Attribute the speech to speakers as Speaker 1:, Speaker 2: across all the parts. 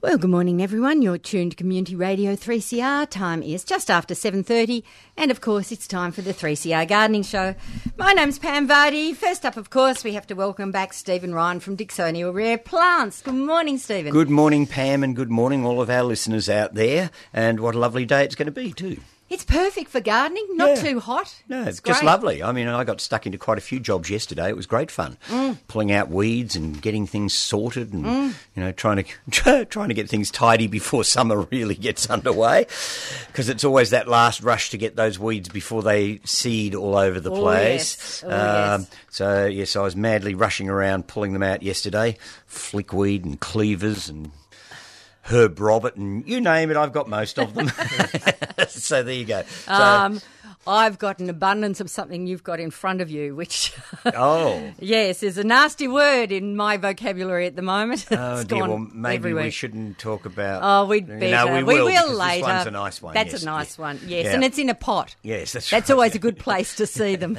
Speaker 1: Well, good morning, everyone. You're tuned to Community Radio 3CR. Time is just after 7.30 and, of course, it's time for the 3CR Gardening Show. My name's Pam Vardy. First up, of course, we have to welcome back Stephen Ryan from Dixonia Rare Plants. Good morning, Stephen.
Speaker 2: Good morning, Pam, and good morning, all of our listeners out there. And what a lovely day it's going to be, too.
Speaker 1: It's perfect for gardening, not
Speaker 2: Yeah.
Speaker 1: too hot.
Speaker 2: No,
Speaker 1: it's
Speaker 2: it's just
Speaker 1: great.
Speaker 2: lovely. I mean, I got stuck into quite a few jobs yesterday. It was great fun,
Speaker 1: Mm.
Speaker 2: pulling out weeds and getting things sorted, and you know, trying to trying to get things tidy before summer really gets underway, because it's always that last rush to get those weeds before they seed all over the
Speaker 1: Oh, yes.
Speaker 2: place. Um,
Speaker 1: Oh, yes.
Speaker 2: So yes, I was madly rushing around pulling them out yesterday, flickweed and cleavers and. Herb Robert and you name it, I've got most of them. so there you go. So,
Speaker 1: Um, I've got an abundance of something you've got in front of you, which,
Speaker 2: oh,
Speaker 1: yes, is a nasty word in my vocabulary at the moment.
Speaker 2: Oh
Speaker 1: It's
Speaker 2: dear,
Speaker 1: gone
Speaker 2: well maybe we
Speaker 1: everywhere.
Speaker 2: shouldn't talk about.
Speaker 1: Oh, we'd
Speaker 2: No,
Speaker 1: better.
Speaker 2: we will, because
Speaker 1: later.
Speaker 2: This one's a nice one.
Speaker 1: That's
Speaker 2: yes.
Speaker 1: a nice one. Yes,
Speaker 2: Yeah.
Speaker 1: and it's in a pot.
Speaker 2: Yes, that's
Speaker 1: That's
Speaker 2: right.
Speaker 1: always a good place to see them.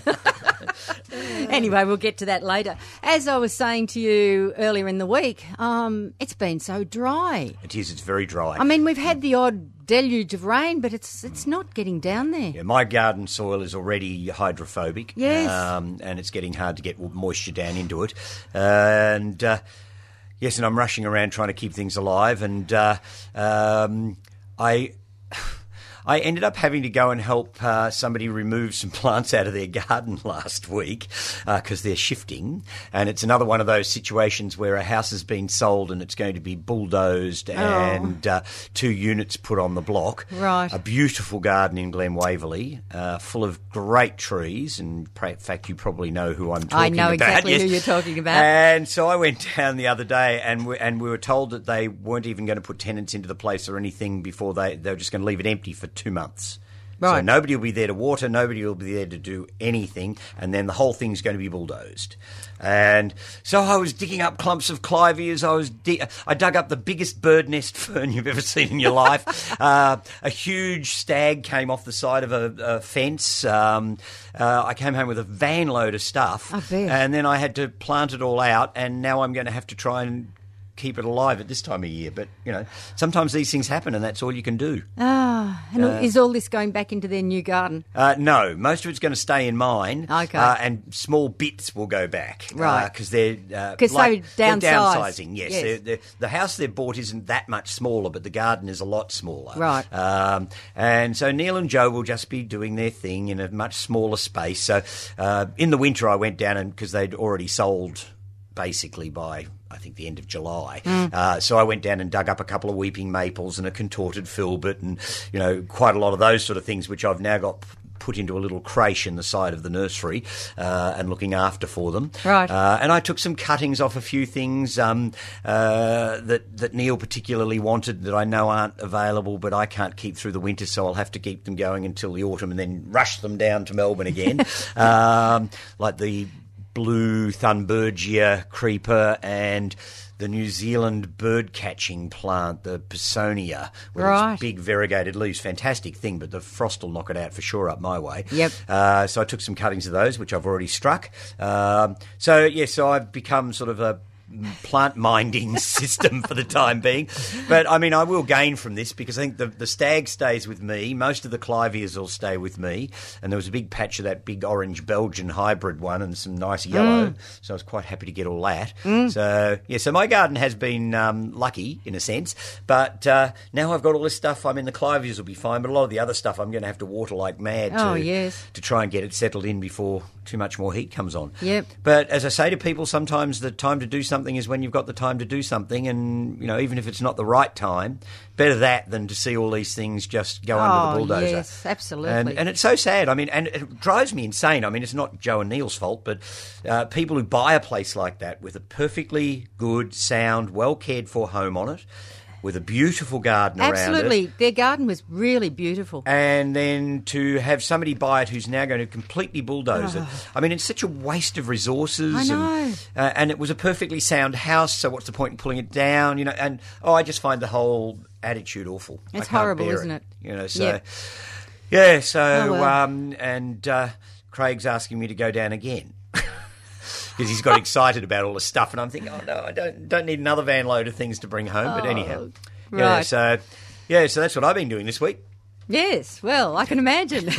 Speaker 1: anyway, we'll get to that later. As I was saying to you earlier in the week, um, it's been so dry.
Speaker 2: It is. It's very dry.
Speaker 1: I mean, we've had the odd deluge of rain, but it's it's not getting down there.
Speaker 2: yeah, my garden soil is already hydrophobic.
Speaker 1: Yes.
Speaker 2: Um, and it's getting hard to get moisture down into it. And uh, yes, and I'm rushing around trying to keep things alive. And uh, um, I. I ended up having to go and help uh, somebody remove some plants out of their garden last week because they're shifting. And it's another one of those situations where a house has been sold and it's going to be bulldozed and uh, two units put on the block.
Speaker 1: Right.
Speaker 2: A beautiful garden in Glen Waverley, uh, full of great trees. And pra- in fact, you probably know who I'm talking about.
Speaker 1: I know exactly
Speaker 2: yes.
Speaker 1: who you're talking about.
Speaker 2: And so I went down the other day, and we, and we were told that they weren't even going to put tenants into the place or anything before they they were just going to leave it empty for two months. So
Speaker 1: Right.
Speaker 2: nobody will be there to water, nobody will be there to do anything, and then the whole thing's going to be bulldozed. And so I was digging up clumps of clivias. I was di- I dug up the biggest bird nest fern you've ever seen in your life. uh, a huge stag came off the side of a, a fence. Um, uh, I came home with a van load of stuff,
Speaker 1: I bet.
Speaker 2: and then I had to plant it all out, and now I'm going to have to try and keep it alive at this time of year. But you know, sometimes these things happen, and that's all you can do.
Speaker 1: Ah, And is all this going back into their new garden?
Speaker 2: Uh, no, most of it's going to stay in mine.
Speaker 1: Okay.
Speaker 2: Uh, and small bits will go back.
Speaker 1: Right.
Speaker 2: Because they're. uh,
Speaker 1: 'Cause
Speaker 2: like-
Speaker 1: they
Speaker 2: they're
Speaker 1: downsize.
Speaker 2: downsizing, yes.
Speaker 1: Yes.
Speaker 2: They're- they're- the house they've bought isn't that much smaller, but the garden is a lot smaller.
Speaker 1: Right.
Speaker 2: Um, and so Neil and Joe will just be doing their thing in a much smaller space. So uh, in the winter, I went down and because they'd already sold basically by. I think the end of July.
Speaker 1: Hmm.
Speaker 2: Uh, so I went down and dug up a couple of weeping maples and a contorted filbert and, you know, quite a lot of those sort of things, which I've now got p- put into a little creche in the side of the nursery uh, and looking after for them.
Speaker 1: Right.
Speaker 2: Uh, and I took some cuttings off a few things um, uh, that that Neil particularly wanted that I know aren't available, but I can't keep through the winter, so I'll have to keep them going until the autumn, and then rush them down to Melbourne again, um, like the blue Thunbergia creeper and. The New Zealand bird catching plant, the Pisonia, with
Speaker 1: Right.
Speaker 2: its big variegated leaves, fantastic thing, but the frost will knock it out for sure up my way.
Speaker 1: Yep.
Speaker 2: Uh, so I took some cuttings of those, which I've already struck. Um, so yes, so I've become sort of a plant minding system for the time being. But I mean, I will gain from this because I think the, the stag stays with me. Most of the clivias will stay with me, and there was a big patch of that big orange Belgian hybrid one and some nice yellow. So I was quite happy to get all that.
Speaker 1: Mm.
Speaker 2: So yeah, so my garden has been um, lucky in a sense, but uh, now I've got all this stuff. I mean, the clivias will be fine, but a lot of the other stuff I'm going to have to water like mad
Speaker 1: Oh,
Speaker 2: to-
Speaker 1: yes.
Speaker 2: to try and get it settled in before too much more heat comes on.
Speaker 1: Yep.
Speaker 2: But as I say to people, sometimes the time to do something is when you've got the time to do something, and you know, even if it's not the right time, better that than to see all these things just go
Speaker 1: Oh,
Speaker 2: under the bulldozer.
Speaker 1: yes, absolutely.
Speaker 2: And, and it's so sad. I mean, and it drives me insane. I mean, it's not Joe and Neil's fault, but uh, people who buy a place like that with a perfectly good, sound, well cared for home on it. with a beautiful garden around it.
Speaker 1: Absolutely. Their garden was really beautiful.
Speaker 2: And then to have somebody buy it who's now going to completely bulldoze it. I mean, it's such a waste of resources.
Speaker 1: Oh. I know.
Speaker 2: And, uh, and it was a perfectly sound house, so what's the point in pulling it down? You know, and oh, I just find the whole attitude awful. I
Speaker 1: It's
Speaker 2: can't
Speaker 1: horrible,
Speaker 2: bear
Speaker 1: isn't it?
Speaker 2: You know, so
Speaker 1: Yeah.
Speaker 2: yeah. So
Speaker 1: Oh, well.
Speaker 2: um, and uh, Craig's asking me to go down again. Because he's got excited about all the stuff, and I'm thinking, oh no, I don't don't need another van load of things to bring home. but anyhow, yeah.
Speaker 1: Oh, right.
Speaker 2: So, yeah, so that's what I've been doing this week.
Speaker 1: Yes, well, I can imagine.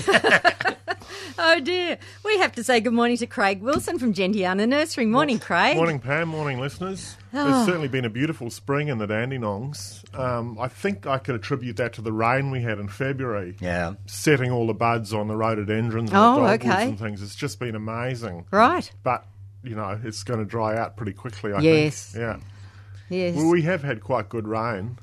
Speaker 1: oh dear. We have to say good morning to Craig Wilson from Gentiana Nursery. Morning, Craig.
Speaker 3: Morning, Pam. Morning, listeners.
Speaker 1: Ah.
Speaker 3: There's certainly been a beautiful spring in the Dandenongs. Um, I think I could attribute that to the rain we had in February.
Speaker 2: Yeah.
Speaker 3: Setting all the buds on the rhododendrons and
Speaker 1: Oh,
Speaker 3: the dogwoods
Speaker 1: okay.
Speaker 3: and things. It's just been amazing.
Speaker 1: Right.
Speaker 3: But, you know, it's going to dry out pretty quickly, I
Speaker 1: Yes.
Speaker 3: think. Yeah.
Speaker 1: Yes.
Speaker 3: Well, we have had quite good rain.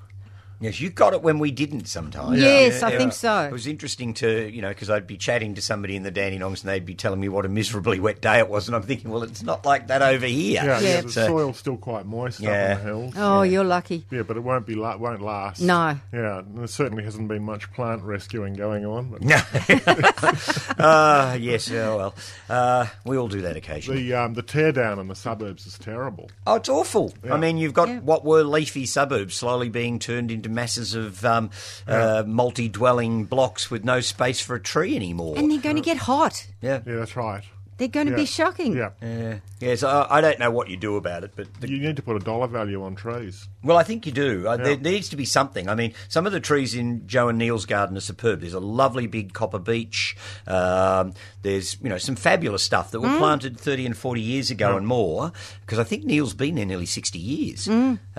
Speaker 2: Yes, you got it when we didn't sometimes.
Speaker 1: Yes, I
Speaker 2: Oh, Yeah.
Speaker 1: think so.
Speaker 2: It was interesting to, you know, because I'd be chatting to somebody in the Dandenongs and they'd be telling me what a miserably wet day it was. And I'm thinking, well, it's not like that over here. uh,
Speaker 3: Yeah, yeah,
Speaker 1: Yeah.
Speaker 3: the
Speaker 2: So-
Speaker 3: soil's still quite moist
Speaker 2: Yeah.
Speaker 3: up in the hills.
Speaker 1: oh, you're lucky.
Speaker 3: Yeah, but it won't be la- won't last.
Speaker 1: No.
Speaker 3: Yeah, and there certainly hasn't been much plant rescuing going on. But
Speaker 2: Ah, yes, oh, well. Uh, we all do that occasionally.
Speaker 3: the um, the teardown in the suburbs is terrible.
Speaker 2: Oh, it's awful. I mean, you've got
Speaker 1: Yeah.
Speaker 2: what were leafy suburbs slowly being turned into masses of um, uh, multi dwelling blocks with no space for a tree anymore.
Speaker 1: And they're going to get hot.
Speaker 2: yeah.
Speaker 3: Yeah, that's right.
Speaker 1: They're going to
Speaker 3: Yeah.
Speaker 1: be shocking.
Speaker 3: Yeah.
Speaker 2: Yeah. Yeah, so I, I don't know what you do about it, but the
Speaker 3: You need to put a dollar value on trees.
Speaker 2: Well, I think you do. Uh, There needs to be something. I mean, some of the trees in Joe and Neil's garden are superb. There's a lovely big copper beech. Um, there's you know some fabulous stuff that were planted 30 and 40 years ago and more. Because I think Neil's been there nearly 60 years,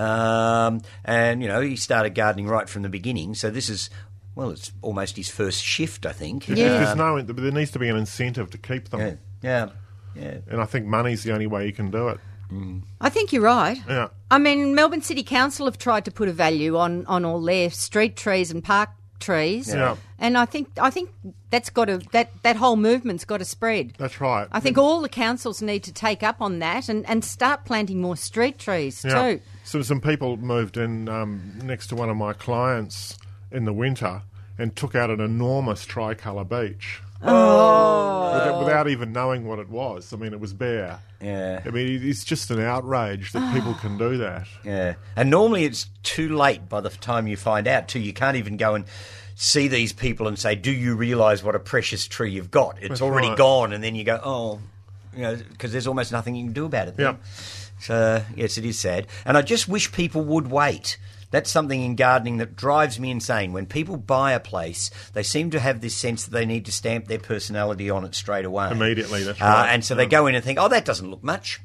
Speaker 2: um, and you know he started gardening right from the beginning. So this is well, it's almost his first shift, I think. Um,
Speaker 3: If- if There's no, there needs to be an incentive to keep them.
Speaker 2: Yeah. Yeah. Yeah. Mm.
Speaker 3: And I think money's the only way you can do it.
Speaker 1: I think you're right.
Speaker 3: Yeah.
Speaker 1: I mean, Melbourne City Council have tried to put a value on, on all their street trees and park trees.
Speaker 3: Yeah.
Speaker 1: And I think I think that's got to that, that whole movement's got to spread.
Speaker 3: That's right.
Speaker 1: I think all the councils need to take up on that and, and start planting more street trees
Speaker 3: Yeah.
Speaker 1: too.
Speaker 3: So some people moved in um, next to one of my clients in the winter and took out an enormous tricolour beach. Oh. Without, without even knowing what it was. I mean, it was bare.
Speaker 2: Yeah.
Speaker 3: I mean, it- it's just an outrage that people can do that.
Speaker 2: Yeah, and normally it's too late by the time you find out. Too, you can't even go and see these people and say, "Do you realise what a precious tree you've got? It's already
Speaker 3: right.
Speaker 2: gone." And then you go, "Oh, you know," because there's almost nothing you can do about it. then.
Speaker 3: Yeah.
Speaker 2: So yes, it is sad, and I just wish people would wait. That's something in gardening that drives me insane. When people buy a place, they seem to have this sense that they need to stamp their personality on it straight away.
Speaker 3: Immediately, that's
Speaker 2: Uh,
Speaker 3: right.
Speaker 2: And so they go in and think, oh, that doesn't look much.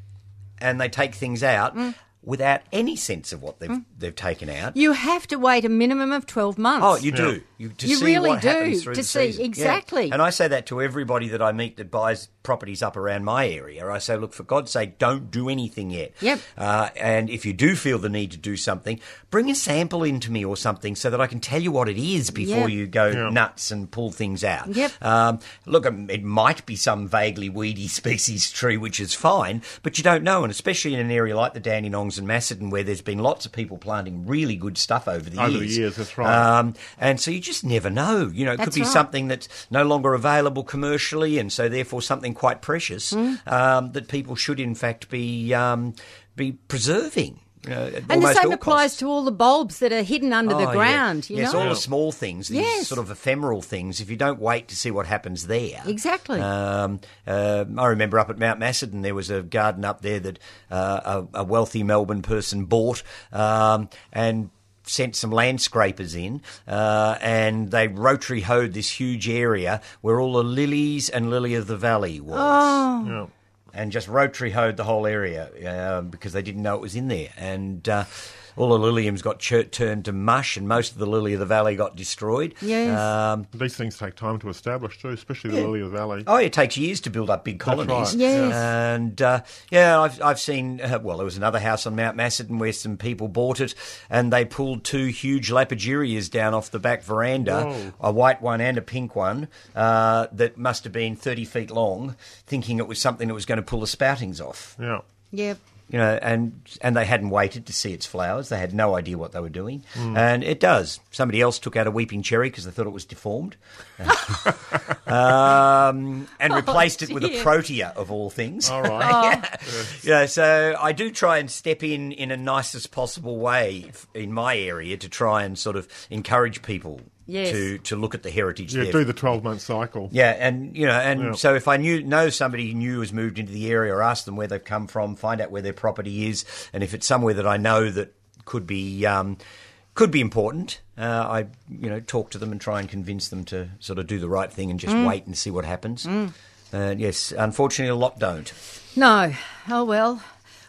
Speaker 2: And they take things out without any sense of what they've, they've taken out.
Speaker 1: You have to wait a minimum of 12 months.
Speaker 2: Oh, you do. You, to
Speaker 1: You
Speaker 2: see
Speaker 1: really
Speaker 2: what
Speaker 1: do,
Speaker 2: happens through
Speaker 1: to
Speaker 2: the
Speaker 1: see-
Speaker 2: season. Yeah.
Speaker 1: exactly.
Speaker 2: And I say that to everybody that I meet that buys properties up around my area. I say, look, for God's sake, don't do anything yet.
Speaker 1: Yep.
Speaker 2: Uh, and if you do feel the need to do something, bring a sample into me or something so that I can tell you what it is before
Speaker 1: Yeah.
Speaker 2: you go nuts and pull things out.
Speaker 1: Yep.
Speaker 2: Um, look, um, it might be some vaguely weedy species tree, which is fine, but you don't know. And especially in an area like the Dandenongs and Macedon, where there's been lots of people planting really good stuff over the
Speaker 3: Over the
Speaker 2: years.
Speaker 3: years, that's right.
Speaker 2: Um, and so you just never know. You know, it could
Speaker 1: That's
Speaker 2: be
Speaker 1: right.
Speaker 2: something that's no longer available commercially, and so therefore something quite precious
Speaker 1: Hmm.
Speaker 2: um, that people should, in fact, be um, be preserving. you know, at
Speaker 1: and the
Speaker 2: almost
Speaker 1: same
Speaker 2: all
Speaker 1: applies
Speaker 2: costs.
Speaker 1: to all the bulbs that are hidden under the
Speaker 2: Oh, yeah.
Speaker 1: ground, you
Speaker 2: yes,
Speaker 1: know?
Speaker 2: all the small things, these
Speaker 1: Yes.
Speaker 2: sort of ephemeral things. If you don't wait to see what happens there,
Speaker 1: Exactly.
Speaker 2: Um, uh, I remember up at Mount Macedon, there was a garden up there that uh, a, a wealthy Melbourne person bought um, and. Sent some land scrapers in, uh, and they rotary hoed this huge area where all the lilies and lily of the valley was
Speaker 1: Oh.
Speaker 3: Yeah.
Speaker 2: and just rotary hoed the whole area uh, because they didn't know it was in there. And uh, all the liliums got chur turned to mush, and most of the lily of the valley got destroyed.
Speaker 1: Yes.
Speaker 2: Um,
Speaker 3: These things take time to establish, too, especially the Lily of the Valley.
Speaker 2: Oh, it takes years to build up big colonies.
Speaker 3: right.
Speaker 1: Yes.
Speaker 2: And uh, yeah, I've, I've seen, uh, well, there was another house on Mount Macedon where some people bought it and they pulled two huge lapagerias down off the back veranda,
Speaker 3: Whoa.
Speaker 2: a white one and a pink one, uh, that must have been 30 feet long, thinking it was something that was going to pull the spoutings off.
Speaker 3: Yeah.
Speaker 1: Yep.
Speaker 2: you know, and and they hadn't waited to see its flowers. They had no idea what they were doing,
Speaker 3: Hmm.
Speaker 2: and it does. Somebody else took out a weeping cherry because they thought it was deformed, um, and replaced it with a
Speaker 1: dear.
Speaker 2: protea of all things.
Speaker 3: All right.
Speaker 2: Yeah, so I do try and step in in a nicest possible way f- in my area to try and sort of encourage people
Speaker 1: Yes.
Speaker 2: to to look at the heritage.
Speaker 3: yeah,
Speaker 2: there.
Speaker 3: do the 12 month cycle.
Speaker 2: Yeah, and you know, and
Speaker 3: Yeah.
Speaker 2: so if I knew know somebody who knew has moved into the area, or ask them where they've come from, find out where their property is, and if it's somewhere that I know that could be um, could be important, uh, I you know talk to them and try and convince them to sort of do the right thing and just wait and see what happens. Uh, yes, unfortunately, a lot don't.
Speaker 1: No. Oh, well.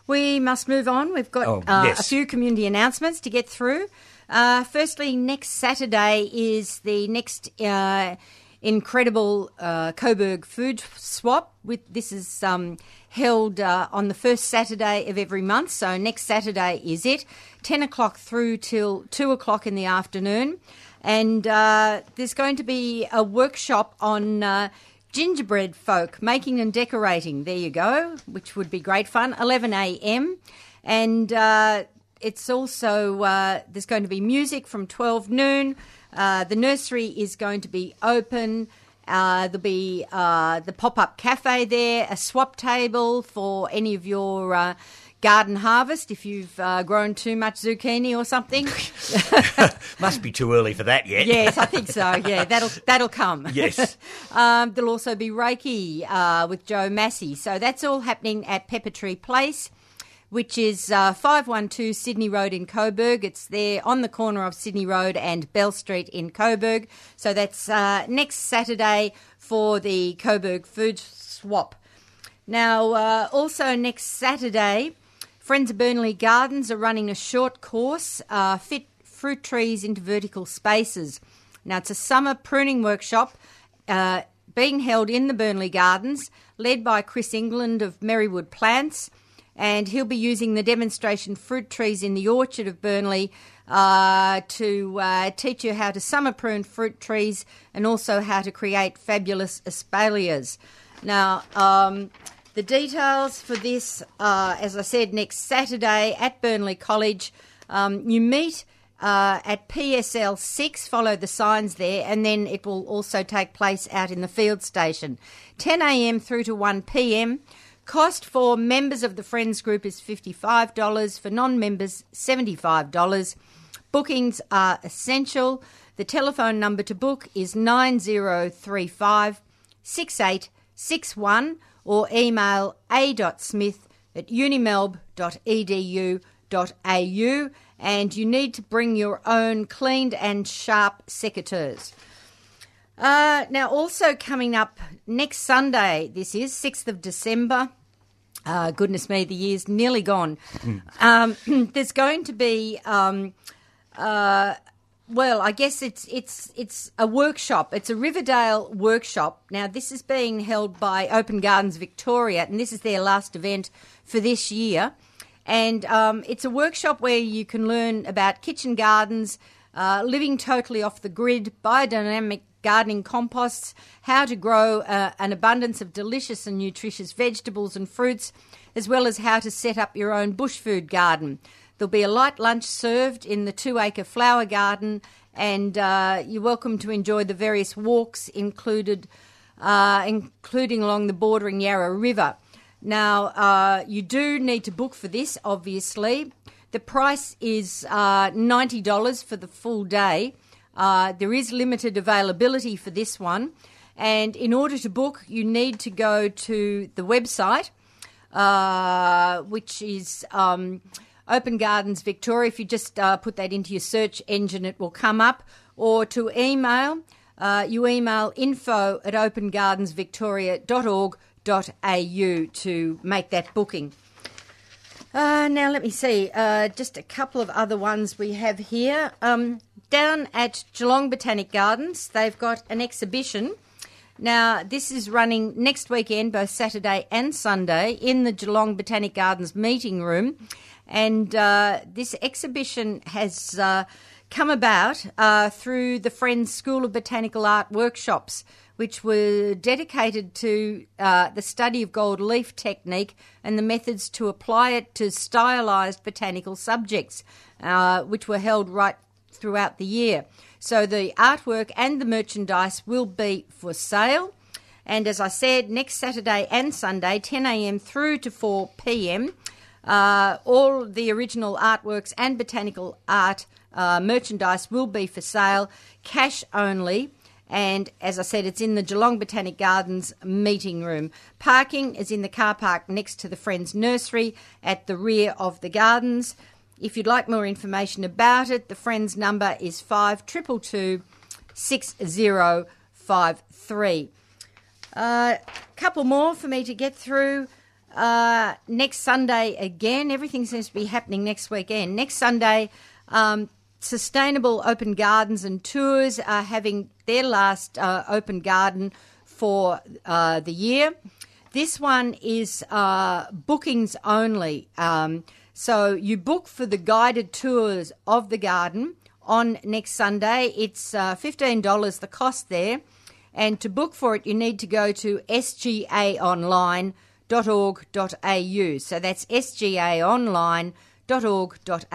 Speaker 1: We must move on. We've got
Speaker 2: Oh,
Speaker 1: uh, a
Speaker 2: yes.
Speaker 1: few community announcements to get through. Uh, firstly, next Saturday is the next uh, incredible uh, Coburg food swap. With this is um, held uh, on the first Saturday of every month. So next Saturday is it, ten o'clock through till two o'clock in the afternoon, and uh, there's going to be a workshop on. Uh, gingerbread folk making and decorating. There you go, which would be great fun. 11 a.m. And uh, it's also, uh, there's going to be music from 12 noon. Uh, the nursery is going to be open. Uh, there'll be uh, the pop up cafe there, a swap table for any of your. Uh, Garden harvest if you've uh, grown too much zucchini or something.
Speaker 2: Must be too early for that yet.
Speaker 1: yes, I think so. Yeah, that'll that'll come.
Speaker 2: Yes.
Speaker 1: Um, there'll also be Reiki uh, with Joe Massey. So that's all happening at Pepper Tree Place, which is uh, 512 Sydney Road in Coburg. It's there on the corner of Sydney Road and Bell Street in Coburg. So that's uh, next Saturday for the Coburg Food Swap. Now, uh, also next Saturday, Friends of Burnley Gardens are running a short course, uh, Fit Fruit Trees into Vertical Spaces. Now, it's a summer pruning workshop uh, being held in the Burnley Gardens, led by Chris England of Merrywood Plants. And he'll be using the demonstration fruit trees in the orchard of Burnley uh, to uh, teach you how to summer prune fruit trees and also how to create fabulous espaliers. Now, um, the details for this, uh, as I said, next Saturday at Burnley College. Um, you meet uh, at PSL 6, follow the signs there, and then it will also take place out in the field station. 10 a.m. through to 1 p.m. Cost for members of the Friends group is $55, for non members, $75. Bookings are essential. The telephone number to book is 9035 6861 or email a.smith at e unimelb.edu.au and you need to bring your own cleaned and sharp secateurs. Uh, now, also coming up next Sunday, this is 6th of December. Uh, goodness me, the year's nearly gone. um, there's going to be. Um, uh, well, I guess it's it's it's a workshop. It's a Riverdale workshop. Now this is being held by Open Gardens Victoria, and this is their last event for this year. And um, it's a workshop where you can learn about kitchen gardens, uh, living totally off the grid, biodynamic gardening composts, how to grow uh, an abundance of delicious and nutritious vegetables and fruits, as well as how to set up your own bush food garden. There'll be a light lunch served in the two acre flower garden, and uh, you're welcome to enjoy the various walks included, uh, including along the bordering Yarra River. Now, uh, you do need to book for this, obviously. The price is uh, $90 for the full day. Uh, there is limited availability for this one. And in order to book, you need to go to the website uh, which is um, Open Gardens Victoria. If you just uh, put that into your search engine, it will come up. Or to email, uh, you email info at opengardensvictoria.org.au to make that booking. Uh, now, let me see. Uh, just a couple of other ones we have here. Um, down at Geelong Botanic Gardens, they've got an exhibition. Now, this is running next weekend, both Saturday and Sunday, in the Geelong Botanic Gardens meeting room. And uh, this exhibition has uh, come about uh, through the Friends School of Botanical Art workshops, which were dedicated to uh, the study of gold leaf technique and the methods to apply it to stylised botanical subjects, uh, which were held right throughout the year. So the artwork and the merchandise will be for sale. And as I said, next Saturday and Sunday, 10 a.m. through to 4 p.m., uh, all the original artworks and botanical art uh, merchandise will be for sale, cash only. And as I said, it's in the Geelong Botanic Gardens meeting room. Parking is in the car park next to the Friends Nursery at the rear of the gardens. If you'd like more information about it, the Friends number is 5222 6053. A Uh, couple more for me to get through. Uh, next Sunday again, everything seems to be happening next weekend. Next Sunday, um, Sustainable Open Gardens and Tours are having their last uh, open garden for uh, the year. This one is uh, bookings only. Um, so you book for the guided tours of the garden on next Sunday. It's uh, $15 the cost there. And to book for it, you need to go to sgaonline.org.au. So that's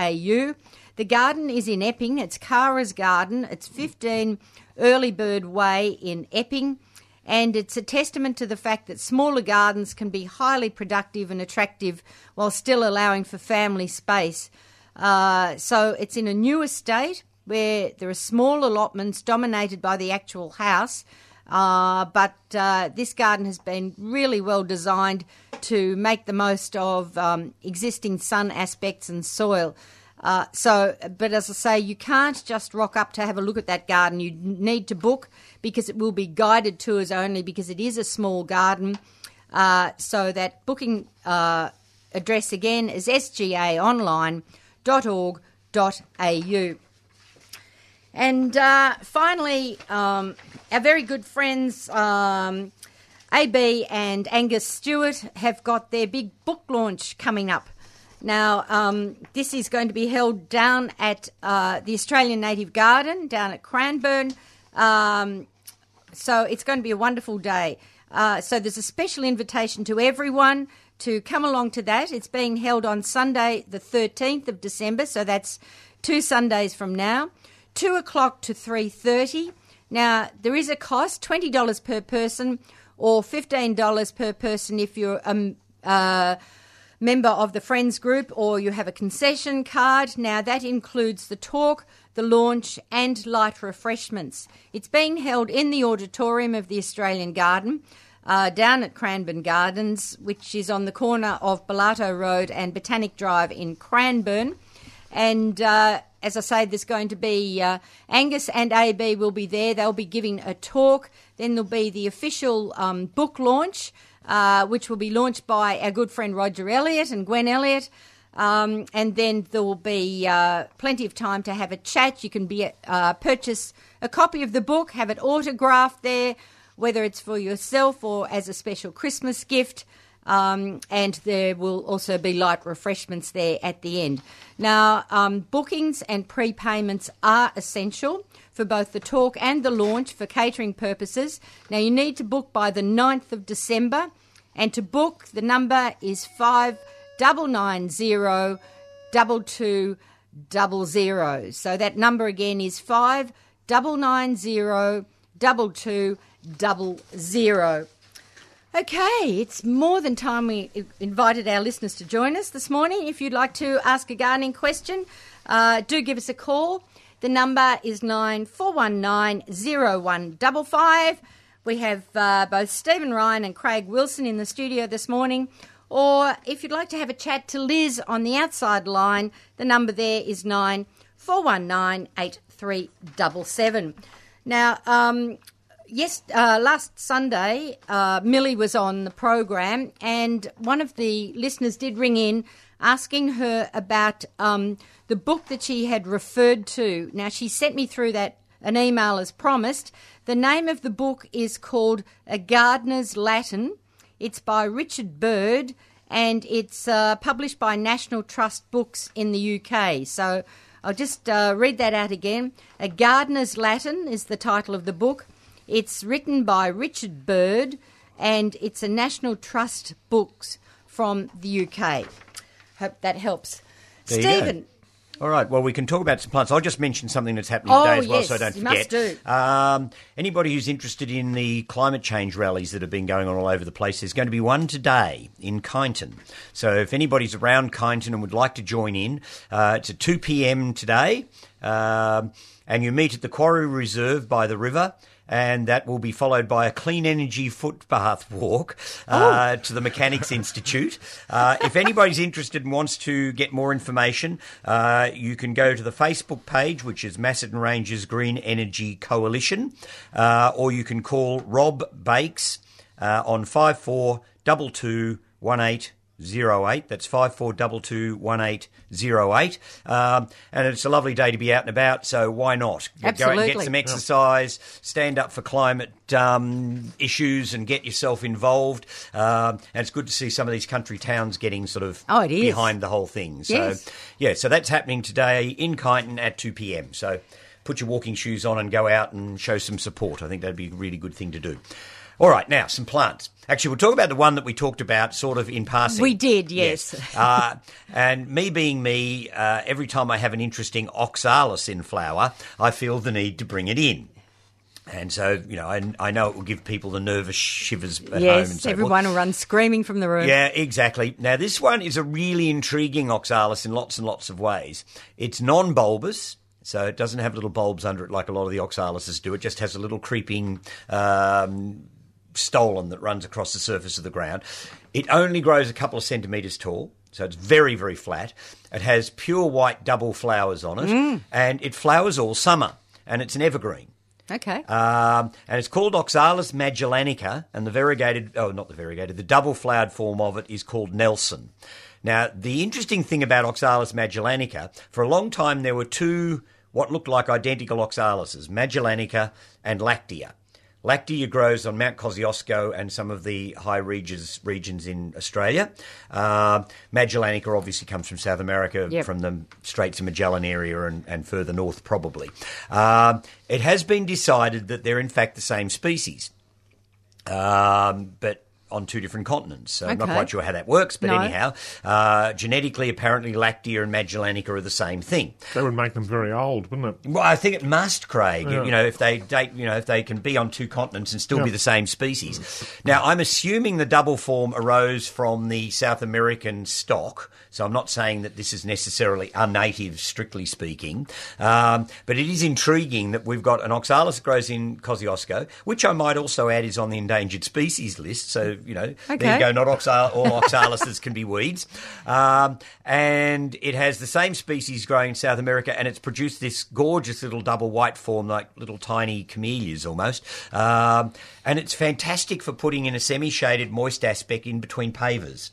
Speaker 1: sgaonline.org.au. The garden is in Epping. It's Cara's Garden. It's 15 Early Bird Way in Epping. And it's a testament to the fact that smaller gardens can be highly productive and attractive while still allowing for family space. Uh, so it's in a new estate where there are small allotments dominated by the actual house. Uh, but uh, this garden has been really well designed to make the most of um, existing sun aspects and soil. Uh, so, but as I say, you can't just rock up to have a look at that garden. You need to book because it will be guided tours only because it is a small garden. Uh, so that booking uh, address again is sgaonline.org.au. And uh, finally, um, our very good friends um, AB and Angus Stewart have got their big book launch coming up. Now, um, this is going to be held down at uh, the Australian Native Garden down at Cranbourne. Um, so it's going to be a wonderful day. Uh, so there's a special invitation to everyone to come along to that. It's being held on Sunday, the 13th of December. So that's two Sundays from now, two o'clock to 3:30. Now there is a cost, twenty dollars per person, or fifteen dollars per person if you're um, uh, member of the Friends group or you have a concession card. Now, that includes the talk, the launch, and light refreshments. It's being held in the auditorium of the Australian Garden. Uh, down at Cranbourne Gardens, which is on the corner of Bellato Road and Botanic Drive in Cranbourne. And uh, as I say, there's going to be uh, Angus and AB will be there. They'll be giving a talk. Then there'll be the official um, book launch, uh, which will be launched by our good friend Roger Elliott and Gwen Elliott. Um, and then there will be uh, plenty of time to have a chat. You can be uh, purchase a copy of the book, have it autographed there, whether it's for yourself or as a special Christmas gift. Um, and there will also be light refreshments there at the end. Now, um, bookings and prepayments are essential for both the talk and the launch for catering purposes. Now, you need to book by the 9th of December, and to book, the number is 5990 2200. So, that number again is 5990 2200. Okay, it's more than time we i- invited our listeners to join us this morning. If you'd like to ask a gardening question, uh, do give us a call. The number is 94190155. We have uh, both Stephen Ryan and Craig Wilson in the studio this morning. Or if you'd like to have a chat to Liz on the outside line, the number there is 94198377. Now, um, yes, uh, last Sunday, uh, Millie was on the program, and one of the listeners did ring in asking her about um, the book that she had referred to. Now, she sent me through that an email as promised. The name of the book is called A Gardener's Latin. It's by Richard Bird, and it's uh, published by National Trust Books in the UK. So I'll just uh, read that out again. A Gardener's Latin is the title of the book. It's written by Richard Bird and it's a National Trust books from the UK. Hope that helps.
Speaker 2: There you go.
Speaker 1: Stephen,
Speaker 2: All right. Well, we can talk about some plants. I'll just mention something that's happening
Speaker 1: Oh,
Speaker 2: today as well,
Speaker 1: yes,
Speaker 2: so I don't
Speaker 1: you
Speaker 2: forget.
Speaker 1: must do.
Speaker 2: Um, anybody who's interested in the climate change rallies that have been going on all over the place, there's going to be one today in Kyneton. So if anybody's around Kyneton and would like to join in, uh, it's at 2 p.m. today, um, and you meet at the Quarry Reserve by the river. And that will be followed by a clean energy footpath walk
Speaker 1: Oh,
Speaker 2: uh, to the Mechanics Institute. Uh, if anybody's interested and wants to get more information, uh, you can go to the Facebook page, which is Macedon Rangers Green Energy Coalition, uh, or you can call Rob Bakes uh, on 54221808. That's 54221808. Um, and it's a lovely day to be out and about, so why not? Go and
Speaker 1: Absolutely.
Speaker 2: get some exercise, stand up for climate um, issues and get yourself involved. Um, and it's good to see some of these country towns getting sort of
Speaker 1: Oh, it is.
Speaker 2: behind the whole thing. So,
Speaker 1: Yes.
Speaker 2: yeah, so that's happening today in Kyneton at 2 p.m. So put your walking shoes on and go out and show some support. I think that'd be a really good thing to do. All right, now some plants. Actually, we'll talk about the one that we talked about sort of in passing.
Speaker 1: We did, yes.
Speaker 2: uh, and me being me, uh, every time I have an interesting oxalis in flower, I feel the need to bring it in. And so, you know, I, I know it will give people the nervous shivers at home. And
Speaker 1: yes,
Speaker 2: so forth.
Speaker 1: everyone will run screaming from the room.
Speaker 2: Yeah, exactly. Now, this one is a really intriguing oxalis in lots and lots of ways. It's non bulbous. So it doesn't have little bulbs under it like a lot of the oxalises do. It just has a little creeping um, stolon that runs across the surface of the ground. It only grows a couple of centimetres tall, so it's very, very flat. It has pure white double flowers on it, and it flowers all summer, and it's an evergreen.
Speaker 1: Okay.
Speaker 2: Um, and it's called Oxalis magellanica, and the variegated, oh, not the variegated, the double flowered form of it is called Nelson. Now, the interesting thing about Oxalis magellanica, for a long time there were two what looked like identical oxalises, magellanica and lactea. Lactea grows on Mount Kosciuszko and some of the high regions, regions in Australia. Uh, Magellanica obviously comes from South America,
Speaker 1: Yep.
Speaker 2: from the Straits of Magellan area and, and further north, probably. Um, it has been decided that they're in fact the same species, um, but on two different continents. So I'm not
Speaker 1: Okay.
Speaker 2: quite sure how that works, but
Speaker 1: No.
Speaker 2: anyhow, uh, genetically, apparently, Lactea and Magellanica are the same thing.
Speaker 3: That would make them very old, wouldn't it?
Speaker 2: Well, I think it must, Craig. You-
Speaker 3: Yeah.
Speaker 2: You know, if they date, you know, if they can be on two continents and still be
Speaker 3: Yeah.
Speaker 2: the same species. Now, I'm assuming the double form arose from the South American stock, so I'm not saying that this is necessarily a native, strictly speaking. Um, but it is intriguing that we've got an oxalis that grows in Kosciuszko, which I might also add is on the endangered species list. So you know, there
Speaker 1: Okay.
Speaker 2: you go. Not oxal- all oxalises can be weeds. Um, and it has the same species growing in South America, and it's produced this gorgeous little double white form, like little tiny camellias almost. Um, and it's fantastic for putting in a semi shaded moist aspect in between pavers.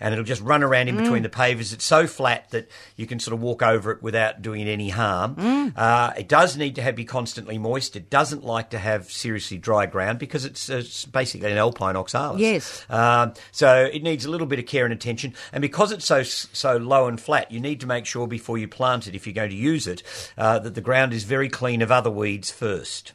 Speaker 2: And it'll just run around in between the pavers. It's so flat that you can sort of walk over it without doing it any harm. Uh, it does need to have, be constantly moist. It doesn't like to have seriously dry ground because it's, it's basically an alpine oxalis.
Speaker 1: Yes.
Speaker 2: Um, so it needs a little bit of care and attention. And because it's so so low and flat, you need to make sure before you plant it, if you're going to use it, uh, that the ground is very clean of other weeds first,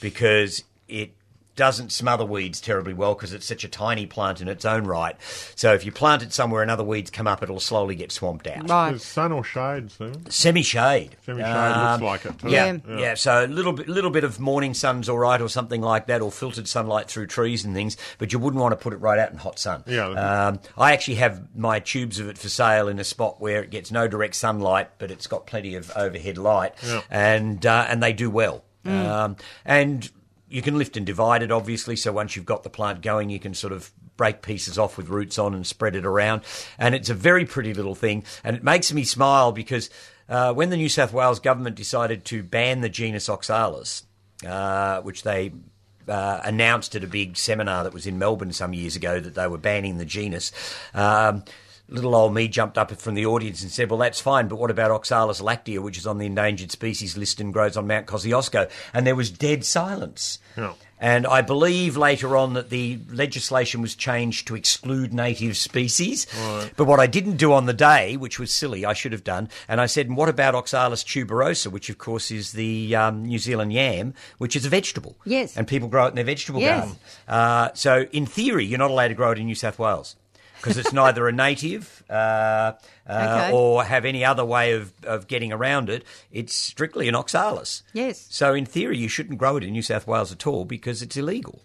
Speaker 2: because it doesn't smother weeds terribly well because it's such a tiny plant in its own right. So if you plant it somewhere and other weeds come up, it'll slowly get swamped out.
Speaker 1: right.
Speaker 3: There's sun or shade, Stephen?
Speaker 2: Semi shade.
Speaker 3: Semi-shade looks like it. Too.
Speaker 2: Um, Yeah, yeah, So a little bit, little bit of morning sun's all right, or something like that, or filtered sunlight through trees and things. But you wouldn't want to put it right out in hot sun.
Speaker 3: Yeah.
Speaker 2: Um, I actually have my tubes of it for sale in a spot where it gets no direct sunlight, but it's got plenty of overhead light,
Speaker 3: Yeah.
Speaker 2: and uh, and they do well. Um, and you can lift and divide it, obviously. So once you've got the plant going, you can sort of break pieces off with roots on and spread it around. And it's a very pretty little thing, and it makes me smile because uh, when the New South Wales government decided to ban the genus Oxalis, uh, which they uh, announced at a big seminar that was in Melbourne some years ago that they were banning the genus. Um, little old me jumped up from the audience and said, Well, that's fine, but what about Oxalis lactea, which is on the endangered species list and grows on Mount Kosciuszko? And there was dead silence.
Speaker 3: Yeah.
Speaker 2: And I believe later on that the legislation was changed to exclude native species. But what I didn't do on the day, which was silly, I should have done, and I said, and what about Oxalis tuberosa, which of course is the um, New Zealand yam, which is a vegetable.
Speaker 1: Yes.
Speaker 2: And people grow it in their vegetable
Speaker 1: Yes.
Speaker 2: garden. Uh, so in theory, you're not allowed to grow it in New South Wales. Because it's neither a native uh, uh,
Speaker 1: Okay.
Speaker 2: or have any other way of, of getting around it. It's strictly an oxalis.
Speaker 1: Yes.
Speaker 2: So, in theory, you shouldn't grow it in New South Wales at all because it's illegal.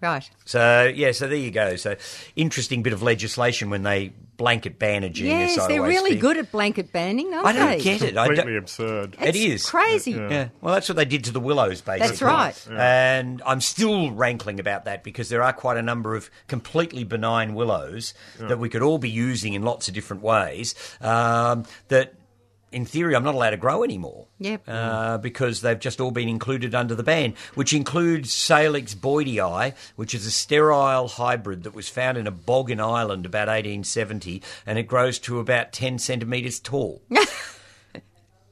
Speaker 1: Right.
Speaker 2: So, yeah, so there you go. So, interesting bit of legislation when they blanket ban a genus.
Speaker 1: Yes,
Speaker 2: I
Speaker 1: they're
Speaker 2: always
Speaker 1: really
Speaker 2: think.
Speaker 1: good at blanket banning, aren't
Speaker 2: I don't
Speaker 1: they?
Speaker 2: get it. I
Speaker 3: Completely
Speaker 2: don't,
Speaker 3: absurd.
Speaker 2: it
Speaker 1: It's
Speaker 2: is.
Speaker 1: crazy.
Speaker 3: Yeah.
Speaker 2: yeah. Well, that's what they did to the willows, basically.
Speaker 1: right.
Speaker 2: And I'm still rankling about that because there are quite a number of completely benign willows that we could all be using in lots of different ways um, that, in theory, I'm not allowed to grow anymore.
Speaker 1: Yep.
Speaker 2: Uh, because they've just all been included under the ban, which includes Salix boidii, which is a sterile hybrid that was found in a bog in Ireland about 1870, and it grows to about 10 centimetres tall. You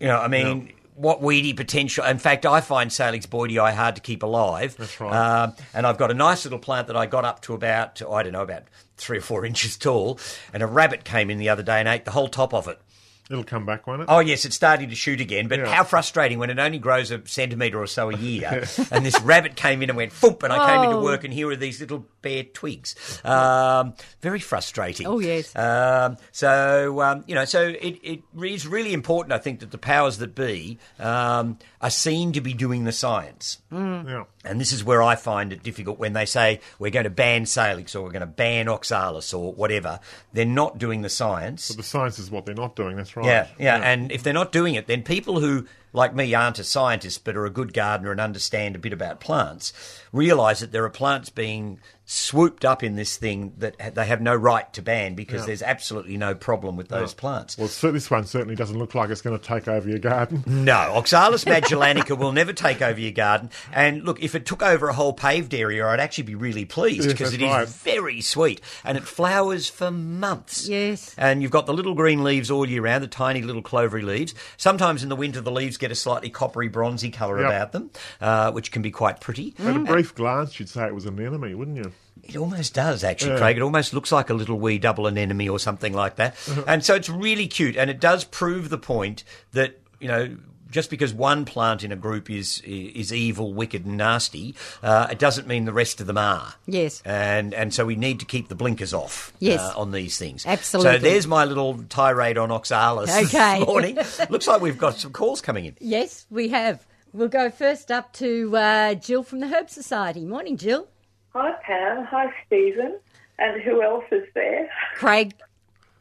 Speaker 2: know, I mean, what weedy potential. In fact, I find Salix boidii hard to keep alive. That's
Speaker 3: right.
Speaker 2: and I've got a nice little plant that I got up to about, I don't know, about three or four inches tall. And a rabbit came in the other day and ate the whole top of it.
Speaker 3: It'll come back, won't it?
Speaker 2: Oh, yes, it's starting to shoot again. But
Speaker 3: Yeah.
Speaker 2: how frustrating when it only grows a centimetre or so a year. and this rabbit came in and went, foop, and I came into
Speaker 1: Oh.
Speaker 2: work and here are these little bare twigs. Um, very frustrating.
Speaker 1: Oh, yes.
Speaker 2: Um, so um, you know, so it, it is really important, I think, that the powers that be um, are seen to be doing the science.
Speaker 3: Yeah.
Speaker 2: And this is where I find it difficult when they say we're going to ban Salix or we're going to ban Oxalis or whatever. They're not doing the science.
Speaker 3: The science is what they're not doing. That's right.
Speaker 2: Yeah, yeah, And if they're not doing it, then people who, like me, aren't a scientist but are a good gardener and understand a bit about plants realize that there are plants being swooped up in this thing that ha- they have no right to ban because there's absolutely no problem with those plants.
Speaker 3: Well, so this one certainly doesn't look like it's going to take over your garden.
Speaker 2: No, Oxalis magellanica will never take over your garden. And look, if it took over a whole paved area, I'd actually be really pleased
Speaker 3: Yes,
Speaker 2: because
Speaker 3: that's
Speaker 2: it is
Speaker 3: right.
Speaker 2: very sweet and it flowers for months.
Speaker 1: Yes.
Speaker 2: And you've got the little green leaves all year round, the tiny little clovery leaves. Sometimes in the winter, the leaves get a slightly coppery, bronzy colour
Speaker 3: Yep.
Speaker 2: about them, uh, which can be quite pretty.
Speaker 3: At a brief glance, you'd say it was an enemy, wouldn't you?
Speaker 2: It almost does, actually, Craig. It almost looks like a little wee double anemone or something like that.
Speaker 1: Uh-huh.
Speaker 2: and so it's really cute, and it does prove the point that you know. Just because one plant in a group is is evil, wicked, and nasty, uh, it doesn't mean the rest of them are.
Speaker 1: Yes.
Speaker 2: and and so we need to keep the blinkers off.
Speaker 1: Yes.
Speaker 2: uh, on these things.
Speaker 1: Absolutely.
Speaker 2: So there's my little tirade on Oxalis
Speaker 1: Okay.
Speaker 2: this morning. Looks like we've got some calls coming in.
Speaker 1: Yes, we have. We'll go first up to uh, Jill from the Herb Society. Morning, Jill.
Speaker 4: Hi, Pam. Hi, Stephen. And who else is there?
Speaker 1: Craig.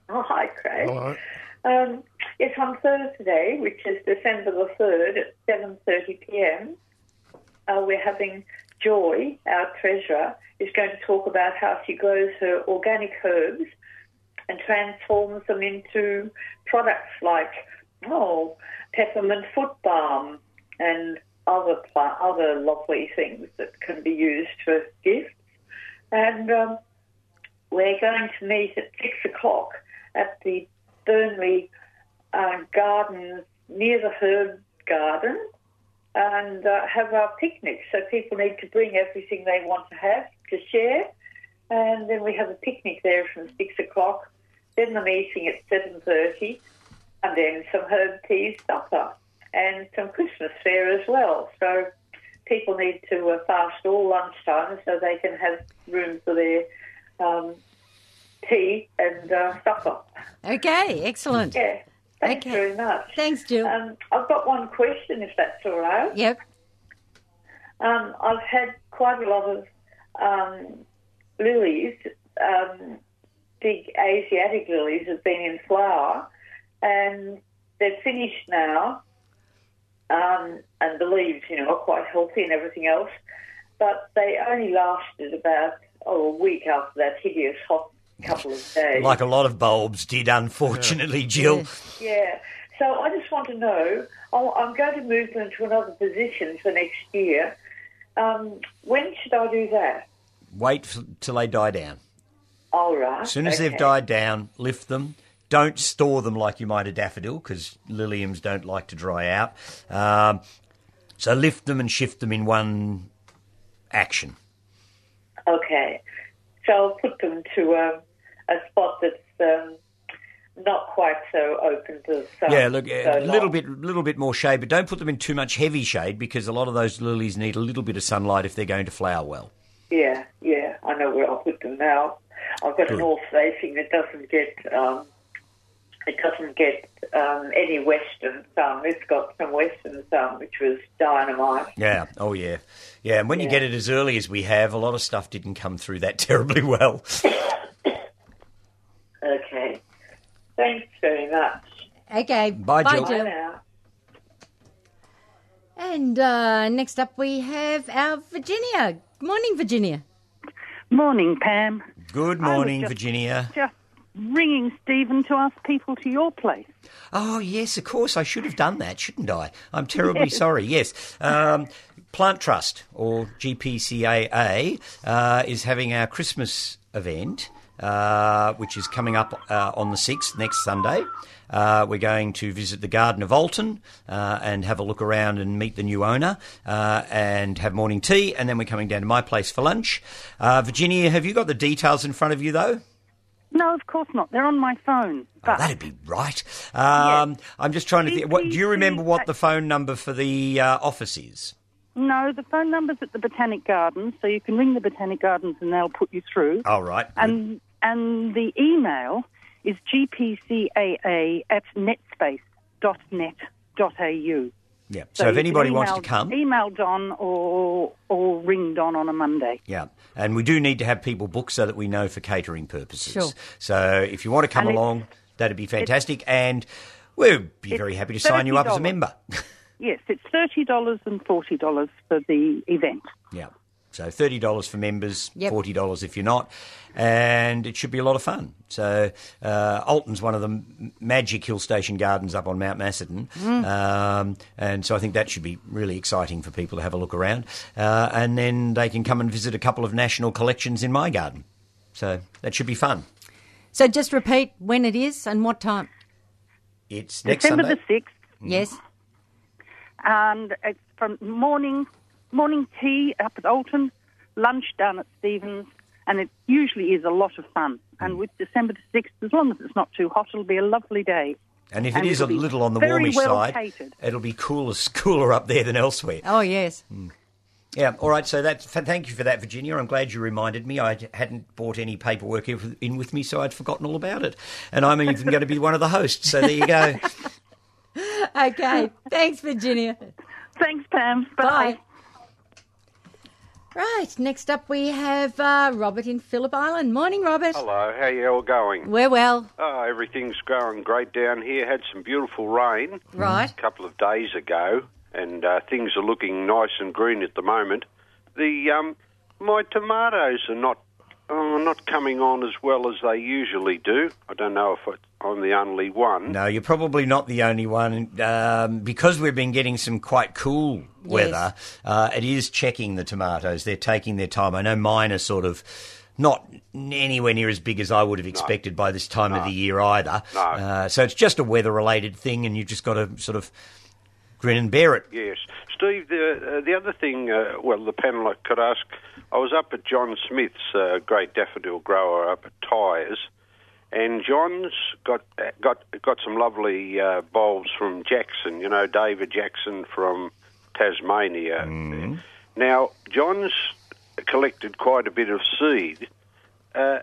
Speaker 4: Oh, hi, Craig.
Speaker 3: Hello.
Speaker 4: Um, it's on Thursday, which is December the 3rd at 7.30pm. Uh, we're having Joy, our treasurer, is going to talk about how she grows her organic herbs and transforms them into products like, oh, peppermint foot balm and other, pla- other lovely things that can be used for gifts. And... Um, we're going to meet at six o'clock at the Burnley uh, Gardens near the Herb Garden and uh, have our picnic. So people need to bring everything they want to have to share, and then we have a picnic there from six o'clock. Then the meeting at seven thirty, and then some herb tea supper and some Christmas fare as well. So people need to uh, fast all lunchtime so they can have room for their um, tea and uh, supper.
Speaker 1: Okay, excellent.
Speaker 4: Yeah, thanks
Speaker 1: Okay.
Speaker 4: very much.
Speaker 1: Thanks, Jill.
Speaker 4: Um, I've got one question, if that's all right.
Speaker 1: yep.
Speaker 4: Um, I've had quite a lot of um, lilies. Um, big Asiatic lilies have been in flower, and they're finished now. Um, and the leaves, you know, are quite healthy and everything else, but they only lasted about oh, a week after that hideous hot couple of days.
Speaker 2: Like a lot of bulbs did, unfortunately, Jill.
Speaker 4: Yeah. So I just want to know. I'll, I'm going to move them to another position for next year. Um, when should I do that?
Speaker 2: Wait f- till they die down.
Speaker 4: All right.
Speaker 2: As soon as they've
Speaker 4: okay.
Speaker 2: died down, lift them. Don't store them like you might a daffodil because liliums don't like to dry out. Um, so lift them and shift them in one action.
Speaker 4: Okay. So I'll put them to um, a spot that's um, not quite so open to the sun.
Speaker 2: Yeah, look,
Speaker 4: so
Speaker 2: a little
Speaker 4: long.
Speaker 2: bit, little bit more shade, but don't put them in too much heavy shade because a lot of those lilies need a little bit of sunlight if they're going to flower well.
Speaker 4: Yeah, yeah. I know where I'll put them now. I've got an all facing that doesn't get um, it doesn't get um, any western sun. It's got some western sun, which was dynamite.
Speaker 2: Yeah. Oh, yeah. Yeah. And when you get it as early as we have, a lot of stuff didn't come through that terribly well.
Speaker 4: Okay. Thanks very much.
Speaker 1: Okay.
Speaker 2: Bye, Jill.
Speaker 4: Bye now.
Speaker 1: And uh, next up, we have our Virginia. Good morning, Virginia.
Speaker 5: Morning, Pam.
Speaker 2: Good
Speaker 5: was
Speaker 2: morning,
Speaker 5: just-
Speaker 2: Virginia.
Speaker 5: Just ringing Stephen to ask people to your place.
Speaker 2: Oh, yes, of course. I should have done that, shouldn't I? I'm terribly sorry. Yes. Um, Plant Trust, or GPCAA, uh, is having our Christmas event, uh, which is coming up uh, on the 6th, next Sunday. Uh, we're going to visit the Garden of Alton uh, and have a look around and meet the new owner uh, and have morning tea. And then we're coming down to my place for lunch. Uh, Virginia, have you got the details in front of you, though?
Speaker 5: No, of course not. They're on my phone.
Speaker 2: Oh,
Speaker 5: But
Speaker 2: that'd be right. Um, I'm just trying to think. What, do you remember what the phone number for the uh, office is?
Speaker 5: no, the phone number's at the Botanic Gardens, so you can ring the Botanic Gardens and they'll put you through.
Speaker 2: All right.
Speaker 5: And and the email is gpcaa at netspace.net.au.
Speaker 2: yeah. So, if
Speaker 5: you can
Speaker 2: anybody wants to
Speaker 5: email- e-
Speaker 2: come,
Speaker 5: email Don or or ring Don on a Monday.
Speaker 2: yeah. And we do need to have people booked so that we know for catering purposes.
Speaker 1: Sure.
Speaker 2: So if you want to come
Speaker 5: And it's-
Speaker 2: along, that'd be fantastic. And we'd be
Speaker 5: it's
Speaker 2: very happy to sign you up as a
Speaker 5: $30.
Speaker 2: member.
Speaker 5: Yes, it's thirty dollars and forty dollars for the event.
Speaker 2: yeah. So thirty dollars for members,
Speaker 1: Yep.
Speaker 2: forty dollars if you're not, and it should be a lot of fun. So uh, Alton's one of the m- magic hill station gardens up on Mount Macedon, um, and so I think that should be really exciting for people to have a look around, uh, and then they can come and visit a couple of national collections in my garden. So that should be fun.
Speaker 1: So just repeat when it is and what time.
Speaker 2: It's next
Speaker 5: December
Speaker 2: Sunday.
Speaker 5: the sixth,
Speaker 1: Yes.
Speaker 5: and it's from morning morning tea up at Alton, lunch down at Stevens, and it usually is a lot of fun.
Speaker 2: Mm.
Speaker 5: And with December the sixth, as long as it's not too hot, it'll be a lovely day.
Speaker 2: and if it
Speaker 5: and
Speaker 2: is a
Speaker 5: it'll be
Speaker 2: little on the
Speaker 5: very
Speaker 2: warmish
Speaker 5: well
Speaker 2: side,
Speaker 5: catered.
Speaker 2: it'll be cooler, cooler up there than elsewhere.
Speaker 1: Oh, yes.
Speaker 2: Yeah, all right. So that's f- thank you for that, Virginia. I'm glad you reminded me. I hadn't brought any paperwork in in with me, so I'd forgotten all about it. And I'm even going to be one of the hosts. So there you go.
Speaker 1: Okay. Thanks, Virginia.
Speaker 5: Thanks, Pam.
Speaker 1: Bye. Right. Next up, we have uh, Robert in Phillip Island. Morning, Robert.
Speaker 6: Hello, how you all going?
Speaker 1: We're well.
Speaker 6: Oh, everything's going great down here. Had some beautiful rain
Speaker 1: Right.
Speaker 6: a couple of days ago, and uh, things are looking nice and green at the moment. The um, my tomatoes are not oh, not coming on as well as they usually do. I don't know if it- I'm the only one.
Speaker 2: No, you're probably not the only one. Um, because we've been getting some quite cool weather, uh, it is checking the tomatoes. They're taking their time. I know mine are sort of not anywhere near as big as I would have expected by this time of the year either.
Speaker 6: No.
Speaker 2: Uh, so it's just a weather related thing, and you've just got to sort of grin and bear it.
Speaker 6: Yes, Steve. The uh, the other thing, uh, well, the panel I could ask. I was up at John Smith's, uh, great daffodil grower up at Tyres, and John's got uh, got got some lovely uh, bulbs from Jackson. You know, David Jackson from Tasmania. Now, John's collected quite a bit of seed. Uh,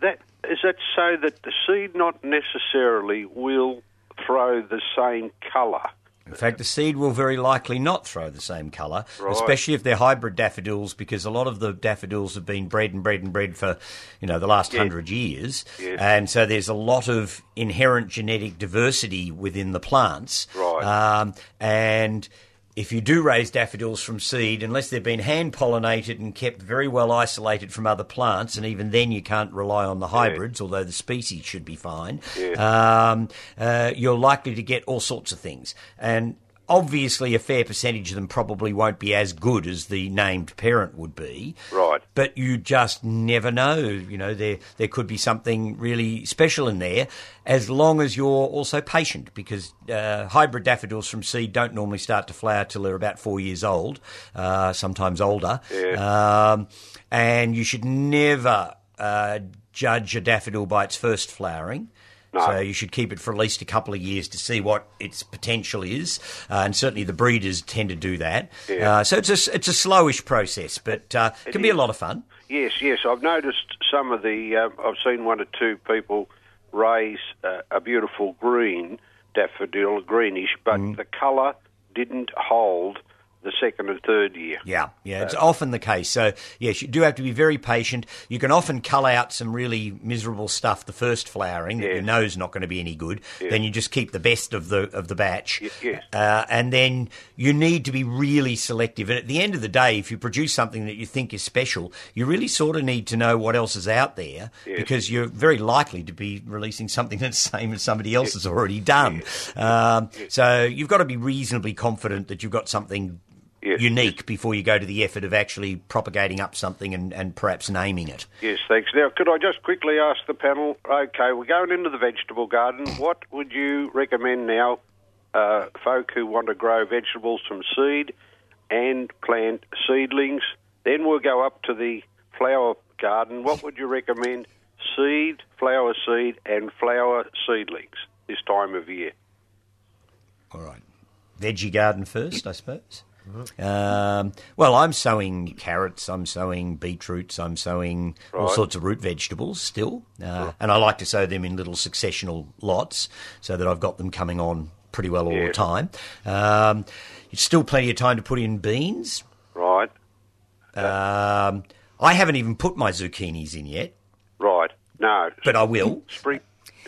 Speaker 6: that is that so that the seed not necessarily will throw the same colour.
Speaker 2: In fact, the seed will very likely not throw the same colour,
Speaker 6: Right.
Speaker 2: especially if they're hybrid daffodils, because a lot of the daffodils have been bred and bred and bred for, you know, the last hundred years,
Speaker 6: Yes.
Speaker 2: and so there's a lot of inherent genetic diversity within the plants.
Speaker 6: Right.
Speaker 2: Um, and if you do raise daffodils from seed, unless they've been hand pollinated and kept very well isolated from other plants, and even then you can't rely on the hybrids, although the species should be fine, um, uh, you're likely to get all sorts of things. And obviously a fair percentage of them probably won't be as good as the named parent would be.
Speaker 6: Right.
Speaker 2: But you just never know. You know, there there could be something really special in there, as long as you're also patient, because uh, hybrid daffodils from seed don't normally start to flower till they're about four years old, uh, sometimes older. Um, and you should never uh, judge a daffodil by its first flowering. So you should keep it for at least a couple of years to see what its potential is, uh, and certainly the breeders tend to do that. Uh, so it's a it's a slowish process, but uh, it can be a lot of fun.
Speaker 6: Yes, yes. I've noticed some of the. Um, I've seen one or two people raise uh, a beautiful green daffodil, greenish, but the colour didn't hold the second and third year.
Speaker 2: Yeah, yeah, it's often the case. So yes, you do have to be very patient. You can often cull out some really miserable stuff the first flowering that you know is not going to be any good. Then you just keep the best of the of the batch,
Speaker 6: yes.
Speaker 2: uh, and then you need to be really selective. And at the end of the day, if you produce something that you think is special, you really sort of need to know what else is out there because you're very likely to be releasing something that's the same as somebody else has already done. Um, so you've got to be reasonably confident that you've got something
Speaker 6: Yes.
Speaker 2: unique before you go to the effort of actually propagating up something and, and perhaps naming it.
Speaker 6: Yes, thanks. Now, could I just quickly ask the panel? Okay, we're going into the vegetable garden. What would you recommend now, uh, folk who want to grow vegetables from seed and plant seedlings? Then we'll go up to the flower garden. What would you recommend? Seed, flower seed, and flower seedlings this time of year.
Speaker 2: All right. Veggie garden first, I suppose. Um, well, I'm sowing carrots, I'm sowing beetroots, I'm sowing all
Speaker 6: Right.
Speaker 2: sorts of root vegetables still. Uh, and I like to sow them in little successional lots so that I've got them coming on pretty well all
Speaker 6: Yeah.
Speaker 2: the time. Um, it's still plenty of time to put in beans.
Speaker 6: Right,
Speaker 2: Um, I haven't even put my zucchinis in yet,
Speaker 6: right. No,
Speaker 2: but I will.
Speaker 6: spring.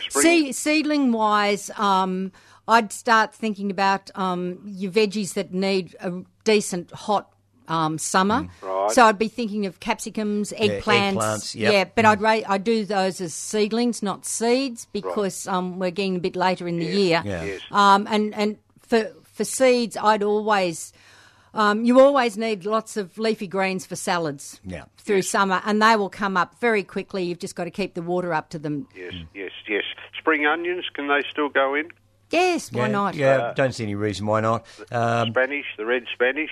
Speaker 6: spring
Speaker 1: See, seedling wise, um, I'd start thinking about um, your veggies that need a decent hot um, summer.
Speaker 2: Mm.
Speaker 6: right.
Speaker 1: So I'd be thinking of capsicums, eggplants.
Speaker 2: eggplants, yep. Mm.
Speaker 1: Yeah, but I'd ra- I do those as seedlings, not seeds, because um, we're getting a bit later in the year.
Speaker 2: Yeah. Yes.
Speaker 1: Um, and and for for seeds, I'd always. Um, you always need lots of leafy greens for salads
Speaker 2: Yeah.
Speaker 1: through summer, and they will come up very quickly. You've just got to keep the water up to them.
Speaker 6: Yes, yes, yes. Spring onions, can they still go in?
Speaker 1: Yes, why
Speaker 2: yeah,
Speaker 1: not?
Speaker 2: Yeah, don't see any reason why not. Um,
Speaker 6: Spanish, the red Spanish,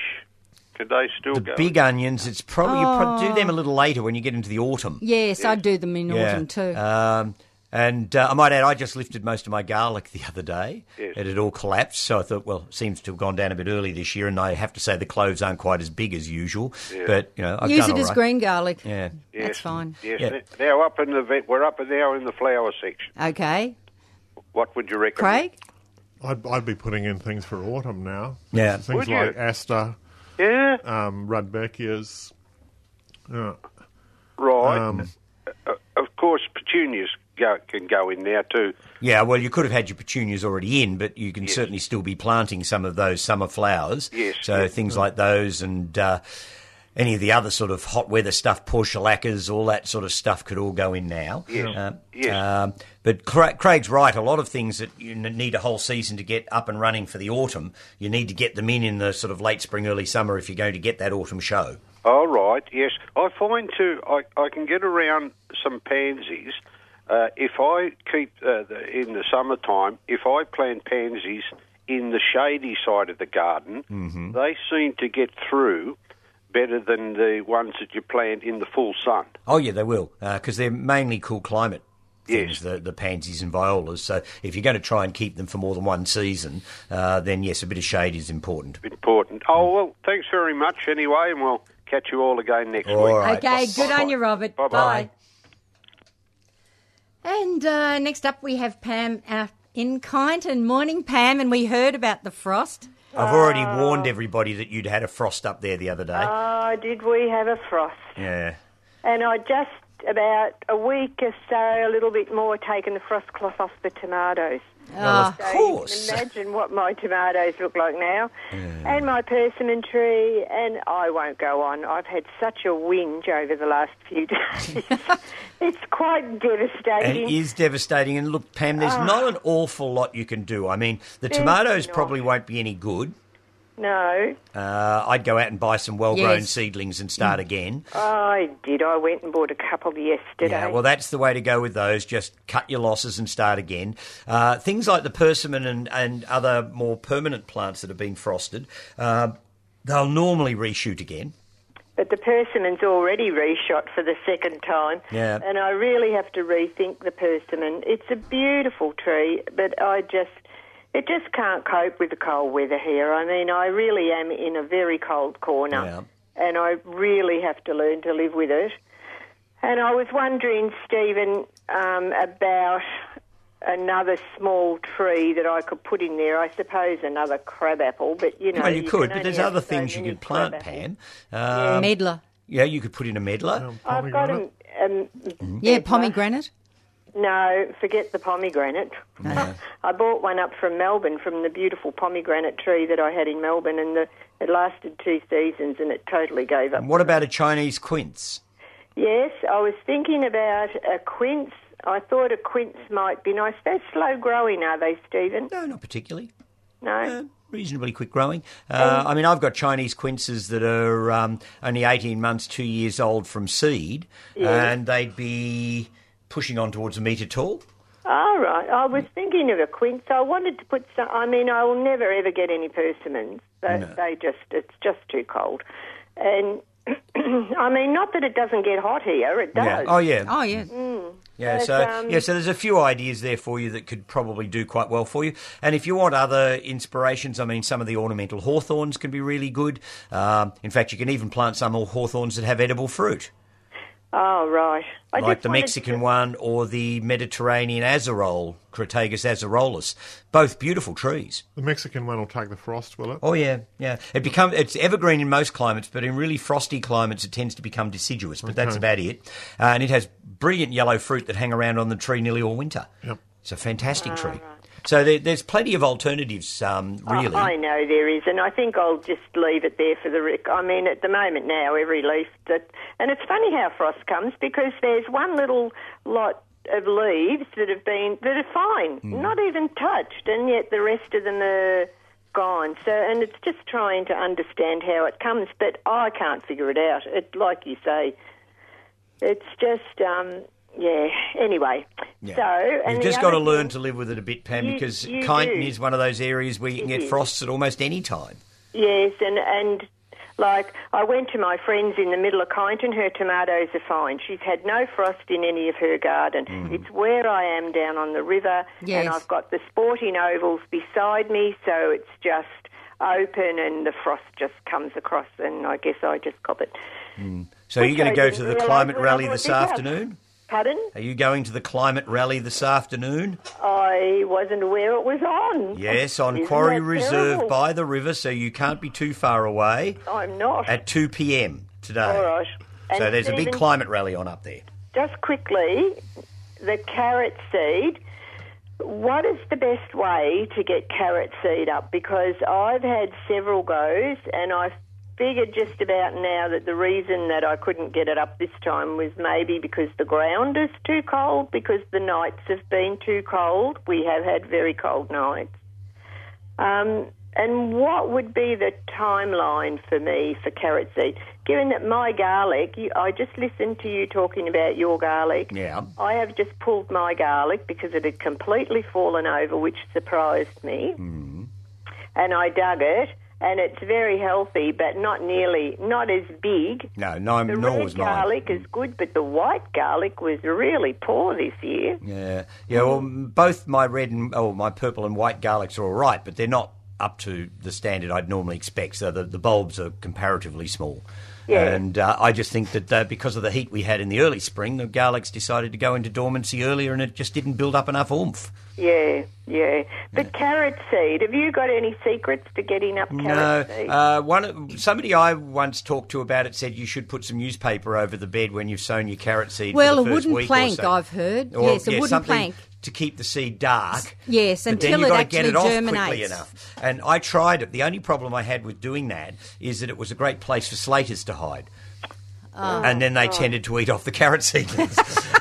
Speaker 6: can they still
Speaker 2: the
Speaker 6: go in?
Speaker 2: big onions, it's probably you pro- do
Speaker 1: Oh.
Speaker 2: them a little later when you get into the autumn.
Speaker 1: Yes, I do them in
Speaker 2: Yeah.
Speaker 1: autumn too.
Speaker 2: Um, and uh, I might add, I just lifted most of my garlic the other day.
Speaker 6: Yes.
Speaker 2: It had all collapsed, so I thought, well, it seems to have gone down a bit early this year. And I have to say, the cloves aren't quite as big as usual. But you know, I've
Speaker 1: Use
Speaker 2: done
Speaker 1: it
Speaker 2: all
Speaker 1: as
Speaker 2: right.
Speaker 1: green garlic.
Speaker 2: Yeah.
Speaker 1: That's fine.
Speaker 6: Yes.
Speaker 2: Yeah.
Speaker 6: Now up in the ve- we're up now in the flower section.
Speaker 1: Okay.
Speaker 6: What would you recommend?
Speaker 1: Craig?
Speaker 3: I'd, I'd be putting in things for autumn now.
Speaker 2: Yeah.
Speaker 3: Things
Speaker 6: Would you?
Speaker 3: like aster,
Speaker 6: Yeah.
Speaker 3: um, rudbeckias. Uh, Yeah.
Speaker 6: Right.
Speaker 3: Um,
Speaker 6: Uh, of course, petunias go, can go in now too.
Speaker 2: Yeah, well, you could have had your petunias already in, but you can certainly still be planting some of those summer flowers.
Speaker 6: Yes,
Speaker 2: So
Speaker 6: yes. Mm.
Speaker 2: things like those and uh, any of the other sort of hot weather stuff, portulacas, all that sort of stuff could all go in now. Yes.
Speaker 6: yes.
Speaker 2: Um, but Cra- Craig's right. A lot of things that you n- need a whole season to get up and running for the autumn, you need to get them in in the sort of late spring, early summer if you're going to get that autumn show.
Speaker 6: All right. Yes. I find too. I, I can get around some pansies. Uh, if I keep uh, the, in the summertime, if I plant pansies in the shady side of the garden, they seem to get through better than the ones that you plant in the full sun.
Speaker 2: Oh yeah, they will because they're mainly cool climate.
Speaker 6: Yes.
Speaker 2: Things, the, the pansies and violas. So if you're going to try and keep them for more than one season, uh, then yes, a bit of shade is important.
Speaker 6: important. Oh, well, thanks very much anyway, and we'll catch you all again next
Speaker 2: All
Speaker 6: week.
Speaker 2: right.
Speaker 1: Okay, good on you, Robert. Bye
Speaker 6: Bye-bye.
Speaker 1: And uh, next up, we have Pam out in Kyneton. Morning, Pam. And we heard about the frost.
Speaker 2: I've already warned everybody that you'd had a frost up there the other day.
Speaker 7: Oh, did we have a frost?
Speaker 2: yeah.
Speaker 7: And I just about a week or so, a little bit more, taken the frost cloth off the tomatoes.
Speaker 2: Ah. Well, of
Speaker 7: So
Speaker 2: course.
Speaker 7: You can imagine what my tomatoes look like now, and my persimmon tree, and I won't go on. I've had such a whinge over the last few days. it's quite
Speaker 2: And
Speaker 7: devastating.
Speaker 2: It is devastating. And look, Pam, there's not an awful lot you can do. I mean, the
Speaker 7: There's
Speaker 2: tomatoes
Speaker 7: not.
Speaker 2: probably won't be any good.
Speaker 7: No,
Speaker 2: Uh, I'd go out and buy some well-grown
Speaker 1: Yes.
Speaker 2: seedlings and start again.
Speaker 7: I did. I went and bought a couple yesterday.
Speaker 2: Yeah, Uh, well, that's the way to go with those. Just cut your losses and start again. Uh, things like the persimmon and, and other more permanent plants that have been frosted, uh, they'll normally reshoot again.
Speaker 7: But the persimmon's already reshot for the second time.
Speaker 2: Yeah.
Speaker 7: And I really have to rethink the persimmon. It's a beautiful tree, but I just it just can't cope with the cold weather here. I mean, I really am in a very cold corner.
Speaker 2: Yeah.
Speaker 7: And I really have to learn to live with it. And I was wondering, Stephen, um, about another small tree that I could put in there. I suppose another crabapple, but you know,
Speaker 2: well, you,
Speaker 7: can
Speaker 2: could, but
Speaker 7: only
Speaker 2: there's
Speaker 7: have
Speaker 2: other
Speaker 7: so
Speaker 2: things you
Speaker 7: many
Speaker 2: could plant,
Speaker 7: crabapples.
Speaker 2: Pam. Um,
Speaker 1: Medlar.
Speaker 2: yeah, you could put in a medlar.
Speaker 7: I've got a, um,
Speaker 2: Mm-hmm.
Speaker 1: Yeah, pomegranate.
Speaker 7: no, forget the pomegranate. I bought one up from Melbourne from the beautiful pomegranate tree that I had in Melbourne, and the, it lasted two seasons and it totally gave up.
Speaker 2: And what about a Chinese quince?
Speaker 7: Yes, I was thinking about a quince. I thought a quince might be nice. They're slow growing, are they, Stephen?
Speaker 2: No, not particularly.
Speaker 7: No.
Speaker 2: Uh, reasonably quick growing.
Speaker 7: Um,
Speaker 2: Uh, I mean, I've got Chinese quinces that are um, only 18 months, two years old from seed, and they'd be pushing on towards a metre tall.
Speaker 7: All right. I was thinking of a quince. I wanted to put some. I mean, I will never ever get any persimmons. They, they just, it's just too cold. And I mean, not that it doesn't get hot here. It does.
Speaker 2: Yeah.
Speaker 7: Mm.
Speaker 2: Oh, yeah.
Speaker 1: Oh, yeah.
Speaker 2: yeah.
Speaker 7: but,
Speaker 2: So,
Speaker 7: um,
Speaker 2: yeah, so there's a few ideas there for you that could probably do quite well for you. And if you want other inspirations, I mean, some of the ornamental hawthorns can be really good. Um, in fact, you can even plant some hawthorns that have edible fruit.
Speaker 7: Oh, right. I
Speaker 2: like
Speaker 7: just
Speaker 2: the
Speaker 7: wanted
Speaker 2: Mexican
Speaker 7: to-
Speaker 2: one or the Mediterranean azarole, Crataegus azarolus. Both beautiful trees.
Speaker 3: The Mexican one will take the frost, will it?
Speaker 2: Oh yeah, yeah. It become it's evergreen in most climates, but in really frosty climates, it tends to become deciduous. But that's about it. Uh, and it has brilliant yellow fruit that hang around on the tree nearly all winter.
Speaker 3: Yep.
Speaker 2: It's a
Speaker 7: Ah,
Speaker 2: fantastic tree. So there, there's plenty of alternatives, um,
Speaker 7: I-
Speaker 2: really.
Speaker 7: Oh, I know there is, and I think I'll just leave it there for the rick. I mean, at the moment now, every leaf that, and it's funny how frost comes because there's one little lot of leaves that have been that are fine,
Speaker 2: Hmm.
Speaker 7: not even touched, and yet the rest of them are gone. So, and it's just trying to understand how it comes, but I can't figure it out. It, like you say, it's just. um yeah. Anyway,
Speaker 2: Yeah.
Speaker 7: so and
Speaker 2: You've
Speaker 7: the
Speaker 2: just got to
Speaker 7: other
Speaker 2: learn
Speaker 7: thing-
Speaker 2: to live with it a bit, Pam,
Speaker 7: You-
Speaker 2: because
Speaker 7: you
Speaker 2: Kyneton
Speaker 7: do.
Speaker 2: is one of those areas where you can
Speaker 7: It
Speaker 2: get
Speaker 7: is.
Speaker 2: frosts at almost any time.
Speaker 7: Yes, and and like I went to my friend's in the middle of Kyneton. Her tomatoes are fine. She's had no frost in any of her garden.
Speaker 2: Mm.
Speaker 7: It's where I am down on the river,
Speaker 1: Yes.
Speaker 7: and I've got the sporting ovals beside me, so it's just open and the frost just comes across. And I guess I just cop it.
Speaker 2: So are you
Speaker 7: Which
Speaker 2: going
Speaker 7: I
Speaker 2: to go
Speaker 7: didn't
Speaker 2: to the
Speaker 7: realise
Speaker 2: climate
Speaker 7: when I
Speaker 2: rally
Speaker 7: bought
Speaker 2: this
Speaker 7: this house.
Speaker 2: afternoon?
Speaker 7: Pardon?
Speaker 2: Are you going to the climate rally this afternoon?
Speaker 7: I wasn't aware it was on.
Speaker 2: Yes, on
Speaker 7: Isn't
Speaker 2: Quarry
Speaker 7: that
Speaker 2: Reserve
Speaker 7: terrible?
Speaker 2: by the river, so you can't be too far away
Speaker 7: I'm not.
Speaker 2: at 2 p.m. today.
Speaker 7: Oh. All right. And
Speaker 2: So there's a big
Speaker 7: Stephen-
Speaker 2: climate rally on up there.
Speaker 7: just quickly, the carrot seed. What is the best way to get carrot seed up? Because I've had several goes, and I figured just about now that the reason that I couldn't get it up this time was maybe because the ground is too cold, because the nights have been too cold. We have had very cold nights. Um, and what would be the timeline for me for carrot seed? Given that my garlic, you, I just listened to you talking about your garlic.
Speaker 2: Yeah.
Speaker 7: I have just pulled my garlic because it had completely fallen over, which surprised me. Mm.
Speaker 2: Mm-hmm.
Speaker 7: And I dug it, and it's very healthy, but not nearly, not as big.
Speaker 2: No, no,
Speaker 7: The
Speaker 2: nor
Speaker 7: red
Speaker 2: was mine.
Speaker 7: garlic is good, but the white garlic was really poor this year.
Speaker 2: Yeah, yeah. Well, m- both my red and oh, my purple and white garlics are all right, but they're not up to the standard I'd normally expect. So the, the bulbs are comparatively small.
Speaker 7: Yeah.
Speaker 2: And uh, I just think that uh, because of the heat we had in the early spring, the garlics decided to go into dormancy earlier, and it just didn't build up enough oomph.
Speaker 7: Yeah, yeah. But carrot seed, have you got any secrets to getting up carrot seed?
Speaker 2: No, uh, one somebody I once talked to about it said you should put some newspaper over the bed when you've sown your carrot seed. for
Speaker 1: Well,
Speaker 2: the first
Speaker 1: a wooden
Speaker 2: week or
Speaker 1: plank,
Speaker 2: so.
Speaker 1: I've heard.
Speaker 2: Or,
Speaker 1: Yes, a
Speaker 2: yeah,
Speaker 1: wooden
Speaker 2: something
Speaker 1: plank.
Speaker 2: to keep the seed dark.
Speaker 1: Yes,
Speaker 2: but
Speaker 1: until
Speaker 2: then
Speaker 1: it
Speaker 2: you've got to get it
Speaker 1: actually
Speaker 2: off
Speaker 1: germinates.
Speaker 2: quickly enough. And I tried it. The only problem I had with doing that is that it was a great place for slaters to hide.
Speaker 1: Oh,
Speaker 2: and then they tended to eat off the carrot seedlings.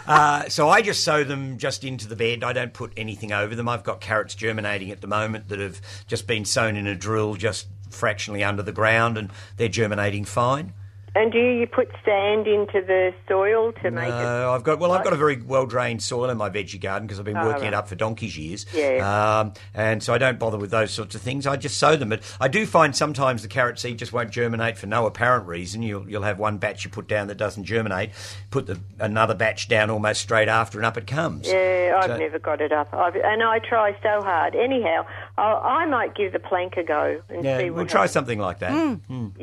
Speaker 2: uh, so I just sow them just into the bed. I don't put anything over them. I've got carrots germinating at the moment that have just been sown in a drill just fractionally under the ground and they're germinating fine.
Speaker 7: And do you put sand into the soil to make
Speaker 2: Uh, I've got well, I've got a very well drained soil in my veggie garden because I've been working it up for donkey's years.
Speaker 7: Oh, Yeah.
Speaker 2: Um, and so I don't bother with those sorts of things. I just sow them, but I do find sometimes the carrot seed just won't germinate for no apparent reason. You'll you'll have one batch you put down that doesn't germinate, put the, another batch down almost straight after, and up it comes.
Speaker 7: it? Yeah, I've
Speaker 2: So-
Speaker 7: never got it up. I've, and I try so hard. Anyhow, I, I might give the plank a go and
Speaker 2: Yeah,
Speaker 7: see what
Speaker 2: we'll try
Speaker 7: happens.
Speaker 2: something like that.
Speaker 7: Yeah,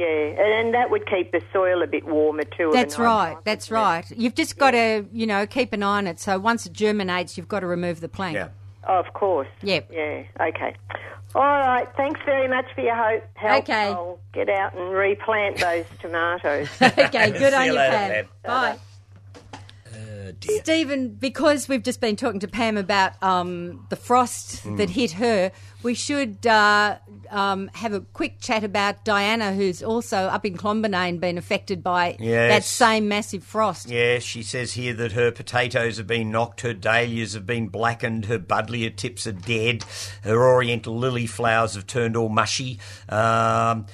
Speaker 7: and, and that would keep the soil a bit warmer too. at a
Speaker 1: That's
Speaker 7: night
Speaker 1: right.
Speaker 7: time,
Speaker 1: That's
Speaker 7: wouldn't it?
Speaker 1: right. You've just got to, you know, keep an eye on it. So once it germinates, you've got to remove the plank.
Speaker 2: Yeah.
Speaker 7: of course.
Speaker 1: Yep.
Speaker 7: Yeah, okay. All right, thanks very much for your hope, help.
Speaker 1: Okay.
Speaker 7: I'll get out and replant those tomatoes.
Speaker 1: okay, good
Speaker 2: See
Speaker 1: on
Speaker 2: you
Speaker 1: you,
Speaker 2: later,
Speaker 1: Pam.
Speaker 2: Pam.
Speaker 1: Bye.
Speaker 2: dear.
Speaker 1: Stephen, because we've just been talking to Pam about um, the frost
Speaker 2: Hmm.
Speaker 1: that hit her, we should uh, um, have a quick chat about Diana, who's also up in Clonbenane been affected by that
Speaker 2: Yes.
Speaker 1: same massive frost.
Speaker 2: Yeah, she says here that her potatoes have been knocked, her dahlias have been blackened, her buddleia tips are dead, her oriental lily flowers have turned all mushy. Um,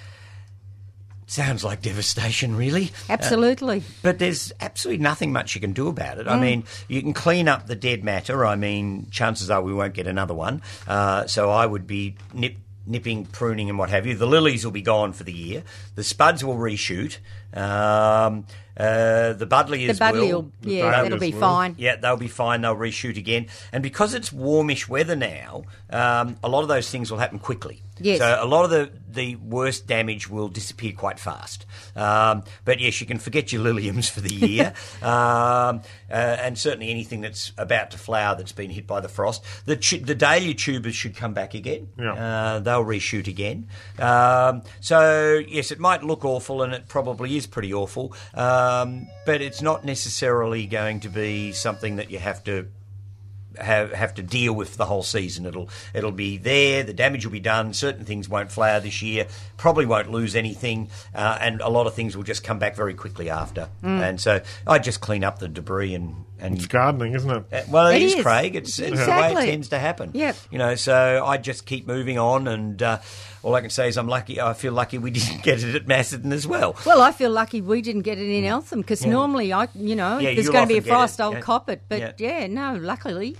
Speaker 2: sounds like devastation, really. Uh,
Speaker 1: Absolutely.
Speaker 2: But there's absolutely nothing much you can do about it.
Speaker 1: Mm.
Speaker 2: I mean, you can clean up the dead matter. I mean, chances are we won't get another one. Uh, so I would be nip, nipping, pruning, and what have you. The lilies will be gone for the year. The spuds will reshoot. Um, uh, the
Speaker 1: the
Speaker 2: buddleias
Speaker 1: buddleia,
Speaker 2: will.
Speaker 1: will- yeah,
Speaker 3: dahlias
Speaker 1: that'll be
Speaker 3: will.
Speaker 1: fine.
Speaker 2: Yeah, they'll be fine. They'll reshoot again. And because it's warmish weather now, um, a lot of those things will happen quickly.
Speaker 1: Yes.
Speaker 2: So a lot of the, the worst damage will disappear quite fast. Um, but yes, you can forget your liliums for the year. um, uh, and certainly anything that's about to flower that's been hit by the frost. The, tu- the dahlia tubers should come back again.
Speaker 3: Yeah.
Speaker 2: Uh, they'll reshoot again. Um, so, yes, it might look awful, and it probably is pretty awful, um, but it's not necessarily going to be something that you have to. Have, have to deal with the whole season. It'll it'll be there. The damage will be done. Certain things won't flower this year. Probably won't lose anything, uh, and a lot of things will just come back very quickly after. And so I just clean up the debris and and
Speaker 3: It's gardening, isn't it?
Speaker 2: uh, Well,
Speaker 1: It
Speaker 2: it is,
Speaker 1: is.
Speaker 2: Craig. It's, it's the way
Speaker 1: Exactly.
Speaker 2: it tends to happen.
Speaker 1: Yep.
Speaker 2: You know, so I just keep moving on, and uh, all I can say is I'm lucky. I feel lucky we didn't get it at Macedon as well. Hmm.
Speaker 1: Well, I feel lucky we didn't get it in Eltham because normally I, you know,
Speaker 2: Yeah,
Speaker 1: if there's
Speaker 2: you'll
Speaker 1: going to be a
Speaker 2: often get
Speaker 1: frost,
Speaker 2: it,
Speaker 1: I'll
Speaker 2: yeah.
Speaker 1: cop it. But yeah,
Speaker 2: Yeah.
Speaker 1: no, luckily,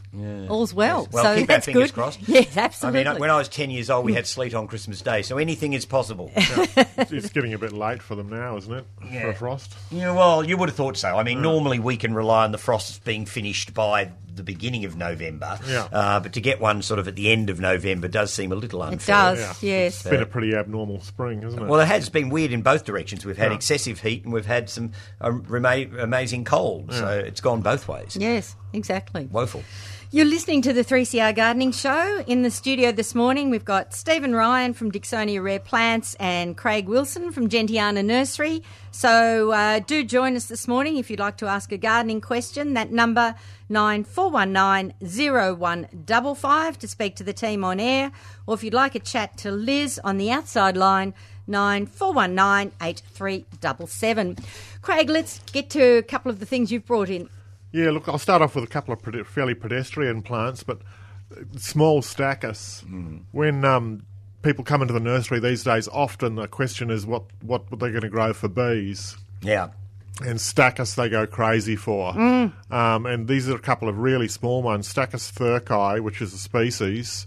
Speaker 1: all's well.
Speaker 2: Well,
Speaker 1: so
Speaker 2: keep
Speaker 1: that's
Speaker 2: our fingers
Speaker 1: good.
Speaker 2: crossed.
Speaker 1: Yes, absolutely. Mm.
Speaker 2: I mean, when I was 10 years old, we had sleet on Christmas Day, so anything is possible.
Speaker 3: It's- it's getting a bit late for them now, isn't it? For a
Speaker 2: Yeah.
Speaker 3: frost.
Speaker 2: Yeah, well, you would have thought so. I
Speaker 3: Mm.
Speaker 2: mean, normally we can rely on the frosts being finished by the beginning of November,
Speaker 3: Yeah.
Speaker 2: uh, but to get one sort of at the end of November does seem a little unfair. Uh,
Speaker 1: it does,
Speaker 3: Yeah.
Speaker 1: yes.
Speaker 3: It's been a pretty abnormal spring, hasn't it?
Speaker 2: Well, it has been weird in both directions. We've had
Speaker 3: Yeah.
Speaker 2: excessive heat and we've had some um, rema- amazing cold. So it's gone both ways.
Speaker 1: Yes, exactly.
Speaker 2: Woeful.
Speaker 1: You're listening to the 3CR Gardening Show. In the studio this morning, we've got Stephen Ryan from Dixonia Rare Plants and Craig Wilson from Gentiana Nursery. So uh, do join us this morning if you'd like to ask a gardening question. That number 94190155 to speak to the team on air, or if you'd like a chat to Liz on the outside line 94198377. Craig, let's get to a couple of the things you've brought in.
Speaker 3: Yeah, look, I'll start off with a couple of pred- fairly pedestrian plants, but uh, small stachys.
Speaker 2: Hmm.
Speaker 3: When um, people come into the nursery these days, often the question is what, what they're going to grow for bees.
Speaker 2: Yeah.
Speaker 3: And stachys they go crazy for. Um, and these are a couple of really small ones. Stachys thurki, which is a species,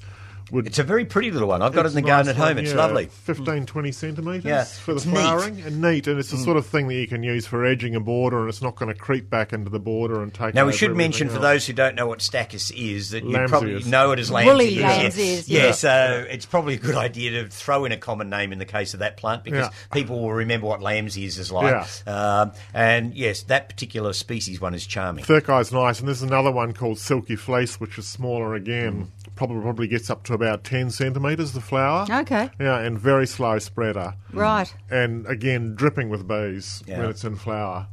Speaker 3: would
Speaker 2: It's a very pretty little one. I've got it in the
Speaker 3: nice
Speaker 2: garden at
Speaker 3: one,
Speaker 2: home. It's
Speaker 3: yeah,
Speaker 2: lovely.
Speaker 3: 15, 20 centimetres
Speaker 2: Yeah.
Speaker 3: for the
Speaker 2: It's neat. Mm.
Speaker 3: flowering and neat. And it's the sort of thing that you can use for edging a border and it's not going to creep back into the border and take
Speaker 2: Now, we
Speaker 3: over
Speaker 2: should mention
Speaker 3: everything
Speaker 2: for
Speaker 3: else.
Speaker 2: those who don't know what stachys is that you
Speaker 3: Lamb's
Speaker 2: probably
Speaker 3: ears.
Speaker 2: know it as lamb's
Speaker 1: Woolly
Speaker 2: ears.
Speaker 1: lamb's
Speaker 2: yeah.
Speaker 1: ears,
Speaker 2: Yeah,
Speaker 1: yeah.
Speaker 2: so it's probably a good idea to throw in a common name in the case of that plant because
Speaker 3: Yeah.
Speaker 2: people will remember what lamb's ears is like. Um, and yes, that particular species one is charming.
Speaker 3: Third guy's nice, and there's another one called Silky Fleece, which is smaller again. Probably probably gets up to about ten centimetres. The flower,
Speaker 1: Okay. Mm.
Speaker 3: yeah, and very slow spreader,
Speaker 1: Right.
Speaker 3: and again dripping with bees
Speaker 2: Yeah.
Speaker 3: when it's in flower.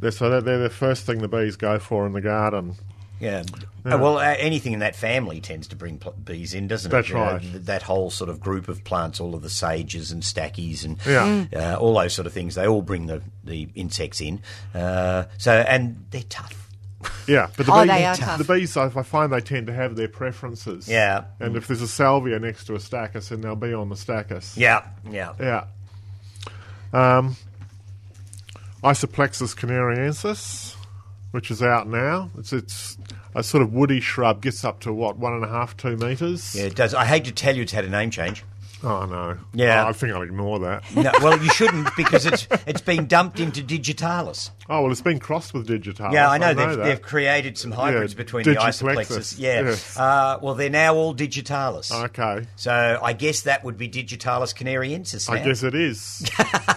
Speaker 3: They're, so they're, they're the first thing the bees go for in the garden.
Speaker 2: Yeah. Uh, Well, uh, anything in that family tends to bring pl- bees in, doesn't it?
Speaker 3: That's
Speaker 2: You know,
Speaker 3: right.
Speaker 2: th- that whole sort of group of plants, all of the sages and stackies and
Speaker 3: Yeah. Mm.
Speaker 2: uh, all those sort of things, they all bring the, the insects in. Uh, so, and they're tough.
Speaker 3: Yeah, but the
Speaker 1: Oh,
Speaker 3: bees,
Speaker 1: they are tough.
Speaker 3: the bees, I, I find they tend to have their preferences.
Speaker 2: Yeah.
Speaker 3: and if there's a salvia next to a stachys, then they'll be on the stachys.
Speaker 2: Yeah, yeah.
Speaker 3: Yeah. Um, Isoplexus canariensis, which is out now. It's it's a sort of woody shrub. Gets up to what one and a half, two meters.
Speaker 2: Yeah, it does. I hate to tell you it's had a name change.
Speaker 3: Oh no.
Speaker 2: Yeah.
Speaker 3: Oh, I think I'll ignore that.
Speaker 2: No, well, you shouldn't because it's it's been dumped into digitalis.
Speaker 3: oh well, it's been crossed with digitalis.
Speaker 2: Yeah, I know, they've,
Speaker 3: that.
Speaker 2: they've created some hybrids
Speaker 3: Yeah,
Speaker 2: between
Speaker 3: digiplexus,
Speaker 2: the isoplexus. Yeah.
Speaker 3: yes.
Speaker 2: Uh, well, they're now all digitalis.
Speaker 3: Okay.
Speaker 2: So I guess that would be digitalis canariensis. Now.
Speaker 3: I guess it is.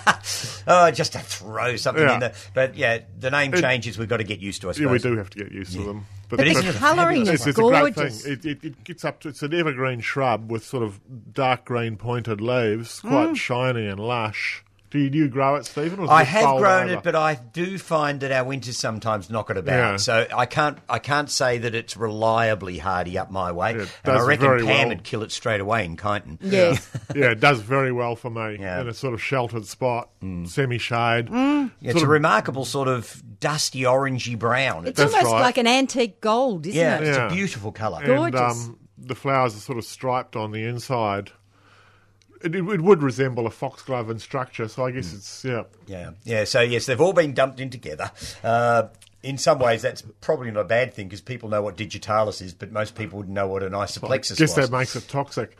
Speaker 2: Oh, just to throw something
Speaker 3: Yeah.
Speaker 2: in there. But yeah, the name changes. We've got to get used to. I suppose.
Speaker 3: yeah, we do have to get used to them.
Speaker 1: But
Speaker 2: Isn't
Speaker 1: the
Speaker 2: it
Speaker 1: colouring
Speaker 2: fabulous?
Speaker 1: is
Speaker 3: It's, it's a great thing.
Speaker 1: gorgeous.
Speaker 3: It, it, it gets up to it's an evergreen shrub with sort of dark green pointed leaves, quite
Speaker 1: Mm.
Speaker 3: shiny and lush. Do you, do you grow it, Stephen? Or does
Speaker 2: I
Speaker 3: it
Speaker 2: have
Speaker 3: fold
Speaker 2: grown
Speaker 3: over?
Speaker 2: it, but I do find that our winters sometimes knock it about.
Speaker 3: Yeah.
Speaker 2: So I can't I can't say that it's reliably hardy up my way.
Speaker 3: It
Speaker 2: and I
Speaker 3: does
Speaker 2: reckon
Speaker 3: very
Speaker 2: Pam
Speaker 3: well.
Speaker 2: would kill it straight away in Kyneton.
Speaker 1: Yes.
Speaker 3: yeah, it does very well for me
Speaker 2: Yeah. Mm.
Speaker 3: in a sort of sheltered spot, semi shade.
Speaker 1: Mm.
Speaker 2: It's a remarkable sort of dusty orangey brown.
Speaker 1: It's
Speaker 3: That's
Speaker 1: almost
Speaker 3: right.
Speaker 1: like an antique gold, isn't
Speaker 2: yeah,
Speaker 1: it?
Speaker 2: it's
Speaker 3: Yeah.
Speaker 2: a beautiful colour.
Speaker 3: And
Speaker 1: Gorgeous.
Speaker 3: um, the flowers are sort of striped on the inside. It, it, it would resemble a foxglove in structure, so I guess
Speaker 2: Hmm.
Speaker 3: it's, yeah.
Speaker 2: Yeah, yeah. So yes, they've all been dumped in together. Uh, in some ways, that's probably not a bad thing because people know what digitalis is, but most people wouldn't know what an isoplexus
Speaker 3: guess
Speaker 2: was.
Speaker 3: that makes it toxic.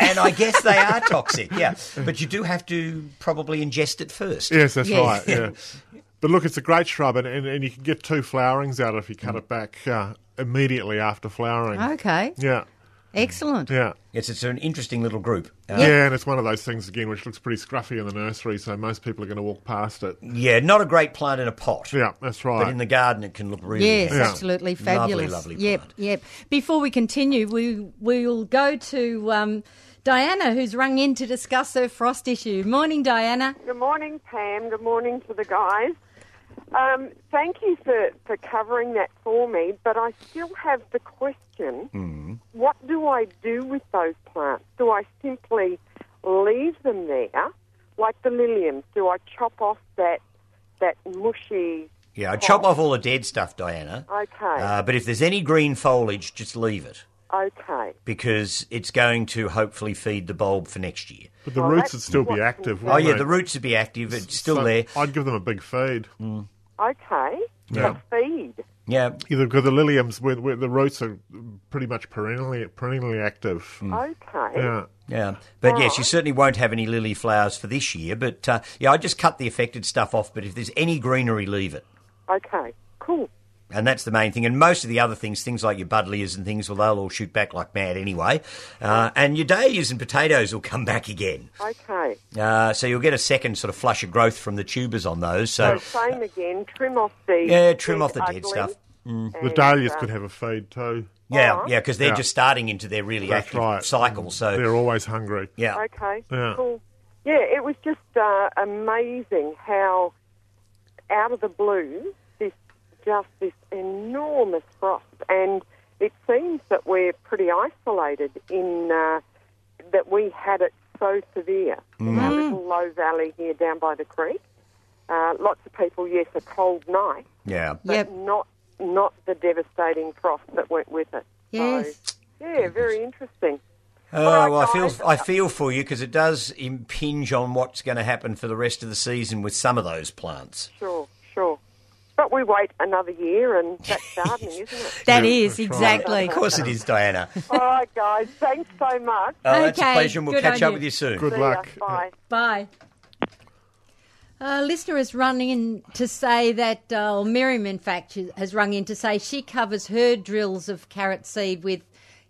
Speaker 2: and I guess they are toxic. Yeah, but you do have to probably ingest it first.
Speaker 3: Yes, that's
Speaker 1: Yes.
Speaker 3: right. Yeah. But look, it's a great shrub, and, and, and you can get two flowerings out if you
Speaker 2: Hmm.
Speaker 3: cut it back uh, immediately after flowering.
Speaker 1: Okay.
Speaker 3: Yeah,
Speaker 1: Excellent.
Speaker 3: yeah.
Speaker 2: Yes, it's an interesting little group. Uh,
Speaker 3: Yeah, and it's one of those things, again, which looks pretty scruffy in the nursery, so most people are going to walk past it.
Speaker 2: yeah, not a great plant in a pot.
Speaker 3: Yeah, that's right.
Speaker 2: But in the garden, it can look really
Speaker 1: Yes,
Speaker 2: nice.
Speaker 1: absolutely
Speaker 2: Lovely,
Speaker 1: fabulous.
Speaker 2: lovely
Speaker 1: yep,
Speaker 2: plant.
Speaker 1: yep. Before we continue, we we'll go to um, Diana, who's rung in to discuss her frost issue. Morning, Diana.
Speaker 8: Good morning, Pam. Good morning to the guys. Um, thank you for, for covering that for me, but I still have the question
Speaker 2: Mm-hmm.
Speaker 8: what do I do with those plants? Do I simply leave them there, like the liliums? Do I chop off that, that mushy.
Speaker 2: Yeah, I chop off all the dead stuff, Diana.
Speaker 8: Okay,
Speaker 2: Uh, but if there's any green foliage, just leave it
Speaker 8: okay.
Speaker 2: because it's going to hopefully feed the bulb for next year.
Speaker 3: But the
Speaker 8: Well,
Speaker 3: roots
Speaker 8: that's
Speaker 3: would still be
Speaker 8: what-
Speaker 3: active.
Speaker 8: Oh,
Speaker 2: Oh
Speaker 3: wouldn't
Speaker 2: yeah,
Speaker 3: they?
Speaker 2: the roots would be active. It's still
Speaker 3: So
Speaker 2: there. Mm.
Speaker 3: I'd give them a big feed.
Speaker 8: Okay.
Speaker 3: Yeah.
Speaker 8: But feed.
Speaker 2: Yeah,
Speaker 3: Either because the liliums, where, where the roots are pretty much perennially perennially active.
Speaker 2: Mm.
Speaker 8: Okay.
Speaker 3: Yeah.
Speaker 2: yeah. But yes, you certainly won't have any lily flowers for this year. But uh, yeah, I just cut the affected stuff off. But if there's any greenery, leave it.
Speaker 8: Okay. Cool.
Speaker 2: And that's the main thing. And most of the other things, things like your buddleias and things, well, they'll all shoot back like mad anyway. Uh, and your dahlias and potatoes will come back again.
Speaker 8: Okay.
Speaker 2: Uh, so you'll get a second sort of flush of growth from the tubers on those.
Speaker 8: So,
Speaker 2: So,
Speaker 8: same again. Trim off the.
Speaker 2: yeah, trim
Speaker 8: dead
Speaker 2: off the dead
Speaker 8: ugly.
Speaker 2: stuff.
Speaker 3: The
Speaker 8: And,
Speaker 3: dahlias
Speaker 8: uh,
Speaker 3: could have a feed too.
Speaker 2: Mm. Yeah,
Speaker 8: Alright.
Speaker 2: yeah, because they're
Speaker 3: Yeah.
Speaker 2: just starting into their really
Speaker 3: That's
Speaker 2: active
Speaker 3: right.
Speaker 2: cycle. So,
Speaker 3: They're always hungry.
Speaker 2: yeah.
Speaker 8: Okay.
Speaker 3: Yeah.
Speaker 8: Cool. Yeah, it was just uh, amazing how out of the blue this just this enormous frost, and it seems that we're pretty isolated in uh, that we had it so severe in
Speaker 1: Mm.
Speaker 8: our little low valley here down by the creek. Uh, lots of people, yes, a cold night,
Speaker 2: Yeah.
Speaker 8: but
Speaker 1: Yep.
Speaker 8: not not the devastating frost that went with it.
Speaker 1: Yes.
Speaker 8: So, yeah, very interesting.
Speaker 2: Oh, well, I feel
Speaker 8: guys.
Speaker 2: I feel for you because it does impinge on what's going to happen for the rest of the season with some of those plants.
Speaker 8: Sure, sure. But we wait another year, and that's gardening, isn't it?
Speaker 1: That
Speaker 3: Yeah,
Speaker 1: is
Speaker 3: that's right.
Speaker 1: exactly.
Speaker 2: Of course it is, Diana.
Speaker 8: All right, guys, thanks so much.
Speaker 2: Oh, that's a
Speaker 1: Okay,
Speaker 2: pleasure, and we'll
Speaker 1: good
Speaker 2: catch
Speaker 1: on
Speaker 2: up
Speaker 1: you.
Speaker 2: with you soon.
Speaker 3: Good
Speaker 8: See ya.
Speaker 3: luck.
Speaker 8: Bye.
Speaker 1: Bye. A listener has run in to say that, uh, or Miriam, in fact, she- has rung in to say she covers her drills of carrot seed with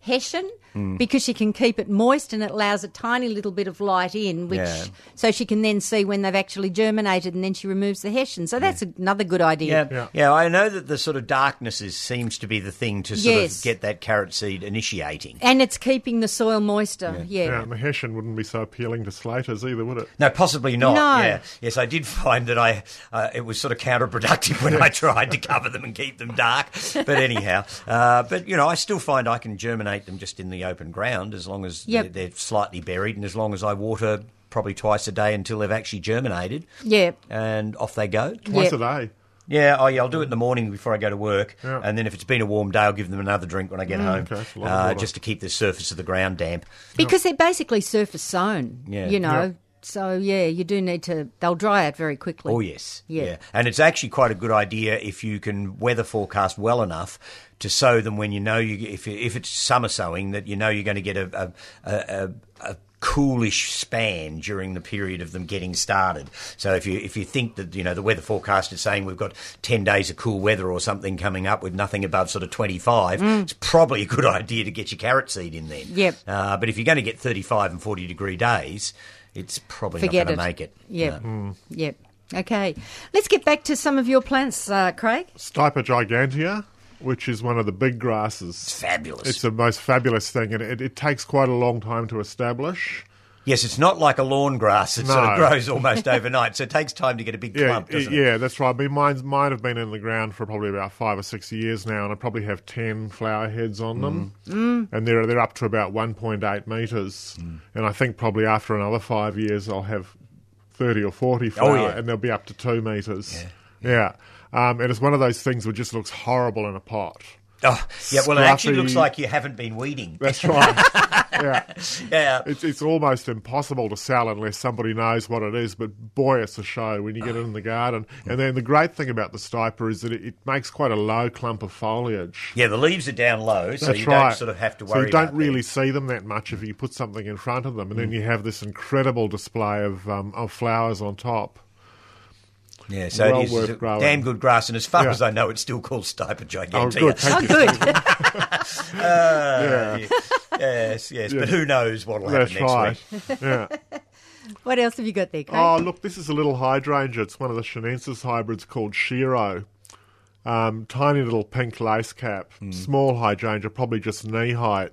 Speaker 1: hessian
Speaker 2: Hmm.
Speaker 1: because she can keep it moist and it allows a tiny little bit of light in, which
Speaker 2: Yeah.
Speaker 1: so she can then see when they've actually germinated and then she removes the hessian. So that's another good idea.
Speaker 2: Yeah. yeah, I know that the sort of darknesses seems to be the thing to sort
Speaker 1: Yes.
Speaker 2: of get that carrot seed initiating.
Speaker 1: And it's keeping the soil moister. Yeah.
Speaker 3: Yeah, and the Hessian wouldn't be so appealing to Slaters either, would it?
Speaker 2: No, possibly not.
Speaker 1: No.
Speaker 2: Yeah. Yes, I did find that I uh, it was sort of counterproductive when I tried to cover them and keep them dark. But anyhow, uh, but you know, I still find I can germinate them just in the open ground as long as
Speaker 1: Yep.
Speaker 2: they're, they're slightly buried and as long as I water probably twice a day until they've actually germinated.
Speaker 1: Yeah.
Speaker 2: And off they go.
Speaker 3: Twice
Speaker 1: Yeah.
Speaker 3: a day.
Speaker 2: Yeah, oh yeah, I'll do it in the morning before I go to work,
Speaker 3: Yeah. Mm,
Speaker 2: and then if it's been a warm day, I'll give them another drink when I get home,
Speaker 3: okay, that's a lot of
Speaker 2: uh,
Speaker 3: water.
Speaker 2: just to keep the surface of the ground damp.
Speaker 1: Because they're basically surface sown,
Speaker 2: Yeah.
Speaker 1: you know. So, yeah, you do need to, they'll dry out very quickly.
Speaker 2: Oh yes,
Speaker 1: Yeah.
Speaker 2: and it's actually quite a good idea if you can weather forecast well enough to sow them when you know you if if it's summer sowing that you know you're going to get a a, a, a, a coolish span during the period of them getting started. So if you if you think that you know the weather forecast is saying we've got ten days of cool weather or something coming up with nothing above sort of twenty five,
Speaker 1: Mm.
Speaker 2: it's probably a good idea to get your carrot seed in then.
Speaker 1: Yep.
Speaker 2: Uh, but if you're going to get thirty five and forty degree days, it's probably
Speaker 1: Forget
Speaker 2: not
Speaker 1: it.
Speaker 2: going to make it.
Speaker 1: Yep. Yep. Okay. Let's get back to some of your plants, uh, Craig.
Speaker 3: Stipa gigantea, which is one of the big grasses.
Speaker 2: Fabulous.
Speaker 3: It's the most fabulous thing, and it, it takes quite a long time to establish.
Speaker 2: Yes, it's not like a lawn grass. It sort of
Speaker 3: No.
Speaker 2: grows almost overnight, so it takes time to get a big
Speaker 3: Yeah,
Speaker 2: clump, doesn't
Speaker 3: it- yeah, that's right. I mean, mine's might have been in the ground for probably about five or six years now, and I probably have ten flower heads on them, mm. and they're they're up to about one point eight meters,
Speaker 2: Mm.
Speaker 3: and I think probably after another five years I'll have thirty or forty flower,
Speaker 2: Oh, yeah.
Speaker 3: and they'll be up to two meters. Yeah, Um, and it's one of those things which just looks horrible in a pot.
Speaker 2: it? Oh, yeah, well, it actually
Speaker 3: Scruffy.
Speaker 2: looks like you haven't been weeding.
Speaker 3: That's right. yeah.
Speaker 2: Yeah.
Speaker 3: It's, it's almost impossible to sell unless somebody knows what it is, but boy, it's a show when you get it in the garden. And then the great thing about the stiper is that it, it makes quite a low clump of foliage.
Speaker 2: Yeah, the leaves are down low, so
Speaker 3: That's
Speaker 2: you
Speaker 3: right.
Speaker 2: don't sort of have to
Speaker 3: So
Speaker 2: worry
Speaker 3: you don't
Speaker 2: about Mm.
Speaker 3: really
Speaker 2: them.
Speaker 3: see them that much if you put something in front of them, and then you have this incredible display of, um, of flowers on top.
Speaker 2: Yeah, so
Speaker 3: well
Speaker 2: it is
Speaker 3: worth
Speaker 2: it's a
Speaker 3: growing.
Speaker 2: damn good grass, and as far
Speaker 3: Yeah.
Speaker 2: as I know, it's still called Stipa
Speaker 3: Oh,
Speaker 2: gigantea.
Speaker 3: good. Thank you.
Speaker 1: Good.
Speaker 2: Uh, Yes, yes, but who knows what'll happen
Speaker 3: That's
Speaker 2: next
Speaker 3: right.
Speaker 2: week?
Speaker 3: Yeah.
Speaker 1: what else have you got there, Craig?
Speaker 3: Oh, look, this is a little hydrangea. It's one of the Shenensis hybrids called Shiro. Um, tiny little pink lace cap,
Speaker 2: Hmm.
Speaker 3: small hydrangea, probably just knee height.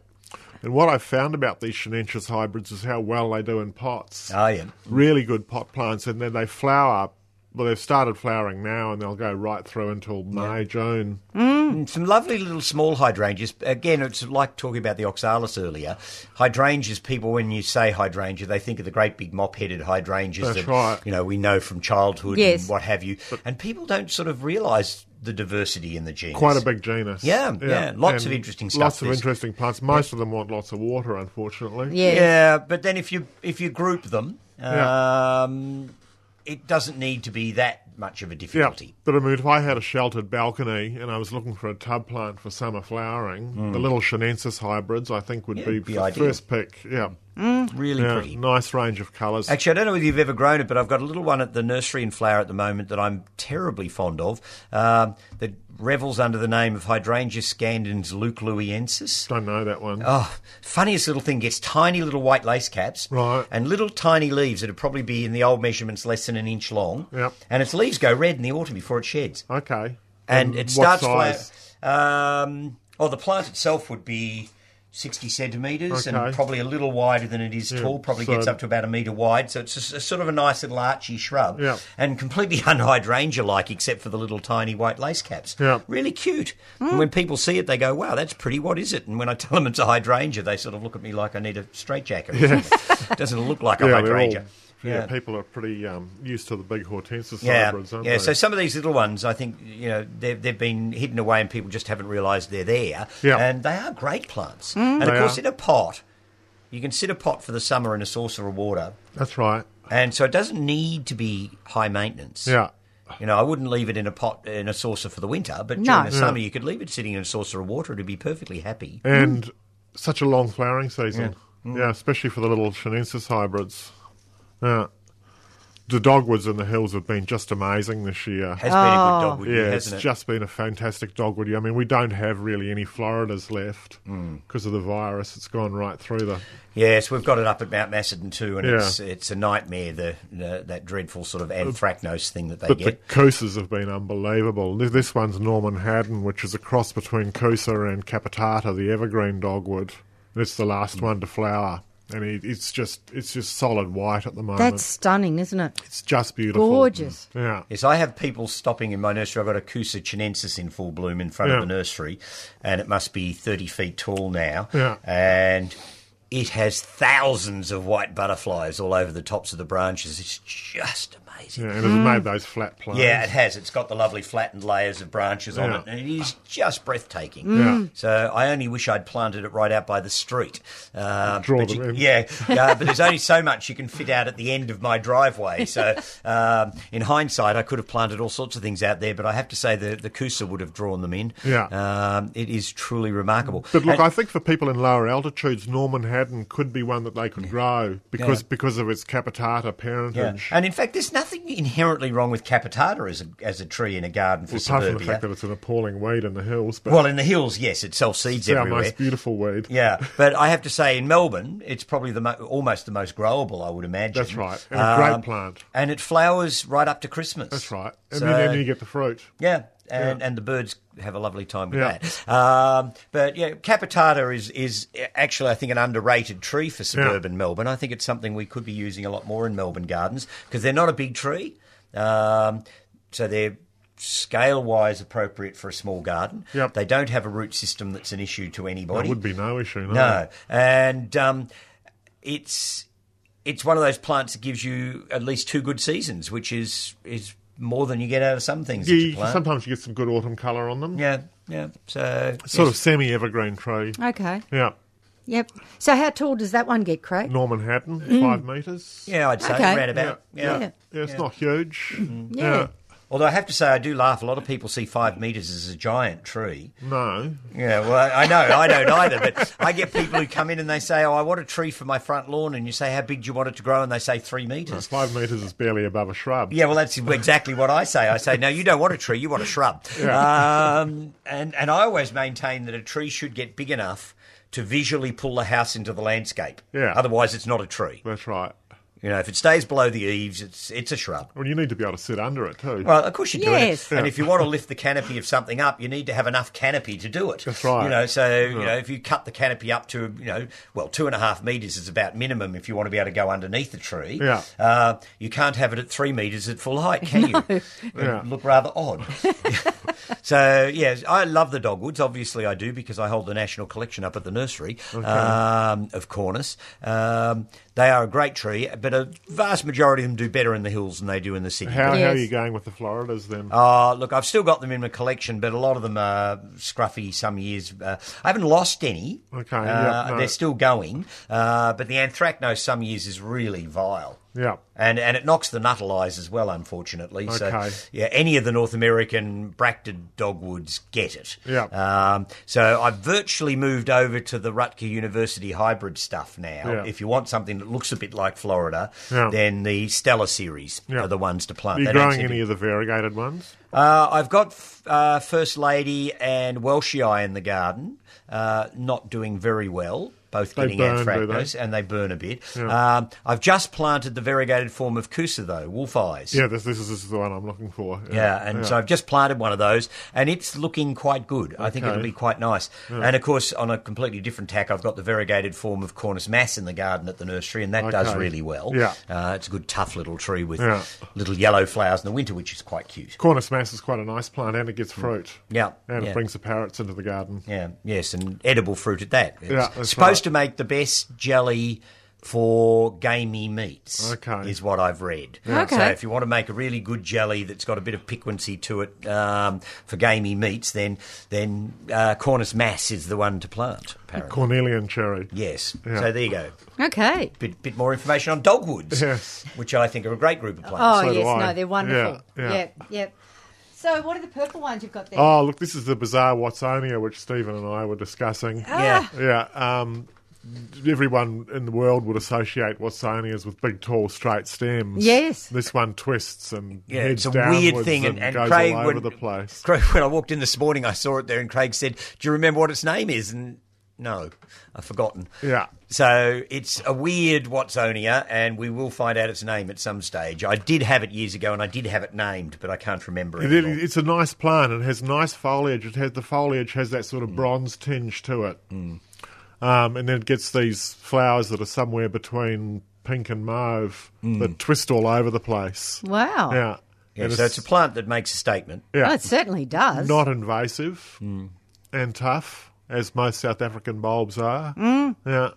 Speaker 3: And what I've found about these Shenensis hybrids is how well they do in pots.
Speaker 2: Oh, yeah.
Speaker 3: Really good pot plants, and then they flower. Well, they've started flowering now, and they'll go right through until May, June.
Speaker 2: And Mm, Some lovely little small hydrangeas. Again, it's like talking about the oxalis earlier. Hydrangeas, people, when you say hydrangea, they think of the great big mop-headed hydrangeas
Speaker 3: That's
Speaker 2: that
Speaker 3: right.
Speaker 2: you know we know from childhood
Speaker 1: Yes.
Speaker 2: and what have you. And people don't sort of realise the diversity in the genus.
Speaker 3: Quite a big genus.
Speaker 2: Yeah, yeah, lots of interesting stuff,
Speaker 3: Lots of
Speaker 2: this.
Speaker 3: interesting plants. Most of them want lots of water, unfortunately.
Speaker 1: yeah.
Speaker 2: Yeah, but then if you if you group them,
Speaker 3: Yeah.
Speaker 2: um, it doesn't need to be that much of a
Speaker 3: Yeah,
Speaker 2: difficulty.
Speaker 3: but I mean, if I had a sheltered balcony and I was looking for a tub plant for summer flowering, the little Shenensis hybrids I think would
Speaker 2: Mm. Yeah,
Speaker 3: be,
Speaker 2: be
Speaker 3: the
Speaker 2: ideal. Mm,
Speaker 3: first pick. Yeah,
Speaker 2: Really
Speaker 3: yeah
Speaker 2: pretty.
Speaker 3: nice range of colours.
Speaker 2: Actually, I don't know whether you've ever grown it, but I've got a little one at the nursery in flower at the moment that I'm terribly fond of um, that revels under the name of Hydrangea scandens leucluiensis.
Speaker 3: Don't know that one.
Speaker 2: Oh, funniest little thing gets tiny little white lace caps,
Speaker 3: Right.
Speaker 2: And little tiny leaves that'd probably be in the old measurements less than an inch long.
Speaker 3: Yep.
Speaker 2: And its leaves go red in the autumn before it sheds,
Speaker 3: okay,
Speaker 2: and it
Speaker 3: what
Speaker 2: starts
Speaker 3: size?
Speaker 2: flower. Um, oh, the plant itself would be. 60 centimetres
Speaker 3: Okay.
Speaker 2: and probably a little wider than it is tall, probably
Speaker 3: so-
Speaker 2: gets up to about a metre wide. So it's a s- a, sort of a nice little archy shrub
Speaker 3: Yeah.
Speaker 2: and completely unhydrangea like, except for the little tiny white lace caps.
Speaker 3: Yeah. Hmm.
Speaker 2: Really cute. And when people see it, they go, wow, that's pretty. What is it? And when I tell them it's a hydrangea, they sort of look at me like I need a straitjacket. it doesn't look like a
Speaker 3: Yeah, they're all,
Speaker 2: hydrangea.
Speaker 3: yeah, people are pretty um, used to the big hortensis
Speaker 2: Yeah,
Speaker 3: hybrids, aren't
Speaker 2: yeah.
Speaker 3: they?
Speaker 2: So some of these little ones, I think, you know, they've, they've been hidden away and people just haven't realised they're there.
Speaker 3: Yeah. Hmm.
Speaker 2: And they are great plants. And of
Speaker 3: They
Speaker 2: course,
Speaker 3: are.
Speaker 2: in a pot, you can sit a pot for the summer in a saucer of water,
Speaker 3: That's right.
Speaker 2: and so it doesn't need to be high maintenance.
Speaker 3: Yeah,
Speaker 2: You know, I wouldn't leave it in a pot in a saucer for the winter, but
Speaker 1: No.
Speaker 2: during the summer you could leave it sitting in a saucer of water. It'd be perfectly happy.
Speaker 3: and such a long flowering season.
Speaker 2: Mm.
Speaker 3: Yeah, especially for the little Shenensis hybrids. Yeah. The dogwoods in the hills have been just amazing this year.
Speaker 2: Has been a good dogwood,
Speaker 3: yeah,
Speaker 2: year,
Speaker 3: it's
Speaker 2: hasn't it?
Speaker 3: just been a fantastic dogwood year. I mean, we don't have really any Floridas left
Speaker 2: Mm.
Speaker 3: because of the virus. It's gone right through the.
Speaker 2: Yes, we've got it up at Mount Macedon too, and
Speaker 3: Yeah.
Speaker 2: it's it's a nightmare. The, the that dreadful sort of anthracnose thing that they
Speaker 3: But the
Speaker 2: get.
Speaker 3: coosas have been unbelievable. Th- This one's Norman Haddon, which is a cross between coosa and capitata, the evergreen dogwood. And it's the last one to flower, and it, it's just it's just solid white at the moment.
Speaker 1: That's stunning, isn't it?
Speaker 3: It's just beautiful. Mm.
Speaker 1: Gorgeous.
Speaker 3: Yeah.
Speaker 2: Yes, I have people stopping in my nursery. I've got a Cusa chinensis in full bloom in front
Speaker 3: Yeah.
Speaker 2: of the nursery, and it must be 30 feet tall now.
Speaker 3: Yeah.
Speaker 2: And it has thousands of white butterflies all over the tops of the branches. It's just amazing.
Speaker 3: Yeah,
Speaker 2: Yeah.
Speaker 3: and it's made those flat planes.
Speaker 2: it has. It's got the lovely flattened layers of branches on
Speaker 3: Yeah.
Speaker 2: it, and it is just breathtaking.
Speaker 3: Yeah.
Speaker 2: So I only wish I'd planted it right out by the street. Uh,
Speaker 3: Draw
Speaker 2: but
Speaker 3: them
Speaker 2: you-
Speaker 3: in.
Speaker 2: Yeah, uh, but there's only so much you can fit out at the end of my driveway. So um, in hindsight, I could have planted all sorts of things out there, but I have to say the, the Coosa would have drawn them in.
Speaker 3: Yeah.
Speaker 2: Um, it is truly remarkable.
Speaker 3: But look,
Speaker 2: And-
Speaker 3: I think for people in lower altitudes, Norman Haddon could be one that they could grow because
Speaker 2: Yeah.
Speaker 3: because of its capitata
Speaker 2: yeah.
Speaker 3: parentage.
Speaker 2: And in fact, there's nothing inherently wrong with capitata as a, as a tree in a garden for
Speaker 3: Apart from the
Speaker 2: suburbia.
Speaker 3: fact that it's an appalling weed in the hills, but
Speaker 2: well, in the hills, yes, it self
Speaker 3: it's
Speaker 2: seeds
Speaker 3: our
Speaker 2: everywhere.
Speaker 3: most beautiful weed.
Speaker 2: Yeah, but I have to say, in Melbourne, it's probably the mo- almost the most growable, I would imagine. Um,
Speaker 3: That's right, and a great plant.
Speaker 2: and it flowers right up to Christmas.
Speaker 3: That's right. And
Speaker 2: So-
Speaker 3: then, then you get the fruit.
Speaker 2: yeah. And, and the birds have a lovely time with
Speaker 3: Yeah.
Speaker 2: that. Um, but yeah, capitata is is actually I think an underrated tree for suburban Melbourne. I think it's something we could be using a lot more in Melbourne gardens because they're not a big tree, um, so they're scale wise appropriate for a small garden.
Speaker 3: Yep.
Speaker 2: They don't have a root system that's an issue to
Speaker 3: That
Speaker 2: anybody.
Speaker 3: would be no issue. No.
Speaker 2: No, and um, it's it's one of those plants that gives you at least two good seasons, which is is more than you get out of some things.
Speaker 3: Yeah,
Speaker 2: that you
Speaker 3: you-
Speaker 2: plant.
Speaker 3: sometimes you get some good autumn colour on them.
Speaker 2: yeah, yeah. So
Speaker 3: It's Sort
Speaker 2: yes.
Speaker 3: of semi-evergreen tree.
Speaker 1: Okay.
Speaker 3: Yeah.
Speaker 1: Yep. So how tall does that one get, Craig?
Speaker 3: Norman Haddon, five metres.
Speaker 2: yeah, I'd say
Speaker 1: Mm. Okay.
Speaker 2: round about. Yeah. Mm-hmm.
Speaker 3: Yeah, it's not huge.
Speaker 1: Yeah.
Speaker 2: Although I have to say, I do laugh. A lot of people see five meters as a giant tree.
Speaker 3: No.
Speaker 2: Yeah, well, I I know, I don't either. But I get people who come in and they say, "Oh, I want a tree for my front lawn," and you say, "How big do you want it to grow?" And they say three meters.
Speaker 3: Five metres is barely above a shrub.
Speaker 2: Yeah, well, that's exactly what I say. I say, no, you don't want a tree, you want a shrub. Um, and, and I always maintain that a tree should get big enough to visually pull the house into the landscape.
Speaker 3: Yeah.
Speaker 2: Otherwise, it's not a tree.
Speaker 3: That's right.
Speaker 2: You know, if it stays below the eaves, it's, it's a shrub.
Speaker 3: Well, you need to be able to sit under it too.
Speaker 2: Well, of course you do
Speaker 1: Yes.
Speaker 2: it. And if you want to lift the canopy of something up, you need to have enough canopy to do it.
Speaker 3: That's right.
Speaker 2: You know, so you know, if you cut the canopy up to you know, well, two and a half meters is about minimum if you want to be able to go underneath the tree.
Speaker 3: Yeah.
Speaker 2: Uh, you can't have it at three meters at full height, can you? It would
Speaker 3: Yeah.
Speaker 2: Look rather odd. so yes, I love the dogwoods. Obviously, I do because I hold the national collection up at the nursery um, of Cornus. Um, they are a great tree, but a vast majority of them do better in the hills than they do in the city.
Speaker 3: How, how are
Speaker 1: Yes.
Speaker 3: you going with the Floridas then?
Speaker 2: Uh, look, I've still got them in my collection, but a lot of them are scruffy. Some years uh, I haven't lost any.
Speaker 3: Okay,
Speaker 2: Uh,
Speaker 3: yeah, no.
Speaker 2: they're still going. Uh, but the anthracnose some years is really vile.
Speaker 3: Yeah.
Speaker 2: and and it knocks the nuttall eyes as well, unfortunately.
Speaker 3: Okay.
Speaker 2: So yeah, any of the North American bracted dogwoods get it.
Speaker 3: Yeah.
Speaker 2: Um, so I've virtually moved over to the Rutger University hybrid stuff now.
Speaker 3: Yeah.
Speaker 2: If you want something that looks a bit like Florida,
Speaker 3: Yeah.
Speaker 2: then the Stella series
Speaker 3: Yeah.
Speaker 2: are the ones to plant.
Speaker 3: Are you
Speaker 2: They don't
Speaker 3: growing
Speaker 2: seem to
Speaker 3: any of the variegated ones?
Speaker 2: uh, I've got f- uh, First Lady and Welshii in the garden, uh, not doing very well. Both
Speaker 3: They
Speaker 2: getting
Speaker 3: burn, do they?
Speaker 2: anthracnose and they burn a bit. Um, I've just planted the variegated form of Kusa though, wolf eyes.
Speaker 3: Yeah, this, this, is, this is the one I'm looking for.
Speaker 2: Yeah, and so I've just planted one of those, and it's looking quite good. I think
Speaker 3: Okay.
Speaker 2: it'll be quite nice. And of course, on a completely different tack, I've got the variegated form of Cornus mass in the garden at the nursery, and that does
Speaker 3: Okay.
Speaker 2: really well.
Speaker 3: Yeah.
Speaker 2: Uh, it's a good tough little tree with
Speaker 3: Yeah.
Speaker 2: little yellow flowers in the winter, which is quite cute.
Speaker 3: Cornus mass is quite a nice plant and it gets fruit.
Speaker 2: Mm. Yeah,
Speaker 3: And
Speaker 2: yeah.
Speaker 3: it brings the parrots into the garden.
Speaker 2: Yeah, yes, and edible fruit at that. It's
Speaker 3: Yeah, that's
Speaker 2: supposed
Speaker 3: right.
Speaker 2: to make the best jelly for gamey meats.
Speaker 3: Okay.
Speaker 2: is what I've read.
Speaker 1: Okay.
Speaker 2: So if you want to make a really good jelly that's got a bit of piquancy to it um, for gamey meats, then then uh, Cornus mass is the one to plant. Apparently.
Speaker 3: Cornelian cherry.
Speaker 2: Yes.
Speaker 3: Yeah.
Speaker 2: So there you go.
Speaker 1: Okay.
Speaker 2: Bit, bit more information on dogwoods,
Speaker 3: Yes.
Speaker 2: which I think are a great group of plants.
Speaker 1: Oh
Speaker 3: So do
Speaker 1: yes,
Speaker 3: I.
Speaker 1: no, they're wonderful.
Speaker 3: Yeah, yeah.
Speaker 1: Yep, yep. So what are the purple ones you've got there?
Speaker 3: Oh, look, this is the bizarre Watsonia, which Stephen and I were discussing.
Speaker 2: Yeah.
Speaker 3: Yeah, um, everyone in the world would associate Watsonias with big, tall, straight stems.
Speaker 1: Yes.
Speaker 3: This one twists and
Speaker 2: Yeah,
Speaker 3: heads
Speaker 2: it's a
Speaker 3: downwards
Speaker 2: weird thing, and,
Speaker 3: and,
Speaker 2: and
Speaker 3: goes
Speaker 2: Craig
Speaker 3: all over
Speaker 2: when,
Speaker 3: the place.
Speaker 2: Craig, when I walked in this morning, I saw it there, and Craig said, "Do you remember what its name is?" And no, I've forgotten.
Speaker 3: Yeah.
Speaker 2: So it's a weird Watsonia, and we will find out its name at some stage. I did have it years ago, and I did have it named, but I can't remember
Speaker 3: It,
Speaker 2: it.
Speaker 3: really- it's a nice plant. It has nice foliage. It has the foliage has that
Speaker 2: Mm.
Speaker 3: sort of bronze tinge to it, um, and then it gets these flowers that are somewhere between pink and mauve that twist all over the place.
Speaker 1: Wow.
Speaker 3: Yeah,
Speaker 2: Mm. Yeah,
Speaker 3: And
Speaker 2: so it's a plant that makes a Mm. statement.
Speaker 1: Oh,
Speaker 3: yeah.
Speaker 1: it certainly does.
Speaker 3: not invasive and tough as most South African bulbs are.
Speaker 1: Mm.
Speaker 3: Yeah.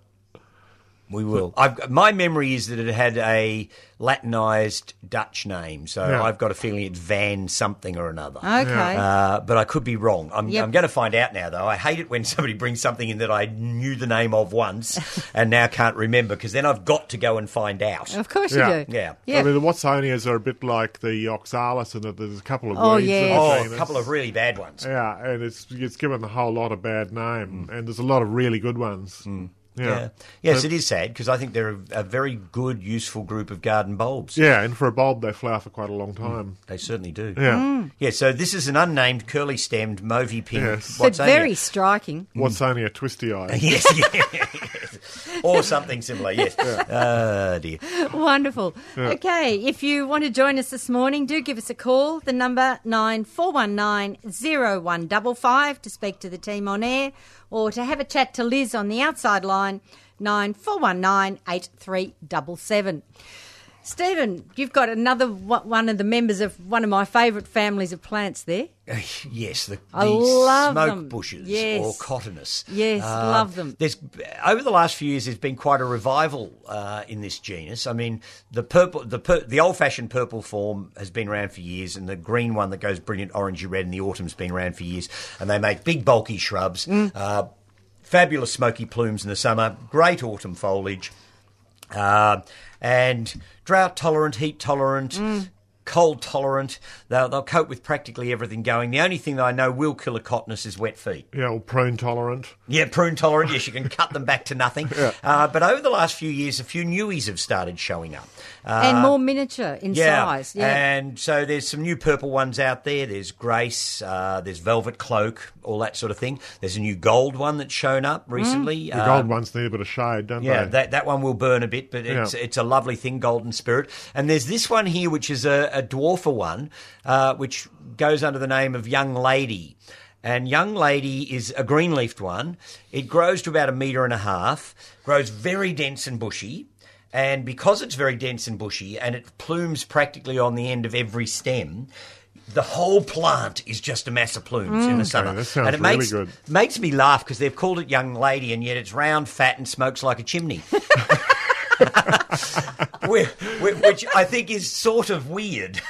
Speaker 2: We will. I've, got- my memory is that it had a Latinized Dutch name, so
Speaker 3: Yeah.
Speaker 2: I've got a feeling it's Van something or another.
Speaker 1: okay.
Speaker 2: Uh, but I could be wrong. I'm,
Speaker 1: Yep.
Speaker 2: I'm going to find out now, though. I hate it when somebody brings something in that I knew the name of once and now can't remember because then I've got to go and find out.
Speaker 1: of course
Speaker 3: Yeah.
Speaker 1: you do.
Speaker 2: Yeah.
Speaker 1: Yeah.
Speaker 3: I mean, the Watsonias are a bit like the Oxalis in that there's a couple of
Speaker 1: Oh,
Speaker 3: weeds in
Speaker 1: yes.
Speaker 2: Oh,
Speaker 3: between
Speaker 2: a
Speaker 3: us.
Speaker 2: couple of really bad ones.
Speaker 3: Yeah, and it's it's given a whole lot of bad name, and there's a lot of really good ones. Yeah.
Speaker 2: Mm. Yeah. Yes, it is sad because I think they're a, a very good, useful group of garden bulbs. Mm,
Speaker 3: Yeah, and for a bulb, they flower for quite a long time.
Speaker 2: They certainly do.
Speaker 3: Yeah.
Speaker 1: Mm.
Speaker 2: Yeah, so this is an unnamed, curly stemmed, mauvey pink.
Speaker 3: Yes. Mm.
Speaker 1: But
Speaker 2: Watsonia.
Speaker 1: very striking.
Speaker 3: Watsonia twisty eye.
Speaker 2: Yes, yes. or something similar, yes. Oh, dear.
Speaker 1: Wonderful. Okay, if you want to join us this morning, do give us a call. The number 94190155 to speak to the team on air or to have a chat to Liz on the outside line 94198377. Stephen, you've got another wa- one of the members of one of my favourite families of plants there.
Speaker 2: Uh, Yes, the,
Speaker 1: I
Speaker 2: the
Speaker 1: love
Speaker 2: smoke
Speaker 1: them.
Speaker 2: bushes
Speaker 1: Yes.
Speaker 2: or cotinus.
Speaker 1: Yes, love them.
Speaker 2: There's over the last few years, there's been quite a revival uh, in this genus. I mean, the purple, the pur- the old fashioned purple form has been around for years, and the green one that goes brilliant orangey red in the autumn's been around for years. And they make big bulky shrubs,
Speaker 1: Mm.
Speaker 2: uh, fabulous smoky plumes in the summer, great autumn foliage. Um and drought tolerant, heat tolerant,
Speaker 1: Mm.
Speaker 2: cold tolerant. They'll, they'll cope with practically everything going. The only thing that I know will kill a cotinus is wet feet.
Speaker 3: Yeah, or prune tolerant.
Speaker 2: Yeah, prune tolerant. Yes, you can cut them back to nothing. Uh, but over the last few years, a few newies have started showing up. Uh,
Speaker 1: and more miniature in
Speaker 2: yeah.
Speaker 1: size. Yeah.
Speaker 2: And so there's some new purple ones out there. There's Grace, uh, there's Velvet Cloak, all that sort of thing. There's a new gold one that's shown up
Speaker 1: Mm.
Speaker 2: recently. uh,
Speaker 3: The gold ones need a bit of shade, don't
Speaker 2: Yeah,
Speaker 3: they?
Speaker 2: that, that one will burn a bit, but it's
Speaker 3: Yeah.
Speaker 2: it's a lovely thing, golden spirit. And there's this one here, which is a, a dwarfer one, uh, which goes under the name of Young Lady. And Young Lady is a green leafed one. It grows to about a metre and a half, grows very dense and bushy. And because it's very dense and bushy and it plumes practically on the end of every stem, the whole plant is just a mass of plumes in the summer.
Speaker 3: Mm. that sounds
Speaker 2: and it
Speaker 3: really
Speaker 2: makes,
Speaker 3: good.
Speaker 2: makes me laugh because they've called it young lady and yet it's round, fat, and smokes like a chimney. Whi- whi- which I think is sort of weird.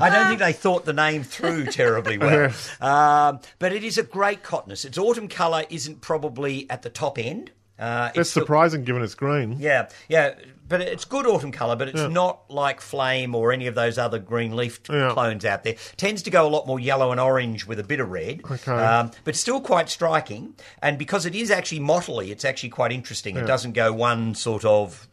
Speaker 2: I don't think they thought the name through terribly well. Um, but it is a great cotinus. Its autumn colour isn't probably at the top end. Uh,
Speaker 3: That's
Speaker 2: it's still-
Speaker 3: surprising given it's green.
Speaker 2: yeah, yeah, but it's good autumn colour, but it's not like flame or any of those other green leafed
Speaker 3: Yeah.
Speaker 2: clones out there. Tends to go a lot more yellow and orange with a bit of red, um,
Speaker 3: Okay.
Speaker 2: but still quite striking. And because it is actually mottly, it's actually quite interesting. It doesn't go one sort of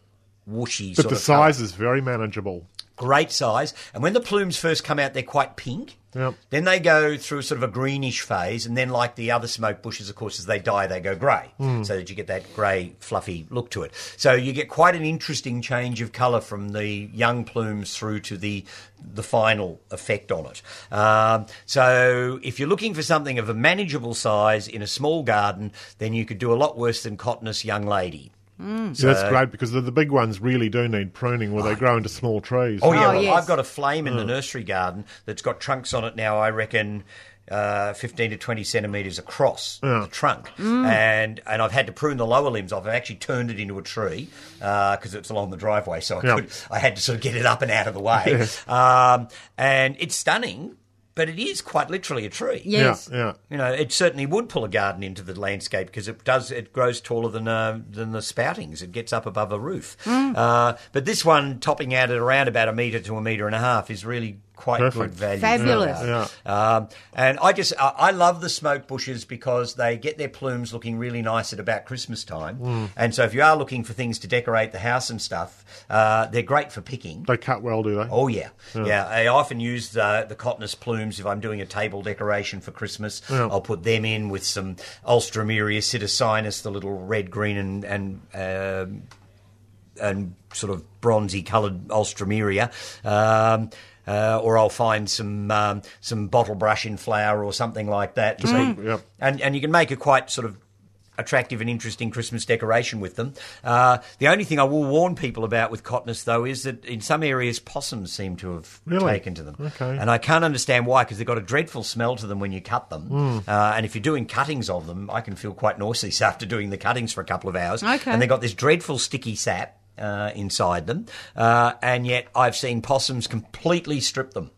Speaker 2: whooshy
Speaker 3: But
Speaker 2: sort
Speaker 3: the
Speaker 2: of colour
Speaker 3: size is very manageable.
Speaker 2: great size. And when the plumes first come out, they're quite pink.
Speaker 3: Yep.
Speaker 2: Then they go through sort of a greenish phase, and then, like the other smoke bushes, of course, as they die, they go grey,
Speaker 3: Hmm.
Speaker 2: so that you get that grey, fluffy look to it. So you get quite an interesting change of colour from the young plumes through to the the final effect on it. Um, so if you're looking for something of a manageable size in a small garden, then you could do a lot worse than Cotinus Young Lady. Mm.
Speaker 3: So Mm. that's great because the, the big ones really do need pruning where they grow into small trees.
Speaker 2: Oh, yeah.
Speaker 1: Oh,
Speaker 2: well,
Speaker 1: yes.
Speaker 2: I've got a flame in the nursery garden that's got trunks on it now, I reckon uh, 15 to 20 centimetres across the trunk. And and I've had to prune the lower limbs off. I've actually turned it into a tree because it's along the driveway. So I,
Speaker 3: Yeah.
Speaker 2: could, I had to sort of get it up and out of the way. Um, and it's stunning, but it is quite literally a tree.
Speaker 1: Yes.
Speaker 3: Yeah, yeah.
Speaker 2: You know, it certainly would pull a garden into the landscape because it does. It grows taller than uh, than the spoutings. It gets up above a roof. Uh, but this one, topping out at around about a metre to a metre and a half, is really quite good
Speaker 3: Perfect.
Speaker 2: value.
Speaker 1: Fabulous.
Speaker 3: Yeah.
Speaker 2: Um, and I just I, I love the smoke bushes because they get their plumes looking really nice at about Christmas time.
Speaker 3: Mm.
Speaker 2: And so if you are looking for things to decorate the house and stuff, uh, they're great for picking.
Speaker 3: They cut well, do they?
Speaker 2: Oh yeah, yeah. I often use the, the cotinus plumes if I'm doing a table decoration for Christmas. I'll put them in with some Ulstromeria citicinus, the little red, green, and and um and sort of bronzy coloured Ulstromeria. Um, uh, or I'll find some um, some bottle brush in flower or something like that. So you-
Speaker 3: Mm. Yep.
Speaker 2: and and you can make a quite sort of attractive and interesting Christmas decoration with them. Uh, the only thing I will warn people about with cotinus, though, is that in some areas possums seem to have
Speaker 3: Really?
Speaker 2: taken to them.
Speaker 3: Okay.
Speaker 2: And I can't understand why, because they've got a dreadful smell to them when you cut them.
Speaker 1: Hmm.
Speaker 2: Uh, and if you're doing cuttings of them, I can feel quite nauseous after doing the cuttings for a couple of hours.
Speaker 1: Okay.
Speaker 2: And they've got this dreadful sticky sap. Uh, inside them, uh, and yet I've seen possums completely strip them.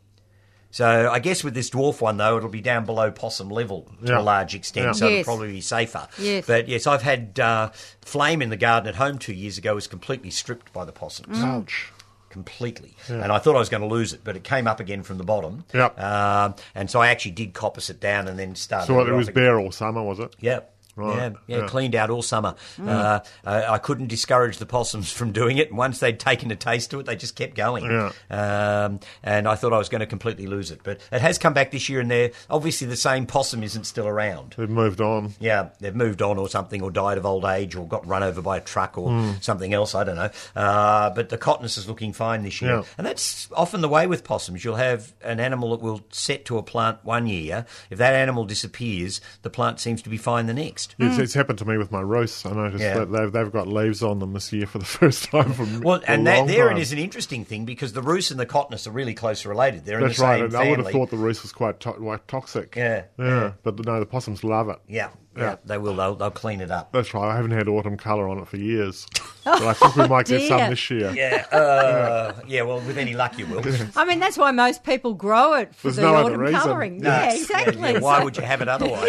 Speaker 2: So I guess with this dwarf one though, it'll be down below possum level to
Speaker 3: Yeah.
Speaker 2: a large extent,
Speaker 3: Yeah.
Speaker 2: so
Speaker 1: Yes.
Speaker 2: it'll probably be safer.
Speaker 1: Yes.
Speaker 2: But yes, I've had uh, flame in the garden at home two years ago was completely stripped by the possums,
Speaker 1: Mm.
Speaker 3: Ouch.
Speaker 2: completely. And I thought I was going to lose it, but it came up again from the bottom.
Speaker 3: Yep.
Speaker 2: Um, and so I actually did coppice it down and then started.
Speaker 3: So what, it
Speaker 2: off
Speaker 3: was
Speaker 2: again.
Speaker 3: bare all summer, was it?
Speaker 2: Yep.
Speaker 3: Right,
Speaker 2: Yeah, yeah,
Speaker 3: yeah. Mm.
Speaker 2: cleaned out all summer. Uh, I, I couldn't discourage the possums from doing it. And once they'd taken a taste to it, they just kept going.
Speaker 3: Yeah.
Speaker 2: Um, and I thought I was going to completely lose it. But it has come back this year, and they're obviously the same possum isn't still around.
Speaker 3: They've moved on.
Speaker 2: Yeah, they've moved on or something, or died of old age, or got run over by a truck, or
Speaker 3: Hmm.
Speaker 2: something else. I don't know. Uh, but the cottonus is looking fine this year,
Speaker 3: Yeah.
Speaker 2: and that's often the way with possums. You'll have an animal that will set to a plant one year. If that animal disappears, the plant seems to be fine the next.
Speaker 3: It's, it's happened to me with my roasts. I noticed
Speaker 2: Hmm. Yeah.
Speaker 3: that they've, they've got leaves on them this year for the first time. From
Speaker 2: Well,
Speaker 3: a
Speaker 2: and that,
Speaker 3: long
Speaker 2: there
Speaker 3: time.
Speaker 2: it is an interesting thing because the roos and the cottonus are really close related. They're
Speaker 3: That's
Speaker 2: in the
Speaker 3: right.
Speaker 2: same
Speaker 3: and
Speaker 2: family.
Speaker 3: I would have thought the roost was quite, to- quite toxic.
Speaker 2: Yeah,
Speaker 3: yeah. But no, the possums love it.
Speaker 2: yeah, yeah,
Speaker 3: Yeah.
Speaker 2: they will. They'll, they'll clean it up.
Speaker 3: That's right. I haven't had autumn colour on it for years. but I think we might get
Speaker 1: dear.
Speaker 3: some this year.
Speaker 2: Oh, Yeah, uh, yeah. Well, with any luck, you will.
Speaker 1: I mean, that's why most people grow it for
Speaker 3: There's
Speaker 1: the
Speaker 3: no other
Speaker 1: autumn
Speaker 3: reason.
Speaker 1: colouring.
Speaker 2: No,
Speaker 1: yeah,
Speaker 2: it's-
Speaker 1: exactly.
Speaker 2: yeah, why
Speaker 1: So-
Speaker 2: would you have it otherwise?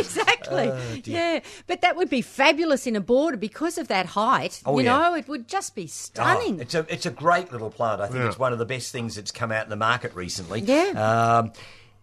Speaker 2: Oh,
Speaker 1: exactly. yeah, but that would be fabulous in a border because of that height.
Speaker 2: Oh,
Speaker 1: you
Speaker 2: yeah.
Speaker 1: know, it would just be
Speaker 2: Oh,
Speaker 1: stunning.
Speaker 2: it's a it's a great little plant. I think
Speaker 3: Yeah.
Speaker 2: it's one of the best things that's come out in the market recently.
Speaker 1: Yeah.
Speaker 2: Um,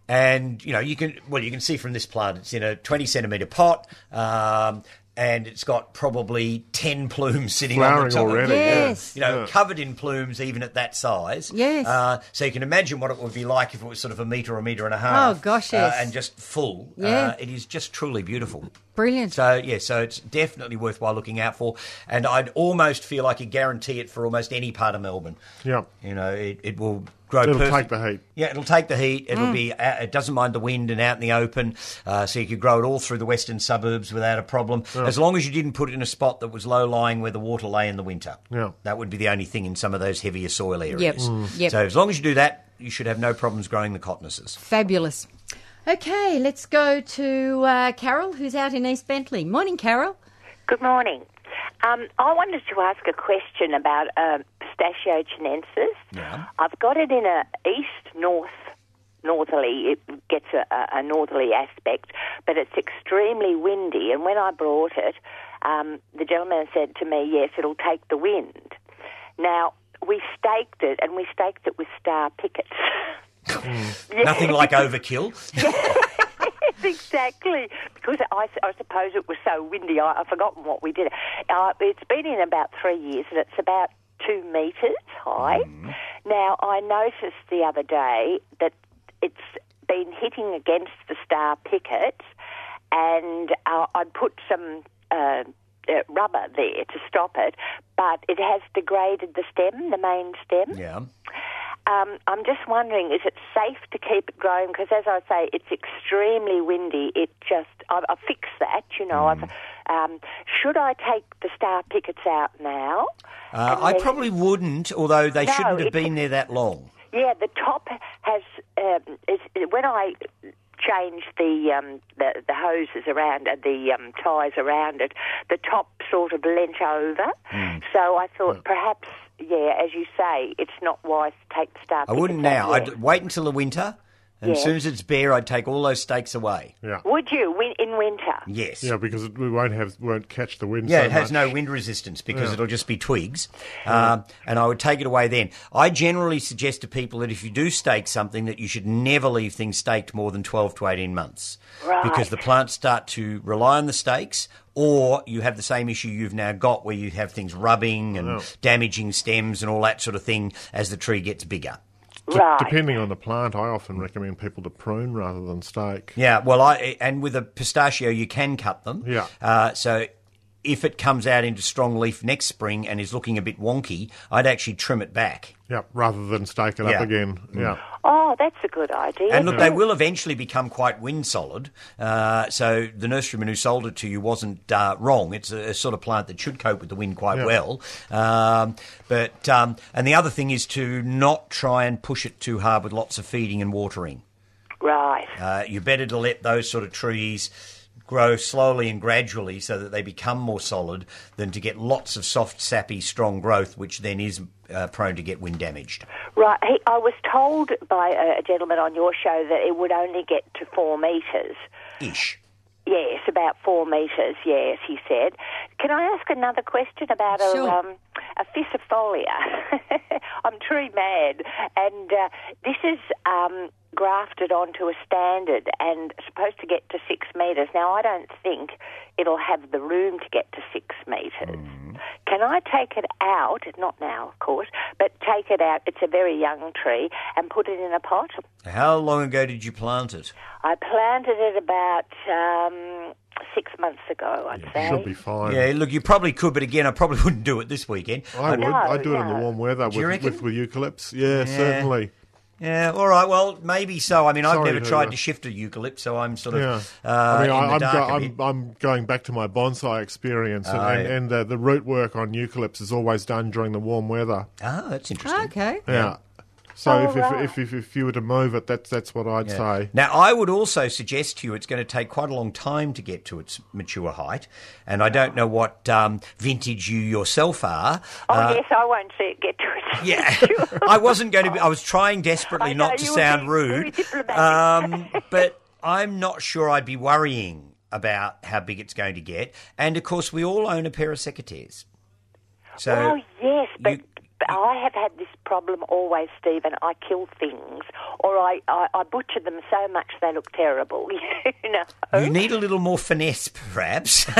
Speaker 2: and you know you can well you can see from this plant it's in a twenty centimeter pot. Um, and it's got probably 10 plumes sitting on
Speaker 3: Flowering
Speaker 2: the top.
Speaker 3: already,
Speaker 1: yeah. Yes.
Speaker 2: You know, covered in plumes even at that size.
Speaker 1: Yes.
Speaker 2: Uh, so you can imagine what it would be like if it was sort of a metre or a metre and a half.
Speaker 1: Oh, gosh,
Speaker 2: uh,
Speaker 1: yes.
Speaker 2: and just full.
Speaker 1: Yeah.
Speaker 2: Uh, it is just truly beautiful.
Speaker 1: Brilliant.
Speaker 2: So yeah, so it's definitely worthwhile looking out for, and I'd almost feel like you guarantee it for almost any part of Melbourne.
Speaker 3: Yeah.
Speaker 2: You know, it, it will grow.
Speaker 3: It'll
Speaker 2: perfect-
Speaker 3: take the heat.
Speaker 2: Yeah, it'll take the heat.
Speaker 1: Mm.
Speaker 2: It'll be out, it doesn't mind the wind and out in the open, uh, so you could grow it all through the western suburbs without a problem, as long as you didn't put it in a spot that was low lying where the water lay in the winter.
Speaker 3: Yeah.
Speaker 2: that would be the only thing in some of those heavier soil areas.
Speaker 1: Mm. Yep.
Speaker 2: So as long as you do that, you should have no problems growing the cottonuses.
Speaker 1: Fabulous. Okay, let's go to uh, Carol, who's out in East Bentley. Morning, Carol.
Speaker 9: Good morning. Um, I wanted to ask a question about um, pistachio chinensis.
Speaker 2: Yeah.
Speaker 9: I've got it in a east north northerly. It gets a, a a northerly aspect, but it's extremely windy. And when I brought it, um, the gentleman said to me, "Yes, it'll take the wind." Now we staked it, and we staked it with star pickets. Yeah.
Speaker 2: Hmm. Nothing like overkill.
Speaker 9: Yes, exactly. Because I, I suppose it was so windy, I, I've forgotten what we did. Uh, it's been in about three years and it's about two metres high. Now, I noticed the other day that it's been hitting against the star pickets, and uh, I'd put some. Uh, uh, rubber there to stop it, but it has degraded the stem, the main stem.
Speaker 2: yeah.
Speaker 9: Um, I'm just wondering, is it safe to keep it growing? Because as I say, it's extremely windy. It just, I've, I've fixed that, you know.
Speaker 2: Mm.
Speaker 9: I've, um, should I take the star pickets out now?
Speaker 2: Uh,
Speaker 9: And
Speaker 2: I
Speaker 9: then-
Speaker 2: probably wouldn't, although they
Speaker 9: No,
Speaker 2: shouldn't have
Speaker 9: it-
Speaker 2: been there that long.
Speaker 9: Yeah, the top has. Um, is, when I changed the um, the, the hoses around uh, the um, ties around it, the top sort of leant over.
Speaker 2: Mm.
Speaker 9: So I thought perhaps, yeah, as you say, it's not wise to take the star.
Speaker 2: I wouldn't
Speaker 9: pickers
Speaker 2: now.
Speaker 9: out
Speaker 2: I'd wait until the winter, and as
Speaker 9: Yeah.
Speaker 2: soon as it's bare, I'd take all those stakes away.
Speaker 3: Yeah.
Speaker 9: yet. Would you win in winter?
Speaker 2: Yes.
Speaker 3: Yeah, because it, we won't have won't catch the wind.
Speaker 2: Yeah,
Speaker 3: so
Speaker 2: it has
Speaker 3: much.
Speaker 2: no wind resistance because it'll just be twigs. Um, and I would take it away then. I generally suggest to people that if you do stake something, that you should never leave things staked more than 12 to 18 months. Because the plants start to rely on the stakes, or you have the same issue you've now got where you have things rubbing and damaging stems and all that sort of thing as the tree gets bigger.
Speaker 3: De-
Speaker 9: right.
Speaker 3: Depending on the plant, I often recommend people to prune rather than stake.
Speaker 2: Yeah, well, I and with a pistachio you can cut them.
Speaker 3: Yeah.
Speaker 2: Uh, so if it comes out into strong leaf next spring and is looking a bit wonky, I'd actually trim it back.
Speaker 3: Yeah, rather than stake it
Speaker 2: Yeah. Mm.
Speaker 3: up again. Yeah.
Speaker 9: Oh, that's a good idea.
Speaker 2: And look, they will eventually become quite wind solid. Uh, so the nurseryman who sold it to you wasn't uh, wrong. It's a, a sort of plant that should cope with the wind quite
Speaker 3: Yeah.
Speaker 2: well. Um, but um, and the other thing is to not try and push it too hard with lots of feeding and watering.
Speaker 9: right.
Speaker 2: Uh, you're better to let those sort of trees grow slowly and gradually so that they become more solid than to get lots of soft, sappy, strong growth, which then is uh, prone to get wind damaged.
Speaker 9: Right. He, I was told by a, a gentleman on your show that it would only get to four metres.
Speaker 2: Ish.
Speaker 9: Yes, about four metres, yes, he said. Can I ask another question about
Speaker 7: Sure.
Speaker 9: a, um, a fissifolia? I'm tree mad. And uh, this is um, grafted onto a standard and supposed to get to six metres. Now, I don't think it'll have the room to get to six metres.
Speaker 2: Hmm.
Speaker 9: Can I take it out, not now, of course, but take it out, it's a very young tree, and put it in a pot?
Speaker 2: How long ago did you plant it?
Speaker 9: I planted it about um, six months ago, I'd say.
Speaker 3: Should be fine.
Speaker 2: Yeah, look, you probably could, but again, I probably wouldn't do it this weekend.
Speaker 3: I would. I do it in the
Speaker 9: no.
Speaker 3: warm weather
Speaker 2: you
Speaker 3: with,
Speaker 2: reckon?
Speaker 3: with, with eucalypts. Yeah, certainly.
Speaker 2: Yeah, all right. Well, maybe so. I mean, I've
Speaker 3: Sorry
Speaker 2: never
Speaker 3: to-
Speaker 2: tried to shift a eucalypt, so I'm sort of
Speaker 3: Yeah.
Speaker 2: uh,
Speaker 3: I mean,
Speaker 2: in
Speaker 3: I,
Speaker 2: the
Speaker 3: I'm,
Speaker 2: dark
Speaker 3: go-
Speaker 2: a bit.
Speaker 3: I'm, I'm going back to my bonsai experience, and, and, and the, the root work on eucalypts is always done during the warm weather.
Speaker 2: Ah, that's interesting.
Speaker 7: Okay.
Speaker 3: Yeah. So if, if, if, if, if you were to move it, that's, that's what I'd say.
Speaker 2: Now, I would also suggest to you it's going to take quite a long time to get to its mature height, and I don't know what um, vintage you yourself are.
Speaker 9: Oh,
Speaker 2: Uh,
Speaker 9: yes, I won't see it get to it.
Speaker 2: yeah, I wasn't going to. Be, I was trying desperately
Speaker 9: I know,
Speaker 2: not to
Speaker 9: you were
Speaker 2: sound
Speaker 9: being very
Speaker 2: rude,
Speaker 9: diplomatic.
Speaker 2: um, but I'm not sure I'd be worrying about how big it's going to get. And of course, we all own a pair of secateurs, so
Speaker 9: oh, yes, but,
Speaker 2: you-
Speaker 9: but I have had this problem always, Stephen. I kill things, or I, I, I butcher them so much they look terrible, you know.
Speaker 2: You need a little more finesse, perhaps.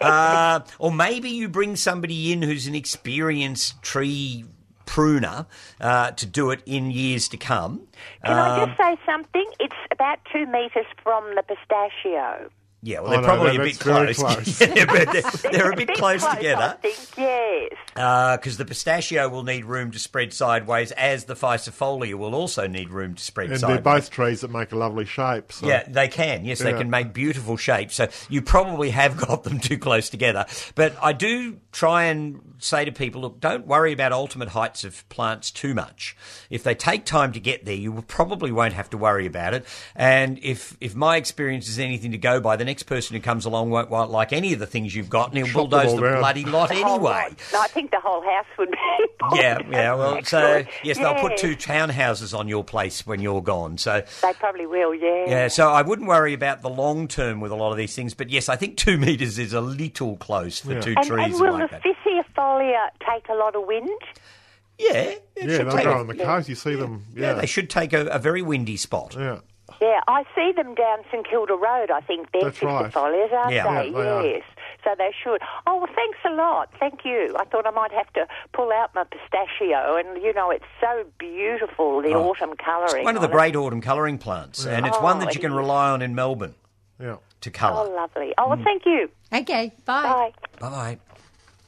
Speaker 2: uh, or maybe you bring somebody in who's an experienced tree pruner uh, to do it in years to come.
Speaker 9: Can
Speaker 2: Um,
Speaker 9: I just say something? It's about two metres from the pistachio.
Speaker 2: Yeah, well,
Speaker 3: Oh,
Speaker 2: they're
Speaker 3: no,
Speaker 2: probably
Speaker 3: that-
Speaker 2: a bit
Speaker 3: that's very
Speaker 2: close.
Speaker 3: close.
Speaker 2: yeah, but they're, they're a bit
Speaker 9: Bit
Speaker 2: close
Speaker 9: I
Speaker 2: together
Speaker 9: think, yes.
Speaker 2: because the pistachio will need room to spread sideways, as the physifolia will also need room to spread
Speaker 3: And they're
Speaker 2: sideways.
Speaker 3: both trees that make a lovely shape. So.
Speaker 2: Yeah, they can. Yes, they
Speaker 3: Yeah.
Speaker 2: can make beautiful shapes. So you probably have got them too close together. But I do try and say to people, look, don't worry about ultimate heights of plants too much. If they take time to get there, you will- probably won't have to worry about it. And if if my experience is anything to go by, the next person who comes along won't, won't like any of the things you've got, and he'll
Speaker 3: Chop them
Speaker 2: bulldoze
Speaker 3: all
Speaker 2: the
Speaker 3: down.
Speaker 2: bloody lot
Speaker 9: The whole
Speaker 2: anyway.
Speaker 9: lot. No, I think the whole house would be.
Speaker 2: Yeah, yeah. Well, so
Speaker 9: Excellent.
Speaker 2: yes, they'll put
Speaker 9: Yes,
Speaker 2: two townhouses on your place when you're gone. So
Speaker 9: They probably will, yeah.
Speaker 2: yeah, so I wouldn't worry about the long term with a lot of these things, but yes, I think two meters is a little close for two
Speaker 9: And,
Speaker 2: trees
Speaker 9: and will
Speaker 2: like
Speaker 9: the
Speaker 2: that.
Speaker 9: Physiofolia take a lot of wind?
Speaker 2: Yeah, it
Speaker 3: Yeah,
Speaker 2: should
Speaker 3: they
Speaker 2: take
Speaker 3: go
Speaker 2: a-
Speaker 3: on the coast. You see them.
Speaker 2: yeah,
Speaker 3: Yeah.
Speaker 2: they should take a, a very windy spot.
Speaker 3: Yeah.
Speaker 9: Yeah, I see them down St Kilda Road, I think. They're
Speaker 3: That's right.
Speaker 9: Physiopholias, aren't
Speaker 2: Yeah.
Speaker 9: they?
Speaker 3: Yeah, they are.
Speaker 9: yes. So they should. Oh, well, thanks a lot. Thank you. I thought I might have to pull out my pistachio, and you know, it's so beautiful, the autumn colouring.
Speaker 2: Oh, It's one of the
Speaker 9: on it.
Speaker 2: great autumn colouring plants, and it's one that you can rely on in Melbourne
Speaker 3: Yeah.
Speaker 2: to
Speaker 9: Oh,
Speaker 2: colour. Mm.
Speaker 9: lovely. Oh, well, thank you.
Speaker 7: Okay. Bye.
Speaker 9: Bye.
Speaker 2: Bye.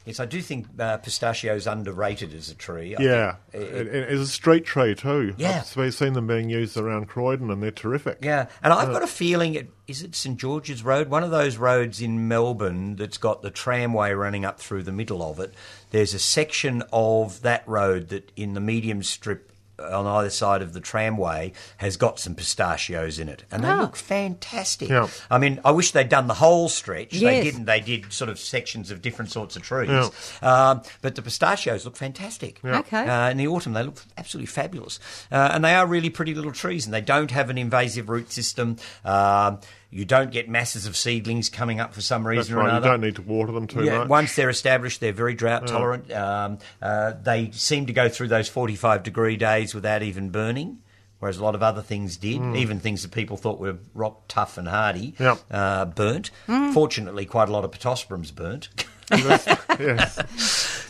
Speaker 2: Yes, I do think uh, pistachio's underrated as a tree. I
Speaker 3: Yeah,
Speaker 2: think it-
Speaker 3: and, and it's a street tree too.
Speaker 2: Yeah.
Speaker 3: I've s- seen them being used around Croydon, and they're terrific. Uh,
Speaker 2: Yeah, and I've got a feeling it is it St George's Road, one of those roads in Melbourne that's got the tramway running up through the middle of it. There's a section of that road that in the medium strip on either side of the tramway has got some pistachios in it,
Speaker 1: Oh.
Speaker 7: Ah.
Speaker 2: and they look fantastic.
Speaker 3: Yeah.
Speaker 2: I mean, I wish they'd done the whole stretch. They
Speaker 1: Yes.
Speaker 2: didn't. They did sort of sections of different sorts of trees.
Speaker 3: Yeah.
Speaker 2: Um, but the pistachios look fantastic.
Speaker 1: Okay.
Speaker 2: Uh, in the autumn, they look absolutely fabulous, uh, and they are really pretty little trees, and they don't have an invasive root system. Um, you don't get masses of seedlings coming up for some reason
Speaker 3: That's
Speaker 2: or
Speaker 3: right. You
Speaker 2: another.
Speaker 3: don't need to water them too
Speaker 2: Yeah,
Speaker 3: much.
Speaker 2: once they're established, they're very drought tolerant. Um, uh, they seem to go through those 45 degree days without even burning. Whereas a lot of other things did,
Speaker 3: Mm.
Speaker 2: even things that people thought were rock tough and hardy,
Speaker 3: Yep.
Speaker 2: uh, burnt. Fortunately, quite a lot of Pittosporums burnt.
Speaker 3: yes.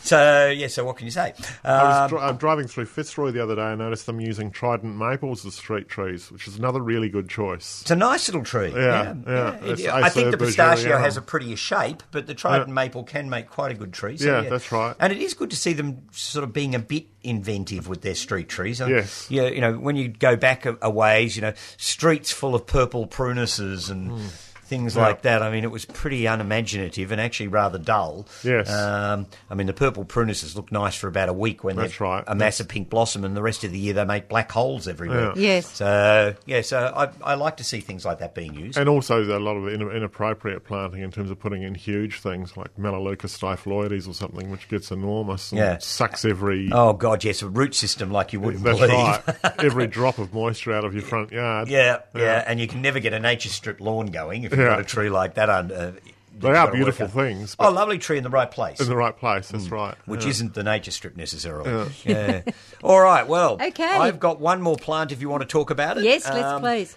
Speaker 2: so, yeah, so what can you say?
Speaker 3: I
Speaker 2: Uh,
Speaker 3: was dri- uh, driving through Fitzroy the other day and noticed them using trident maples as street trees, which is another really good choice.
Speaker 2: it's a nice little tree.
Speaker 3: Yeah, yeah, it's
Speaker 2: It- I think
Speaker 3: Acer
Speaker 2: the pistachio
Speaker 3: bergeriana.
Speaker 2: has a prettier shape, but the trident maple can make quite a good tree. So,
Speaker 3: Yeah, that's right.
Speaker 2: And it is good to see them sort of being a bit inventive with their street trees. And,
Speaker 3: Yes.
Speaker 2: Yeah, you know, when you go back a, a ways, you know, streets full of purple prunuses and.
Speaker 3: Hmm.
Speaker 2: Things like that. I mean, it was pretty unimaginative and actually rather dull.
Speaker 3: Yes.
Speaker 2: Um, I mean, the purple prunuses look nice for about a week when
Speaker 3: That's
Speaker 2: they're
Speaker 3: right.
Speaker 2: a massive pink blossom, and the rest of the year they make black holes everywhere.
Speaker 3: Yeah.
Speaker 1: Yes.
Speaker 2: So yeah, so I, I like to see things like that being used.
Speaker 3: And also there are a lot of in- inappropriate planting in terms of putting in huge things like Melaleuca stifloides or something, which gets enormous and
Speaker 2: Yeah.
Speaker 3: sucks every.
Speaker 2: Oh God, yes, a root system like you wouldn't
Speaker 3: That's
Speaker 2: believe.
Speaker 3: right. Every drop of moisture out of your front yard.
Speaker 2: Yeah, yeah, and you can never get a nature strip lawn going if you've
Speaker 3: Yeah.
Speaker 2: got a tree like that. on, Uh,
Speaker 3: They are beautiful things,
Speaker 2: Oh,
Speaker 3: but
Speaker 2: lovely tree in the right place, Mm.
Speaker 3: in the right place. That's right.
Speaker 2: which
Speaker 3: Yeah.
Speaker 2: isn't the nature strip necessarily. Yeah. All right. Well,
Speaker 1: Okay.
Speaker 2: I've got one more plant if you want to talk about it.
Speaker 1: Yes, let's
Speaker 2: Um,
Speaker 1: please.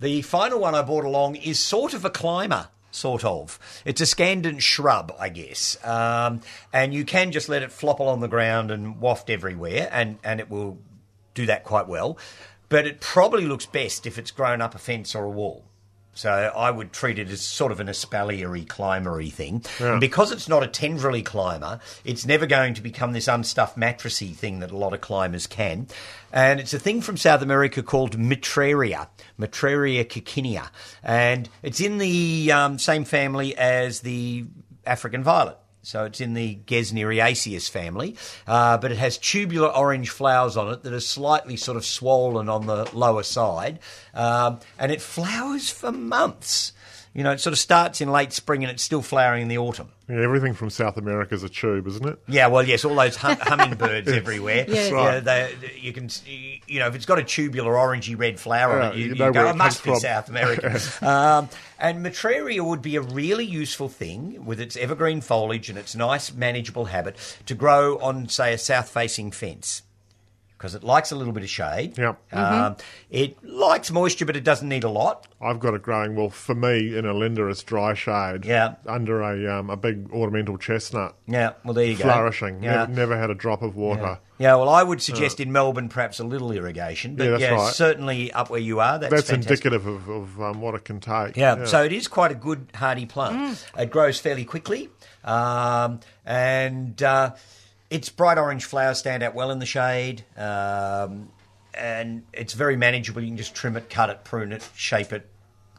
Speaker 2: The final one I brought along is sort of a climber, sort of. It's a Scandin shrub, I guess. Um, and you can just let it flop along the ground and waft everywhere, and, and it will do that quite well. But it probably looks best if it's grown up a fence or a wall. So I would treat it as sort of an espaliery climbery thing. And because it's not a tendrily climber, it's never going to become this unstuffed mattressy thing that a lot of climbers can. And it's a thing from South America called Mitraria, Mitraria cicinia. And it's in the um, same family as the African violet. So it's in the Gesneriaceous family, uh, but it has tubular orange flowers on it that are slightly sort of swollen on the lower side, um, and it flowers for months. You know, it sort of starts in late spring and it's still flowering in the autumn.
Speaker 3: Yeah, everything from South America is a tube, isn't it?
Speaker 2: Yeah, well, yes, all those hum- hummingbirds everywhere.
Speaker 1: Yes.
Speaker 2: Yeah, they, you can, s- you know, if it's got a tubular orangey red flower on it,
Speaker 3: Yeah,
Speaker 2: you,
Speaker 3: you
Speaker 2: you
Speaker 3: know where
Speaker 2: go,
Speaker 3: it
Speaker 2: it must be
Speaker 3: comes from."
Speaker 2: South America. um, and Matraria would be a really useful thing with its evergreen foliage and its nice, manageable habit to grow on, say, a south facing fence. Because it likes a little bit of shade.
Speaker 3: Yep. Mm-hmm.
Speaker 2: Um, it likes moisture, but it doesn't need a lot.
Speaker 3: I've got it growing well for me in a Linda. It's dry shade.
Speaker 2: Yeah.
Speaker 3: under a um, a big ornamental chestnut,
Speaker 2: Yeah, well, there you go.
Speaker 3: flourishing. Never, never had a drop of water. Uh,
Speaker 2: Yeah, well, I would suggest in Melbourne perhaps a little irrigation, but
Speaker 3: Yeah,
Speaker 2: yeah,
Speaker 3: that's right.
Speaker 2: certainly up where you are, that's,
Speaker 3: That's
Speaker 2: fantastic.
Speaker 3: indicative of, of um, what it can take.
Speaker 2: Yeah, Mm. so it is quite a good hardy plant. It grows fairly quickly, um, and uh, its bright orange flowers stand out well in the shade, um, and it's very manageable. You can just trim it, cut it, prune it, shape it.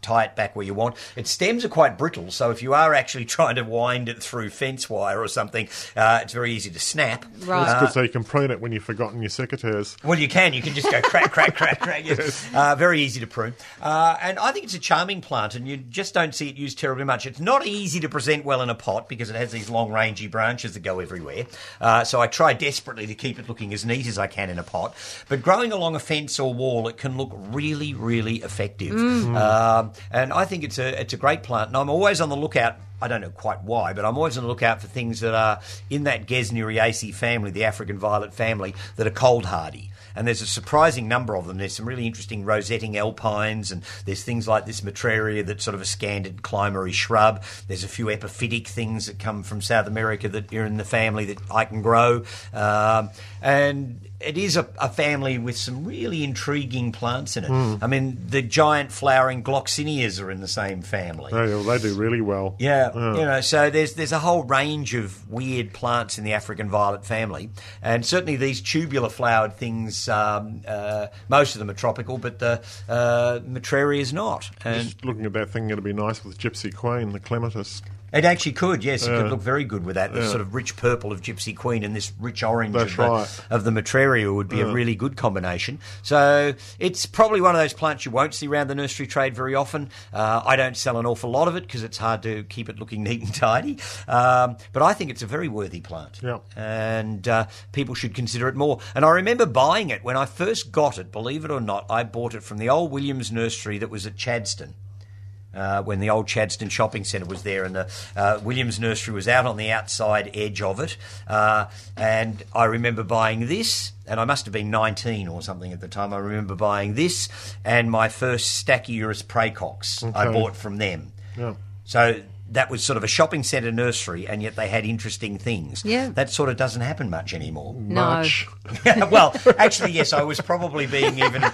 Speaker 2: Tie it back where you want. Its stems are quite brittle, so if you are actually trying to wind it through fence wire or something, uh, it's very easy to snap. Uh,
Speaker 1: Right.
Speaker 3: It's good so you can prune it when you've forgotten your secateurs.
Speaker 2: Well, you can. You can just go crack, crack, crack, crack. Yes. Uh, very easy to prune. Uh, and I think it's a charming plant, and you just don't see it used terribly much. It's not easy to present well in a pot because it has these long, rangy branches that go everywhere. Uh, so I try desperately to keep it looking as neat as I can in a pot. But growing along a fence or wall, it can look really, really effective. Um, and I think it's a, it's a great plant, and I'm always on the lookout. I don't know quite why, but I'm always on the lookout for things that are in that Gesneriaceae family, the African violet family, that are cold hardy. And there's a surprising number of them. There's some really interesting rosetting alpines, and there's things like this Matraria that's sort of a standard climbery shrub. There's a few epiphytic things that come from South America that are in the family that I can grow. Um, and it is a, a family with some really intriguing plants in it. I mean, the giant flowering gloxinias are in the same family.
Speaker 3: They, they do really well.
Speaker 2: Yeah, you know, so there's there's a whole range of weird plants in the African violet family, and certainly these tubular flowered things, um, uh, most of them are tropical, but the uh, Matraria is not. And
Speaker 3: Just looking at that thing, it'd be nice with Gypsy Queen, the clematis.
Speaker 2: It actually could, yes. It
Speaker 3: Yeah.
Speaker 2: could look very good with that. The
Speaker 3: Yeah.
Speaker 2: sort of rich purple of Gypsy Queen and this rich orange
Speaker 3: That's
Speaker 2: of, the,
Speaker 3: right.
Speaker 2: of the Matraria would be a really good combination. So it's probably one of those plants you won't see around the nursery trade very often. Uh, I don't sell an awful lot of it because it's hard to keep it looking neat and tidy. Um, but I think it's a very worthy plant.
Speaker 3: Yeah.
Speaker 2: And uh, people should consider it more. And I remember buying it when I first got it, believe it or not, I bought it from the old Williams nursery that was at Chadston uh, when the old Chadston Shopping Centre was there, and the uh, Williams Nursery was out on the outside edge of it. Uh, and I remember buying this, and I must have been 19 or something at the time. I remember buying this and my first Stachyurus praecox I
Speaker 3: Okay.
Speaker 2: bought from them.
Speaker 3: Yeah.
Speaker 2: So that was sort of a shopping centre nursery, and yet they had interesting things.
Speaker 1: Yeah.
Speaker 2: That sort of doesn't happen much anymore.
Speaker 1: No.
Speaker 3: Much.
Speaker 2: well, actually, yes, I was probably being even uh,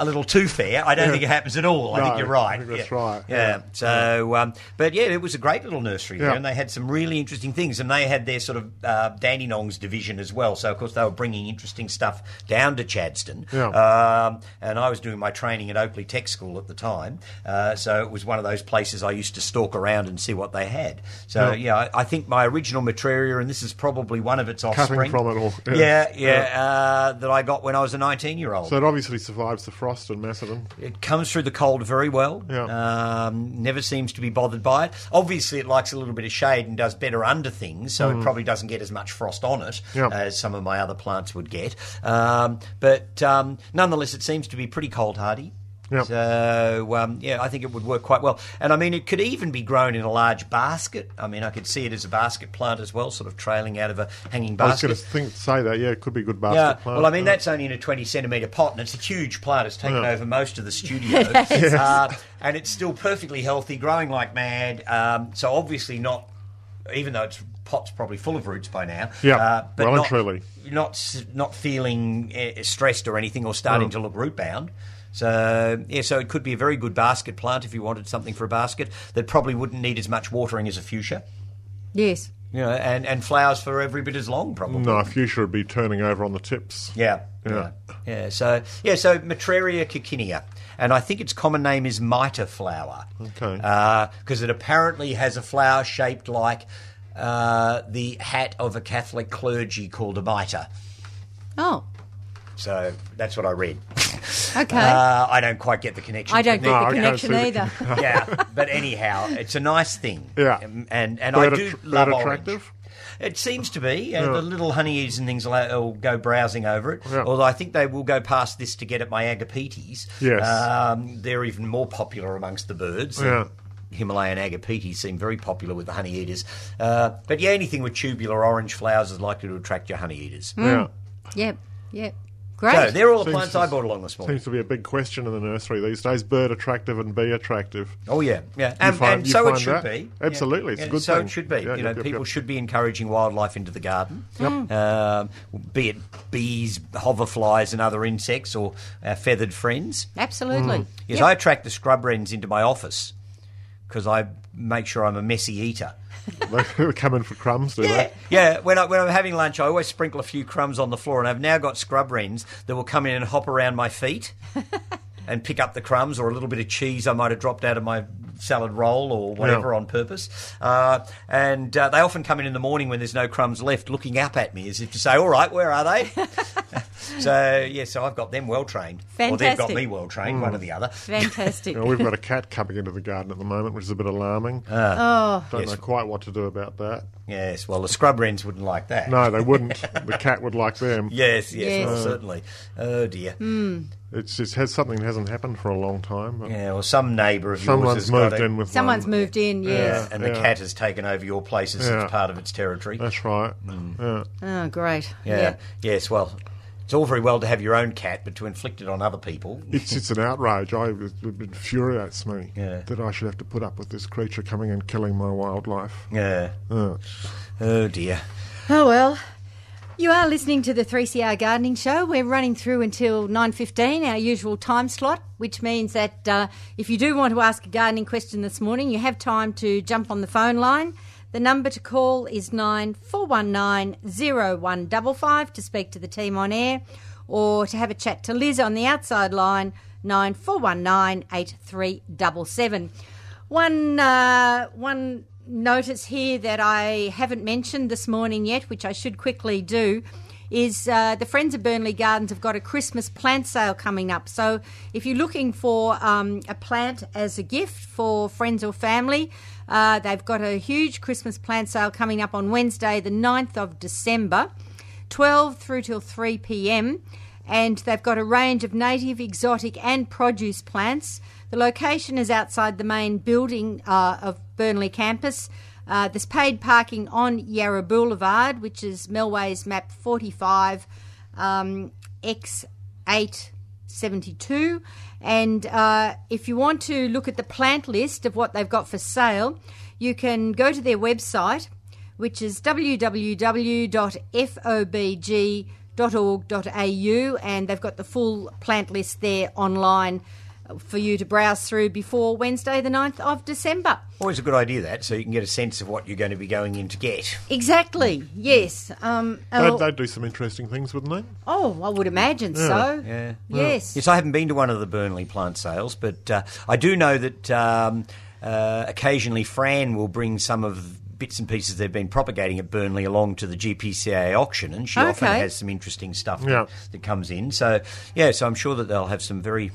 Speaker 2: a little too fair. I don't think it happens at all. I
Speaker 3: No,
Speaker 2: think you're right.
Speaker 3: I think that's
Speaker 2: yeah.
Speaker 3: right,
Speaker 2: Yeah.
Speaker 3: yeah.
Speaker 2: So, um, but yeah, it was a great little nursery there,
Speaker 3: Yeah.
Speaker 2: and they had some really interesting things, and they had their sort of uh, Dandenongs division as well. So, of course, they were bringing interesting stuff down to Chadston.
Speaker 3: Yeah.
Speaker 2: Um, and I was doing my training at Oakley Tech School at the time, uh, so it was one of those places I used to stalk around and see what they had. So, yeah,
Speaker 3: Yeah.
Speaker 2: I, I think my original Matraria, and this is probably one of its
Speaker 3: Cutting
Speaker 2: offspring
Speaker 3: from it all.
Speaker 2: yeah, yeah, Uh, that I got when I was a 19 year old.
Speaker 3: So it obviously survives the frost in Macedon.
Speaker 2: it comes through the cold very well.
Speaker 3: Yeah.
Speaker 2: Um, never seems to be bothered by it. Obviously, it likes a little bit of shade and does better under things, so it probably doesn't get as much frost on it
Speaker 3: Mm. Yeah.
Speaker 2: as some of my other plants would get. Um, but um, nonetheless, it seems to be pretty cold hardy.
Speaker 3: Yeah.
Speaker 2: So um, yeah, I think it would work quite well, and I mean it could even be grown in a large basket. I mean I could see it as a basket plant as well, sort of trailing out of a hanging
Speaker 3: I was
Speaker 2: basket.
Speaker 3: going to think, say that. Yeah, it could be a good basket
Speaker 2: Yeah,
Speaker 3: plant.
Speaker 2: well, I mean,
Speaker 3: yeah.
Speaker 2: that's only in a 20 centimetre pot, and it's a huge plant. It's taken
Speaker 3: Yeah.
Speaker 2: over most of the studio. uh, and it's still perfectly healthy, growing like mad. Um, so, obviously, not, even though its pot's probably full of roots by now.
Speaker 3: Yeah,
Speaker 2: uh, but
Speaker 3: well and
Speaker 2: not,
Speaker 3: truly.
Speaker 2: Not, s- not feeling eh, stressed or anything, or starting to look root bound. So, yeah, so it could be a very good basket plant if you wanted something for a basket that probably wouldn't need as much watering as a fuchsia.
Speaker 1: Yes.
Speaker 2: You know, and, and flowers for every bit as long, probably.
Speaker 3: No, fuchsia would be turning over on the tips.
Speaker 2: Yeah.
Speaker 3: Yeah.
Speaker 2: Yeah. So yeah. So Matraria coccinea, and I think its common name is mitre flower.
Speaker 3: Okay.
Speaker 2: Because it apparently has a flower shaped like uh, the hat of a Catholic clergy called a mitre.
Speaker 1: Oh,
Speaker 2: So that's what I read.
Speaker 1: okay.
Speaker 2: Uh, I don't quite get the connection.
Speaker 1: I don't
Speaker 2: but-
Speaker 1: get
Speaker 3: I
Speaker 1: the
Speaker 3: can't
Speaker 1: connection
Speaker 3: see the
Speaker 1: either.
Speaker 2: yeah, but anyhow, it's a nice thing.
Speaker 3: Yeah.
Speaker 2: Um, and and
Speaker 3: Bird
Speaker 2: I do
Speaker 3: attr-
Speaker 2: love
Speaker 3: bird
Speaker 2: orange.
Speaker 3: attractive?
Speaker 2: It seems to be. Uh,
Speaker 3: Yeah.
Speaker 2: The little honeyeaters and things will, will go browsing over it.
Speaker 3: Yeah.
Speaker 2: Although I think they will go past this to get at my agapetes.
Speaker 3: Yes.
Speaker 2: um, they're even more popular amongst the birds.
Speaker 3: Yeah.
Speaker 2: Himalayan agapetes seem very popular with the honey eaters. Uh, but yeah, anything with tubular orange flowers is likely to attract your honey eaters.
Speaker 3: Yeah.
Speaker 1: Yep, yep.
Speaker 2: So
Speaker 1: Great.
Speaker 2: they're all the
Speaker 3: Seems
Speaker 2: plants
Speaker 3: to-
Speaker 2: I bought along this morning.
Speaker 3: Seems to be a big question in the nursery these days: bird attractive and bee attractive.
Speaker 2: Oh yeah, yeah,
Speaker 3: You
Speaker 2: and,
Speaker 3: find-
Speaker 2: and
Speaker 3: you
Speaker 2: so it
Speaker 3: find
Speaker 2: should
Speaker 3: that?
Speaker 2: be.
Speaker 3: Absolutely, it's a
Speaker 2: Yeah,
Speaker 3: good
Speaker 2: so
Speaker 3: thing.
Speaker 2: it should be.
Speaker 3: Yeah,
Speaker 2: you
Speaker 3: yep,
Speaker 2: know,
Speaker 3: yep,
Speaker 2: people
Speaker 3: yep.
Speaker 2: should be encouraging wildlife into the garden, um, be it bees, hoverflies, and other insects, or our feathered friends. Mm.
Speaker 1: Absolutely.
Speaker 2: Yes,
Speaker 1: Yep.
Speaker 2: I attract the scrub wrens into my office because I make sure I'm a messy eater.
Speaker 3: They come in for crumbs, do
Speaker 2: Yeah, yeah. When, I, when I'm having lunch, I always sprinkle a few crumbs on the floor, and I've now got scrub wrens that will come in and hop around my feet and pick up the crumbs or a little bit of cheese I might have dropped out of my salad roll or whatever
Speaker 3: Yeah.
Speaker 2: on purpose. Uh, and uh, they often come in in the morning when there's no crumbs left, looking up at me as if to say, "All right, where are they?" so yeah, so I've got them well trained, or they've got
Speaker 1: Fantastic.
Speaker 2: me well trained,
Speaker 3: Mm.
Speaker 2: one or the other.
Speaker 3: they?
Speaker 1: Fantastic.
Speaker 3: Now, we've got a cat coming into the garden at the moment, which is a bit alarming.
Speaker 1: Oh,
Speaker 3: Don't
Speaker 2: Ah. Yes.
Speaker 3: know quite what to do about that.
Speaker 2: Yes, well, the scrub wrens wouldn't like that.
Speaker 3: No, they wouldn't. the cat would like them.
Speaker 2: Yes, yes,
Speaker 1: Yes. Hmm.
Speaker 2: well, certainly. Oh dear.
Speaker 3: It's just has something that hasn't happened for a long time. But
Speaker 2: Yeah, or some neighbour of yours
Speaker 3: someone's
Speaker 2: has got
Speaker 3: moved
Speaker 2: a-
Speaker 3: in with
Speaker 1: someone's
Speaker 3: one.
Speaker 1: moved in, yes.
Speaker 2: and the
Speaker 3: Yeah.
Speaker 2: cat has taken over your place as
Speaker 3: Yeah.
Speaker 2: it's part of its territory.
Speaker 3: That's right. Yeah.
Speaker 1: Oh, great.
Speaker 2: yeah. Yes. Well, it's all very well to have your own cat, but to inflict it on other people.
Speaker 3: It's it's an outrage. I it infuriates me
Speaker 2: Yeah.
Speaker 3: that I should have to put up with this creature coming and killing my wildlife.
Speaker 2: Yeah.
Speaker 3: Yeah.
Speaker 2: Oh dear.
Speaker 1: Oh well. You are listening to the 3CR Gardening Show. We're running through until 9.15, our usual time slot, which means that uh, if you do want to ask a gardening question this morning, you have time to jump on the phone line. The number to call is 9419 to speak to the team on air or to have a chat to Liz on the outside line 9419 8377. One, uh, one notice here that I haven't mentioned this morning yet, which I should quickly do, is uh, the Friends of Burnley Gardens have got a Christmas plant sale coming up. So if you're looking for um, a plant as a gift for friends or family, uh, they've got a huge Christmas plant sale coming up on Wednesday, the 9th of December, 12 through till 3 p.m. And they've got a range of native, exotic, and produce plants. The location is outside the main building uh, of Burnley campus. Uh, there's paid parking on Yarra Boulevard, which is Melway's map 45 um, X872. And uh, if you want to look at the plant list of what they've got for sale, you can go to their website, which is www.fobg.org.au, and they've got the full plant list there online for you to browse through before Wednesday, the 9th of December.
Speaker 2: Always a good idea that, so you can get a sense of what you're going to be going in to get.
Speaker 1: Exactly. Yes. Um,
Speaker 3: They'd,
Speaker 1: oh,
Speaker 3: they'd do some interesting things, wouldn't they?
Speaker 1: oh, I would imagine so.
Speaker 2: Yeah.
Speaker 1: Yes.
Speaker 2: Yes, I haven't been to one of the Burnley plant sales, but uh, I do know that um, uh, occasionally Fran will bring some of bits and pieces they've been propagating at Burnley along to the GPCA auction, and she often
Speaker 1: Okay.
Speaker 2: has some interesting stuff
Speaker 3: Yeah.
Speaker 2: that, that comes in. So, yeah, so I'm sure that they'll have some very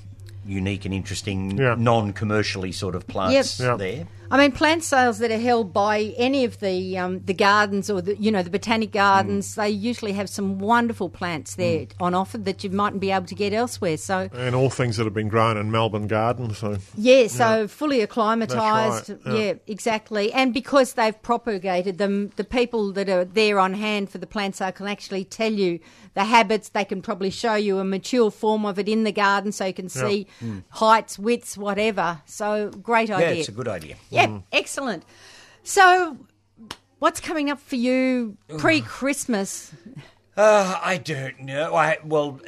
Speaker 2: unique and interesting
Speaker 3: Yeah.
Speaker 2: non-commercially sort of plants
Speaker 3: Yeah.
Speaker 2: there.
Speaker 1: I mean, plant sales that are held by any of the um, the gardens or the you know the botanic gardens, they usually have some wonderful plants there on offer that you mightn't be able to get elsewhere. So
Speaker 3: And all things that have been grown in Melbourne Garden. So
Speaker 1: yeah, so fully acclimatised.
Speaker 3: That's right,
Speaker 1: Yeah.
Speaker 3: yeah.
Speaker 1: exactly. And because they've propagated them, the people that are there on hand for the plant sale can actually tell you the habits. They can probably show you a mature form of it in the garden, so you can see heights, widths, whatever. So great
Speaker 2: Hmm. Yeah,
Speaker 1: idea.
Speaker 2: it's a good Mm. idea.
Speaker 1: Yeah, excellent. So, what's coming up for you pre Christmas?
Speaker 2: Uh, I don't know. I, well,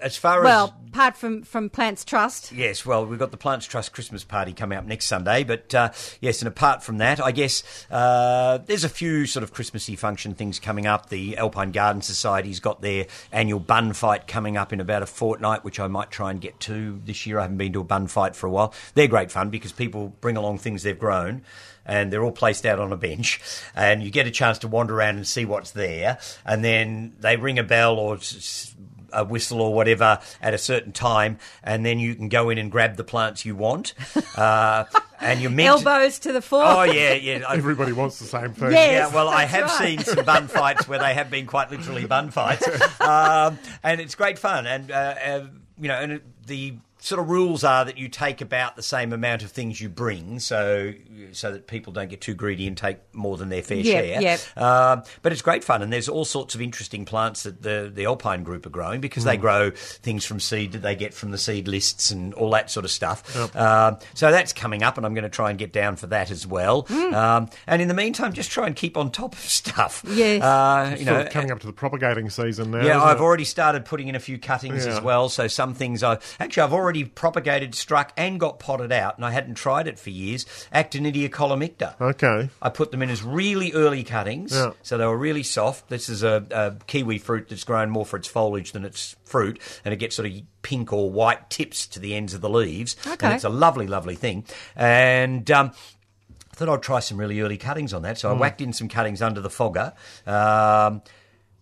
Speaker 2: as far as
Speaker 1: Well, apart from from Plants Trust.
Speaker 2: Yes, well, we've got the Plants Trust Christmas party coming up next Sunday, but uh, yes, and apart from that, I guess uh, there's a few sort of Christmassy function things coming up. The Alpine Garden Society's got their annual bun fight coming up in about a fortnight, which I might try and get to this year. I haven't been to a bun fight for a while. They're great fun because people bring along things they've grown. And they're all placed out on a bench, and you get a chance to wander around and see what's there. And then they ring a bell or s- s- a whistle or whatever at a certain time, and then you can go in and grab the plants you want. Uh, and you're meant
Speaker 1: Elbows to the fore.
Speaker 2: To, oh yeah, yeah. I-
Speaker 3: everybody wants the same thing.
Speaker 1: Yeah.
Speaker 2: yeah,
Speaker 1: Yes,
Speaker 2: well, I
Speaker 1: that's
Speaker 2: have
Speaker 1: right.
Speaker 2: seen some bun fights where they have been quite literally bun fights, um, and it's great fun. And uh, uh, you know, and it- the sort of rules are that you take about the same amount of things you bring, so so that people don't get too greedy and take more than their fair
Speaker 1: Yep,
Speaker 2: share.
Speaker 1: yep.
Speaker 2: Um, but it's great fun, and there's all sorts of interesting plants that the the Alpine Group are growing because
Speaker 3: Hmm.
Speaker 2: they grow things from seed that they get from the seed lists and all that sort of stuff. Um, so that's coming up, and I'm going to try and get down for that as well.
Speaker 3: Hmm.
Speaker 2: Um, and in the meantime, just try and keep on top of stuff.
Speaker 1: Yes.
Speaker 2: uh, you
Speaker 3: Sort
Speaker 2: know.
Speaker 3: of coming up to the propagating season now.
Speaker 2: Yeah,
Speaker 3: isn't
Speaker 2: I've
Speaker 3: it?
Speaker 2: already started putting in a few cuttings
Speaker 3: Yeah.
Speaker 2: as well. So some things I actually I've already propagated, struck, and got potted out, and I hadn't tried it for years. Actinidia columicta.
Speaker 3: Okay.
Speaker 2: I put them in as really early cuttings,
Speaker 3: Yeah.
Speaker 2: so they were really soft. This is a, a kiwi fruit that's grown more for its foliage than its fruit, and it gets sort of pink or white tips to the ends of the leaves.
Speaker 1: Okay.
Speaker 2: And it's a lovely, lovely thing. And. Um, I thought I'd try some really early cuttings on that, so I
Speaker 3: Hmm.
Speaker 2: whacked in some cuttings under the fogger, um,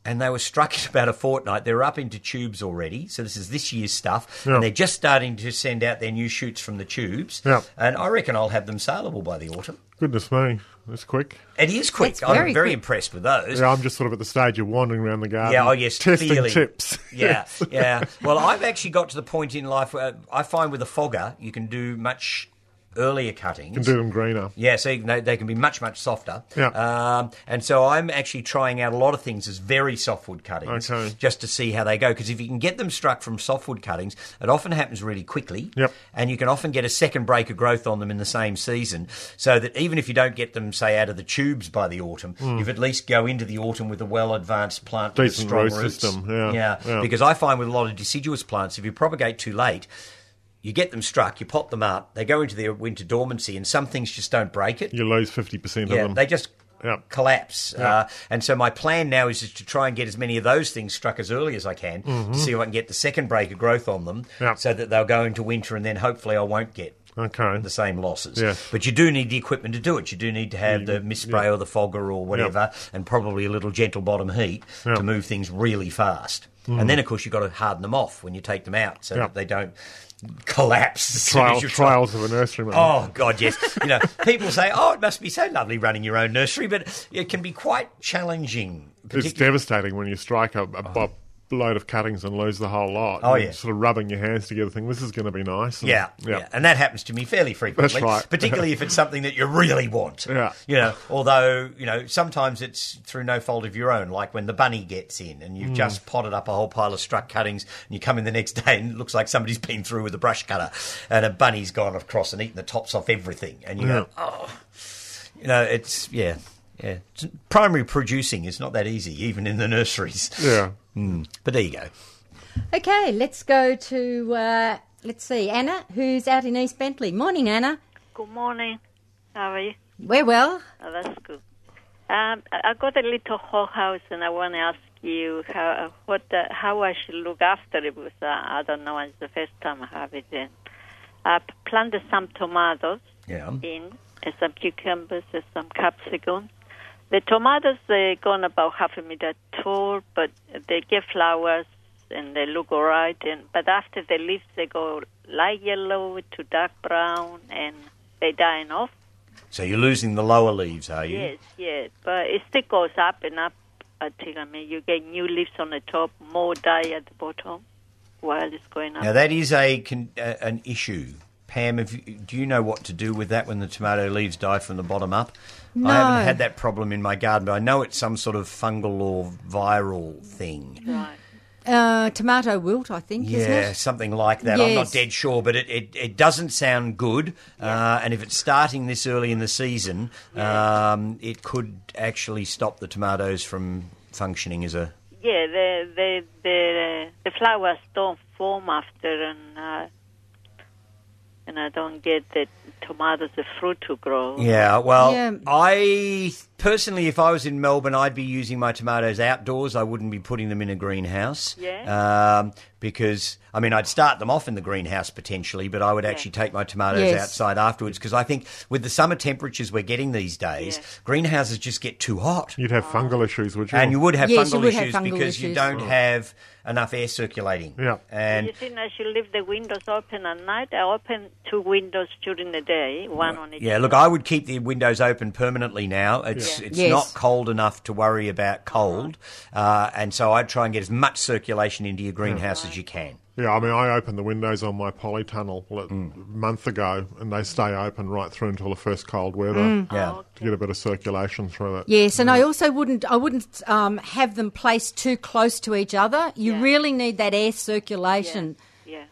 Speaker 2: and they were struck in about a fortnight. They're up into tubes already, so this is this year's stuff,
Speaker 3: Yeah.
Speaker 2: and they're just starting to send out their new shoots from the tubes.
Speaker 3: Yeah.
Speaker 2: And I reckon I'll have them saleable by the autumn.
Speaker 3: Goodness me, that's quick.
Speaker 2: It is quick.
Speaker 1: It's
Speaker 2: I'm
Speaker 1: very
Speaker 2: very,
Speaker 1: quick.
Speaker 2: impressed with those.
Speaker 3: Yeah, I'm just sort of at the stage of wandering around the garden.
Speaker 2: Uh, Yeah, oh, yes,
Speaker 3: testing
Speaker 2: clearly.
Speaker 3: tips.
Speaker 2: Yeah, yeah. Well, I've actually got to the point in life where I find with a fogger you can do much earlier cuttings.
Speaker 3: You can do them greener.
Speaker 2: Yeah, so you can- they, they can be much, much softer.
Speaker 3: Yeah.
Speaker 2: Um, and so I'm actually trying out a lot of things as very softwood cuttings
Speaker 3: Okay.
Speaker 2: just to see how they go. Because if you can get them struck from softwood cuttings, it often happens really quickly.
Speaker 3: Yep.
Speaker 2: And you can often get a second break of growth on them in the same season. So that even if you don't get them, say, out of the tubes by the autumn,
Speaker 3: Hmm.
Speaker 2: you've at least go into the autumn with a well advanced plant with a
Speaker 3: Decent
Speaker 2: strong
Speaker 3: root
Speaker 2: roots.
Speaker 3: system, yeah, yeah.
Speaker 2: Because I find with a lot of deciduous plants, if you propagate too late, you get them struck, you pop them up, they go into their winter dormancy, and some things just don't break it.
Speaker 3: You lose 50%
Speaker 2: Yeah,
Speaker 3: of them.
Speaker 2: they just
Speaker 3: Yeah.
Speaker 2: collapse. Uh, and so my plan now is just to try and get as many of those things struck as early as I can to see if I can get the second break of growth on them
Speaker 3: Mm-hmm. Yeah.
Speaker 2: so that they'll go into winter and then hopefully I won't get
Speaker 3: Okay.
Speaker 2: the same losses.
Speaker 3: Yeah.
Speaker 2: But you do need the equipment to do it. You do need to have the mist spray or the fogger or whatever, and probably a little gentle bottom heat
Speaker 3: Yeah. Mm.
Speaker 2: to move things really fast. And then, of course, you've got to harden them off when you take them out so
Speaker 3: Yeah.
Speaker 2: that they don't collapse. as soon
Speaker 3: Trial,
Speaker 2: as you try-
Speaker 3: trials of a nurseryman.
Speaker 2: Oh God, yes. You know, people say, "Oh, it must be so lovely running your own nursery," but it can be quite challenging.
Speaker 3: It's
Speaker 2: particularly-
Speaker 3: devastating when you strike a, a bo- load of cuttings and lose the whole lot.
Speaker 2: Oh,
Speaker 3: You're
Speaker 2: yeah.
Speaker 3: Sort of rubbing your hands together, thinking, this is going to be nice. And-
Speaker 2: Yeah, yeah, and that happens to me fairly frequently.
Speaker 3: right.
Speaker 2: Particularly if it's something that you really want.
Speaker 3: Yeah.
Speaker 2: you know. Although you know, sometimes it's through no fault of your own. Like when the bunny gets in, and
Speaker 3: Mm.
Speaker 2: you've just potted up a whole pile of struck cuttings, and you come in the next day, and it looks like somebody's been through with a brush cutter, and a bunny's gone across and eaten the tops off everything, and you go, oh, you know, it's yeah. Yeah, It's- primary producing is not that easy, even in the nurseries.
Speaker 3: Yeah.
Speaker 2: Mm. But there you go.
Speaker 1: Okay, let's go to uh, let's see Anna, who's out in East Bentley. Morning, Anna.
Speaker 10: Good morning. How are you?
Speaker 1: We're well.
Speaker 10: Oh, that's good. Um, I I got a little whole house, and I want to ask you how what uh, how I should look after it because uh, I don't know. It's the first time I have it in. I p- planted some tomatoes
Speaker 2: Yeah.
Speaker 10: in, and some cucumbers, and some capsicum. The tomatoes they gone about half a meter tall, but they get flowers and they look alright. And but after the leaves they go light yellow to dark brown, and they dying off.
Speaker 2: So you're losing the lower leaves, are you?
Speaker 10: Yes, yes, but it still goes up and up. I think I mean you get new leaves on the top, more dye at the bottom, while it's going up.
Speaker 2: Now that is a con- uh, an issue. Pam, if you, do you know what to do with that when the tomato leaves die from the bottom up? I
Speaker 1: No.
Speaker 2: haven't had that problem in my garden, but I know it's some sort of fungal or viral thing.
Speaker 10: Right.
Speaker 1: Uh, tomato wilt, I think, isn't
Speaker 2: Yeah,
Speaker 1: it?
Speaker 2: something like that. I'm
Speaker 1: Yes.
Speaker 2: not dead sure, but it, it, it doesn't sound good. Uh, and if it's starting this early in the season, um, it could actually stop the tomatoes from functioning as a.
Speaker 10: Yeah, the the the the flowers don't form after, and uh, and I don't get the tomatoes, the fruit to grow.
Speaker 2: Yeah, well,
Speaker 1: Yeah.
Speaker 2: I personally, if I was in Melbourne, I'd be using my tomatoes outdoors. I wouldn't be putting them in a greenhouse.
Speaker 10: Yeah.
Speaker 2: Um, because, I mean, I'd start them off in the greenhouse potentially, but I would actually take my tomatoes
Speaker 1: Yes.
Speaker 2: outside afterwards because I think with the summer temperatures we're getting these days,
Speaker 10: Yeah.
Speaker 2: greenhouses just get too hot.
Speaker 3: You'd have fungal issues, would you? Oh.
Speaker 2: And you would have
Speaker 1: Yes, you
Speaker 2: fungal
Speaker 1: would have
Speaker 2: issues
Speaker 1: fungal
Speaker 2: because you
Speaker 1: issues.
Speaker 2: don't have enough air circulating.
Speaker 3: Yeah.
Speaker 2: And
Speaker 10: You think I should leave the windows open at night? I open two windows during the day, one on each.
Speaker 2: Yeah, look, I would keep the windows open permanently now. It's
Speaker 10: Yeah.
Speaker 2: it's
Speaker 1: Yes.
Speaker 2: not cold enough to worry about cold, uh, and so I'd try and get as much circulation into your greenhouse as you can.
Speaker 3: Yeah, I mean, I opened the windows on my polytunnel a
Speaker 2: Mm.
Speaker 3: month ago, and they stay open right through until the first cold weather
Speaker 2: Yeah.
Speaker 3: to get a bit of circulation through it.
Speaker 1: Yes, and I also wouldn't. I wouldn't um, have them placed too close to each other. You
Speaker 10: Yeah.
Speaker 1: really need that air circulation.
Speaker 10: Yeah.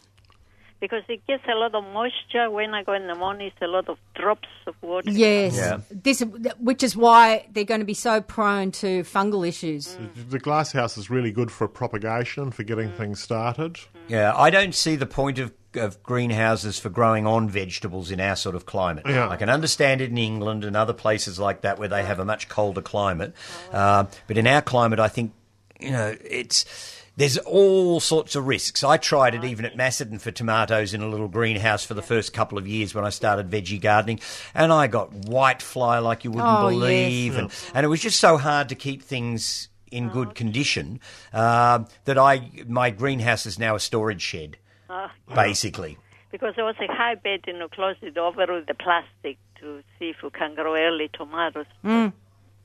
Speaker 10: Because it gets a lot of moisture when I go in the morning. It's a lot of drops of water.
Speaker 1: Yes,
Speaker 2: Yeah.
Speaker 1: this which is why they're going to be so prone to fungal issues.
Speaker 3: The- The glass house is really good for propagation, for getting things started.
Speaker 2: Yeah, I don't see the point of of greenhouses for growing on vegetables in our sort of climate.
Speaker 3: Yeah.
Speaker 2: I can understand it in England and other places like that where they have a much colder climate, Um but in our climate, I think you know it's. There's all sorts of risks. I tried it even at Macedon for tomatoes in a little greenhouse for the first couple of years when I started veggie gardening, and I got white fly like you wouldn't
Speaker 1: Oh, yes.
Speaker 2: believe, and, and it was just so hard to keep things in
Speaker 1: Oh.
Speaker 2: good condition um, that I my greenhouse is now a storage shed,
Speaker 1: Oh.
Speaker 2: basically.
Speaker 10: Ah, Because there was a high bed in the closet over with the plastic to see if we can grow early tomatoes.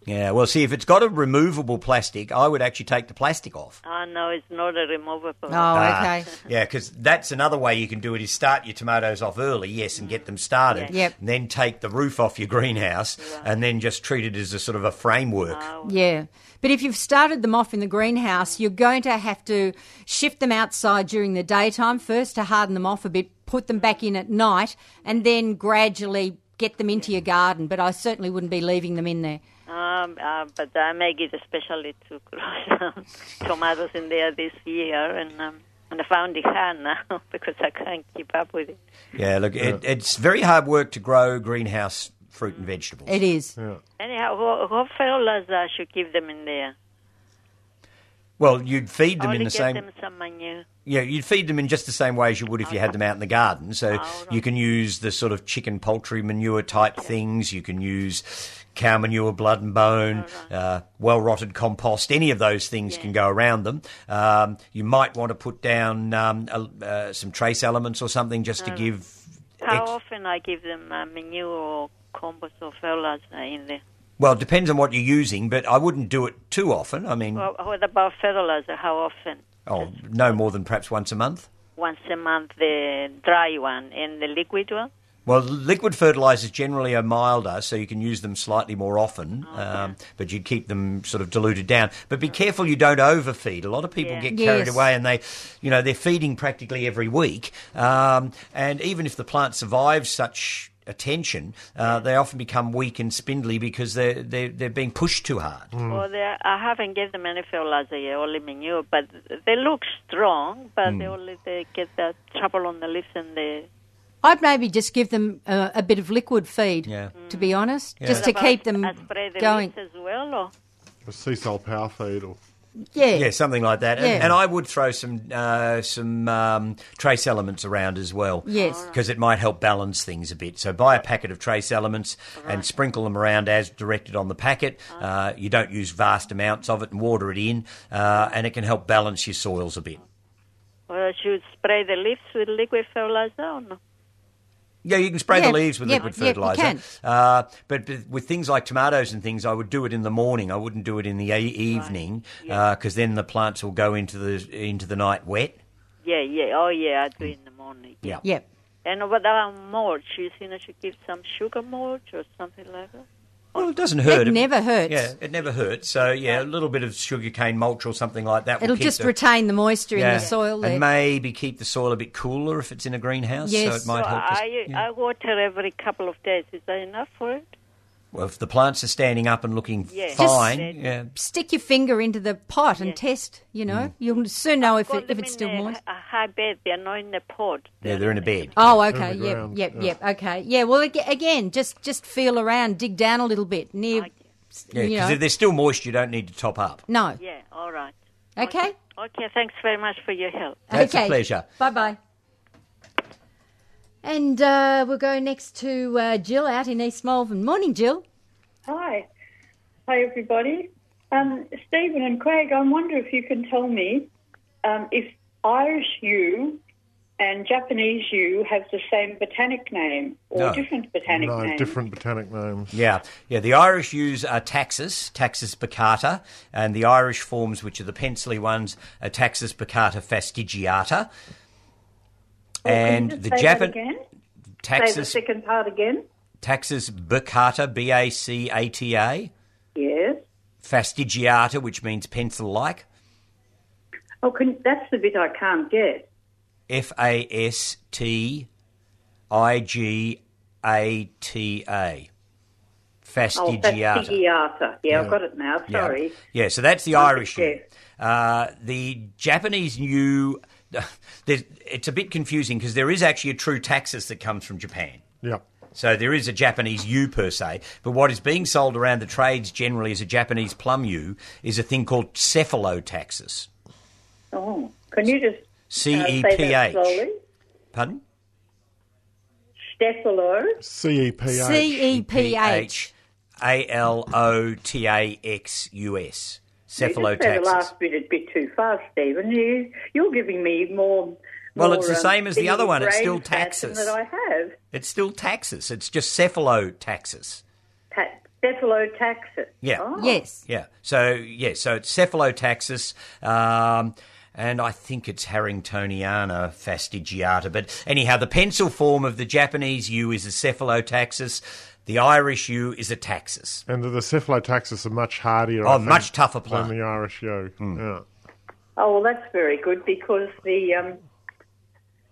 Speaker 2: Yeah, well, see, if it's got a removable plastic, I would actually take the plastic off.
Speaker 10: Oh, no, it's not a removable.
Speaker 1: Oh,
Speaker 2: Ah,
Speaker 1: okay.
Speaker 2: Yeah, because that's another way you can do it is start your tomatoes off early, yes, and get them started.
Speaker 1: Yeah. Yep.
Speaker 2: And then take the roof off your greenhouse and then just treat it as a sort of a framework.
Speaker 1: Yeah. But if you've started them off in the greenhouse, you're going to have to shift them outside during the daytime first to harden them off a bit, put them back in at night, and then gradually get them into your garden. But I certainly wouldn't be leaving them in there.
Speaker 10: Um, uh, but I make it especially to grow some tomatoes in there this year. And, um, and I found it hard now because I can't keep up with it.
Speaker 2: Yeah, look, It, it's very hard work to grow greenhouse fruit and vegetables.
Speaker 1: It is.
Speaker 10: uh, Anyhow, what, what fellas I should keep them in there?
Speaker 2: Well, you'd feed them
Speaker 10: Only
Speaker 2: in the
Speaker 10: give
Speaker 2: same.
Speaker 10: Oh, them some manure.
Speaker 2: Yeah, you'd feed them in just the same way as you would if you had them out in the garden.
Speaker 10: Oh,
Speaker 2: So you can use the sort of chicken poultry manure type things. You can use cow manure, blood and bone,
Speaker 10: Oh,
Speaker 2: uh, well rotted compost. Any of those things can go around them. Um, you might want to put down um, a, uh, some trace elements or something just
Speaker 10: Oh.
Speaker 2: to give.
Speaker 10: How
Speaker 2: ex-
Speaker 10: often I give them uh, manure or compost or fellas uh, in there?
Speaker 2: Well, it depends on what you're using, but I wouldn't do it too often. I mean,
Speaker 10: Well, what about fertilizer? How often?
Speaker 2: oh, no more than perhaps once a month.
Speaker 10: Once a month, the dry one and the liquid one.
Speaker 2: Well, liquid fertilisers generally are milder, so you can use them slightly more often, um, but you'd keep them sort of diluted down. But be careful you don't overfeed. A lot of people
Speaker 10: Yeah.
Speaker 2: get carried
Speaker 1: Yes.
Speaker 2: away and they, you know, they're feeding practically every week. Um, and even if the plant survives such attention, uh, they often become weak and spindly because they're, they're, they're being pushed too hard.
Speaker 10: Well, they I haven't given them any fertilizer yet, only manure. But they look strong, but
Speaker 2: Mm.
Speaker 10: they only they get that trouble on the leaves and the
Speaker 1: I'd maybe just give them a, a bit of liquid feed,
Speaker 2: Yeah.
Speaker 1: to be honest,
Speaker 2: Yeah.
Speaker 1: just to
Speaker 10: About-
Speaker 1: keep them
Speaker 10: I spray the
Speaker 1: going.
Speaker 10: leaves as well. Or
Speaker 3: A sea salt power feed or
Speaker 1: Yeah.
Speaker 2: Yeah, something like that. And,
Speaker 1: Yeah.
Speaker 2: and I would throw some uh, some um, trace elements around as well.
Speaker 1: Yes.
Speaker 2: because it might help balance things a bit. So buy a packet of trace elements and sprinkle them around as directed on the packet.
Speaker 1: Uh-huh.
Speaker 2: Uh, you don't use vast amounts of it and water it in, uh, and it can help balance your soils a bit.
Speaker 10: Well, I should spray the leaves with liquid fertilizer or no?
Speaker 2: Yeah, you can spray
Speaker 1: Yeah,
Speaker 2: the leaves with
Speaker 1: yeah,
Speaker 2: liquid
Speaker 1: yeah, you
Speaker 2: fertilizer.
Speaker 1: can.
Speaker 2: Uh, but, but with things like tomatoes and things, I would do it in the morning. I wouldn't do it in the e- evening because then the plants will go into the into the night wet.
Speaker 10: Yeah, yeah. Oh, yeah, I do in the morning.
Speaker 2: Yeah.
Speaker 1: Yep.
Speaker 10: And what about mulch? You think I should give some sugar mulch or something like that?
Speaker 2: Well, it doesn't hurt.
Speaker 1: never hurts.
Speaker 2: Yeah, it never hurts. So yeah, a little bit of sugarcane mulch or something like that. will
Speaker 1: It'll
Speaker 2: keep
Speaker 1: just
Speaker 2: the-
Speaker 1: retain the moisture
Speaker 2: yeah,
Speaker 1: in the soil there.
Speaker 2: and maybe keep the soil a bit cooler if it's in a greenhouse. so
Speaker 1: Yes.
Speaker 2: it might
Speaker 10: so
Speaker 2: help. us-
Speaker 10: I,
Speaker 2: yeah.
Speaker 10: I water every couple of days. Is that enough for it?
Speaker 2: Well, if the plants are standing up and looking
Speaker 10: Yes. Just-
Speaker 2: fine, yeah, Mm.
Speaker 1: Stick your finger into the pot and test. You know, you'll soon know if,
Speaker 10: Well,
Speaker 1: it, if
Speaker 10: them
Speaker 1: it's
Speaker 10: in
Speaker 1: still
Speaker 10: uh, a,
Speaker 1: moist.
Speaker 10: A high bed. They're not in the pot.
Speaker 2: yeah, they're in a bed.
Speaker 1: Oh, okay.
Speaker 3: the
Speaker 1: Yep,
Speaker 3: ground,
Speaker 1: yep,
Speaker 3: yeah.
Speaker 1: yep. Okay. Yeah. Well, ag- again, just just feel around, dig down a little bit near. s-
Speaker 2: Yeah,
Speaker 1: you
Speaker 2: because
Speaker 1: know.
Speaker 2: if they're still moist, you don't need to top up.
Speaker 1: no.
Speaker 10: Yeah. All right.
Speaker 1: Okay.
Speaker 10: Okay. Thanks very much for your help.
Speaker 2: That's
Speaker 1: okay.
Speaker 2: a pleasure.
Speaker 1: Bye bye. And uh, we'll go next to uh, Jill out in East Malvern. Morning, Jill.
Speaker 4: Hi. Hi, everybody. Um, Stephen and Craig, I wonder if you can tell me um, if Irish yew and Japanese yew have the same botanic name or
Speaker 2: No.
Speaker 4: different botanic
Speaker 3: no
Speaker 4: name.
Speaker 3: different botanic names.
Speaker 2: Yeah, yeah. The Irish use uh, are taxus, taxus baccata, and the Irish forms, which are the pencily ones, are taxus baccata fastigiata. and
Speaker 4: Can Oh, you just
Speaker 2: the
Speaker 4: say
Speaker 2: Japan
Speaker 4: that again? Say the
Speaker 2: taxus
Speaker 4: second part again.
Speaker 2: taxus baccata, b a c a t a,
Speaker 4: Yes.
Speaker 2: fastigiata, which means pencil-like,
Speaker 4: Oh, can, that's the bit I can't get.
Speaker 2: f a s t i g a t a,
Speaker 4: Oh, that's
Speaker 2: fastigiata.
Speaker 4: Tigiata. Yeah, I've got it now.
Speaker 2: Yeah.
Speaker 4: Sorry.
Speaker 2: Yeah, so that's the Irish
Speaker 4: yeah.
Speaker 2: yew. Uh, the Japanese yew, there's- it's a bit confusing because there is actually a true taxus that comes from Japan.
Speaker 3: Yeah.
Speaker 2: So there is a Japanese yew per se, but what is being sold around the trades generally as a Japanese plum yew is a thing called cephalotaxis.
Speaker 4: Oh, can you just
Speaker 2: C
Speaker 4: uh,
Speaker 2: E
Speaker 4: say
Speaker 2: P
Speaker 4: that slowly?
Speaker 2: H. Pardon?
Speaker 4: Stephalo.
Speaker 3: C E P H.
Speaker 1: C E P H.
Speaker 2: A L O T A X U S.
Speaker 4: You just said the
Speaker 2: Cephalotaxis.
Speaker 4: last bit a bit too fast, Stephen. You, you're giving me more.
Speaker 2: Well,
Speaker 4: more,
Speaker 2: it's the same as the other one. It's still
Speaker 4: um, brain fat than
Speaker 2: taxes.
Speaker 4: That I have
Speaker 2: It's still taxus. It's just cephalotaxis.
Speaker 4: Ta- cephalotaxis.
Speaker 2: Yeah.
Speaker 4: Oh.
Speaker 1: Yes.
Speaker 2: Yeah. So yeah. So it's cephalotaxis, um, and I think it's Harringtoniana fastigiata. But anyhow, the pencil form of the Japanese U is a cephalotaxis. The Irish U is a taxus.
Speaker 3: And the, the cephalotaxis are much hardier.
Speaker 2: Oh,
Speaker 3: I think,
Speaker 2: much tougher Mm.
Speaker 3: than
Speaker 2: plant.
Speaker 3: the Irish yew. Yeah.
Speaker 4: Oh, well, that's very good because the um,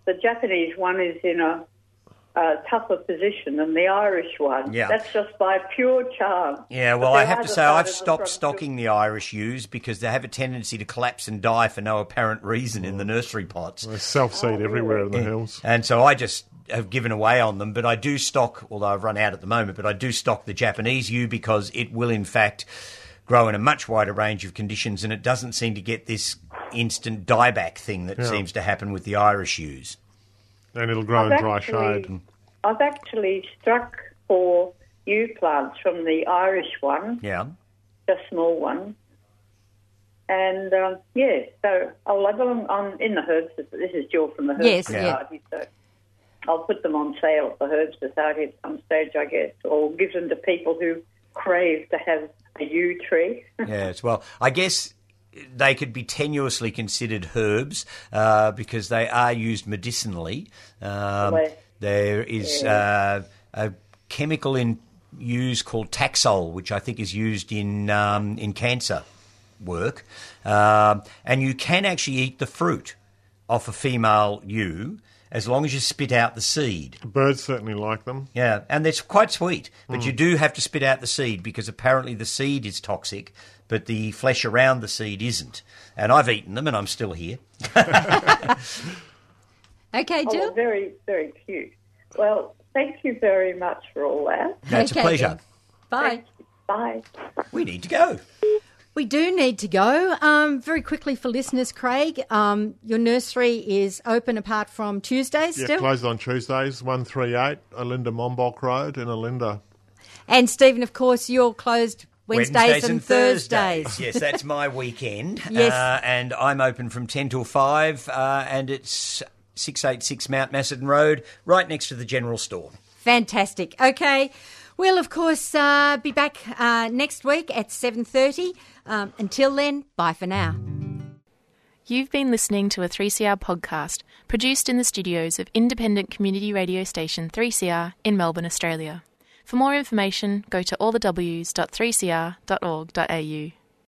Speaker 4: the Japanese one is in a, a tougher position than the Irish one.
Speaker 2: Yeah.
Speaker 4: That's just by pure charm.
Speaker 2: Yeah,
Speaker 4: But
Speaker 2: well,
Speaker 4: there
Speaker 2: I have
Speaker 4: are
Speaker 2: to
Speaker 4: the
Speaker 2: say I've
Speaker 4: others
Speaker 2: stopped
Speaker 4: from-
Speaker 2: stocking the Irish ewes because they have a tendency to collapse and die for no apparent reason
Speaker 3: Mm.
Speaker 2: in the nursery pots.
Speaker 3: They self
Speaker 4: Oh,
Speaker 3: seed everywhere in the hills.
Speaker 2: And so I just have given away on them, but I do stock, although I've run out at the moment, but I do stock the Japanese yew because it will, in fact, grow in a much wider range of conditions, and it doesn't seem to get this instant dieback thing that
Speaker 3: Yeah.
Speaker 2: seems to happen with the Irish yews.
Speaker 3: And it'll grow in
Speaker 4: I've
Speaker 3: dry
Speaker 4: actually-
Speaker 3: shade.
Speaker 4: I've actually struck for yew plants from the Irish one,
Speaker 2: Yeah.
Speaker 4: the small one. And um, yeah, so I'll have them on in the herbs. This is Jill from the Herb
Speaker 1: Yes, yeah.
Speaker 4: Society. So I'll put them on sale at the Herb Society at some stage, I guess, or give them to people who crave to have a yew tree.
Speaker 2: yes. Well, I guess they could be tenuously considered herbs uh, because they are used medicinally. Um,
Speaker 4: Right.
Speaker 2: there is uh, a chemical in use called taxol, which I think is used in um, in cancer work, um, and you can actually eat the fruit off a female yew as long as you spit out the seed.
Speaker 3: Birds certainly like them.
Speaker 2: Yeah, and it's quite sweet, but you do have to spit out the seed because apparently the seed is toxic, but the flesh around the seed isn't. And I've eaten them, and I'm still here.
Speaker 1: Okay,
Speaker 4: Oh, well,
Speaker 1: Jill.
Speaker 4: very, very cute. Well, thank you very much for all that.
Speaker 2: That's
Speaker 1: Okay,
Speaker 2: a pleasure.
Speaker 1: then. Bye.
Speaker 4: Bye.
Speaker 2: We need to go.
Speaker 1: We do need to go. Um, very quickly for listeners, Craig, um, your nursery is open apart from Tuesdays
Speaker 3: Yeah,
Speaker 1: still.
Speaker 3: closed on Tuesdays, 138 Alinda Mombolk Road in Alinda.
Speaker 1: And Stephen, of course, you're closed Wednesdays, and, Thursdays.
Speaker 2: yes, that's my weekend.
Speaker 1: Yes.
Speaker 2: Uh, and I'm open from 10 till 5, uh, and it's 686 Mount Macedon Road, right next to the general store.
Speaker 1: Fantastic. Okay. We'll of course uh, be back uh, next week at 7:30. Um, until then, bye for now.
Speaker 9: You've been listening to a 3CR podcast produced in the studios of independent community radio station 3CR in Melbourne, Australia. For more information, go to allthews.3cr.org.au.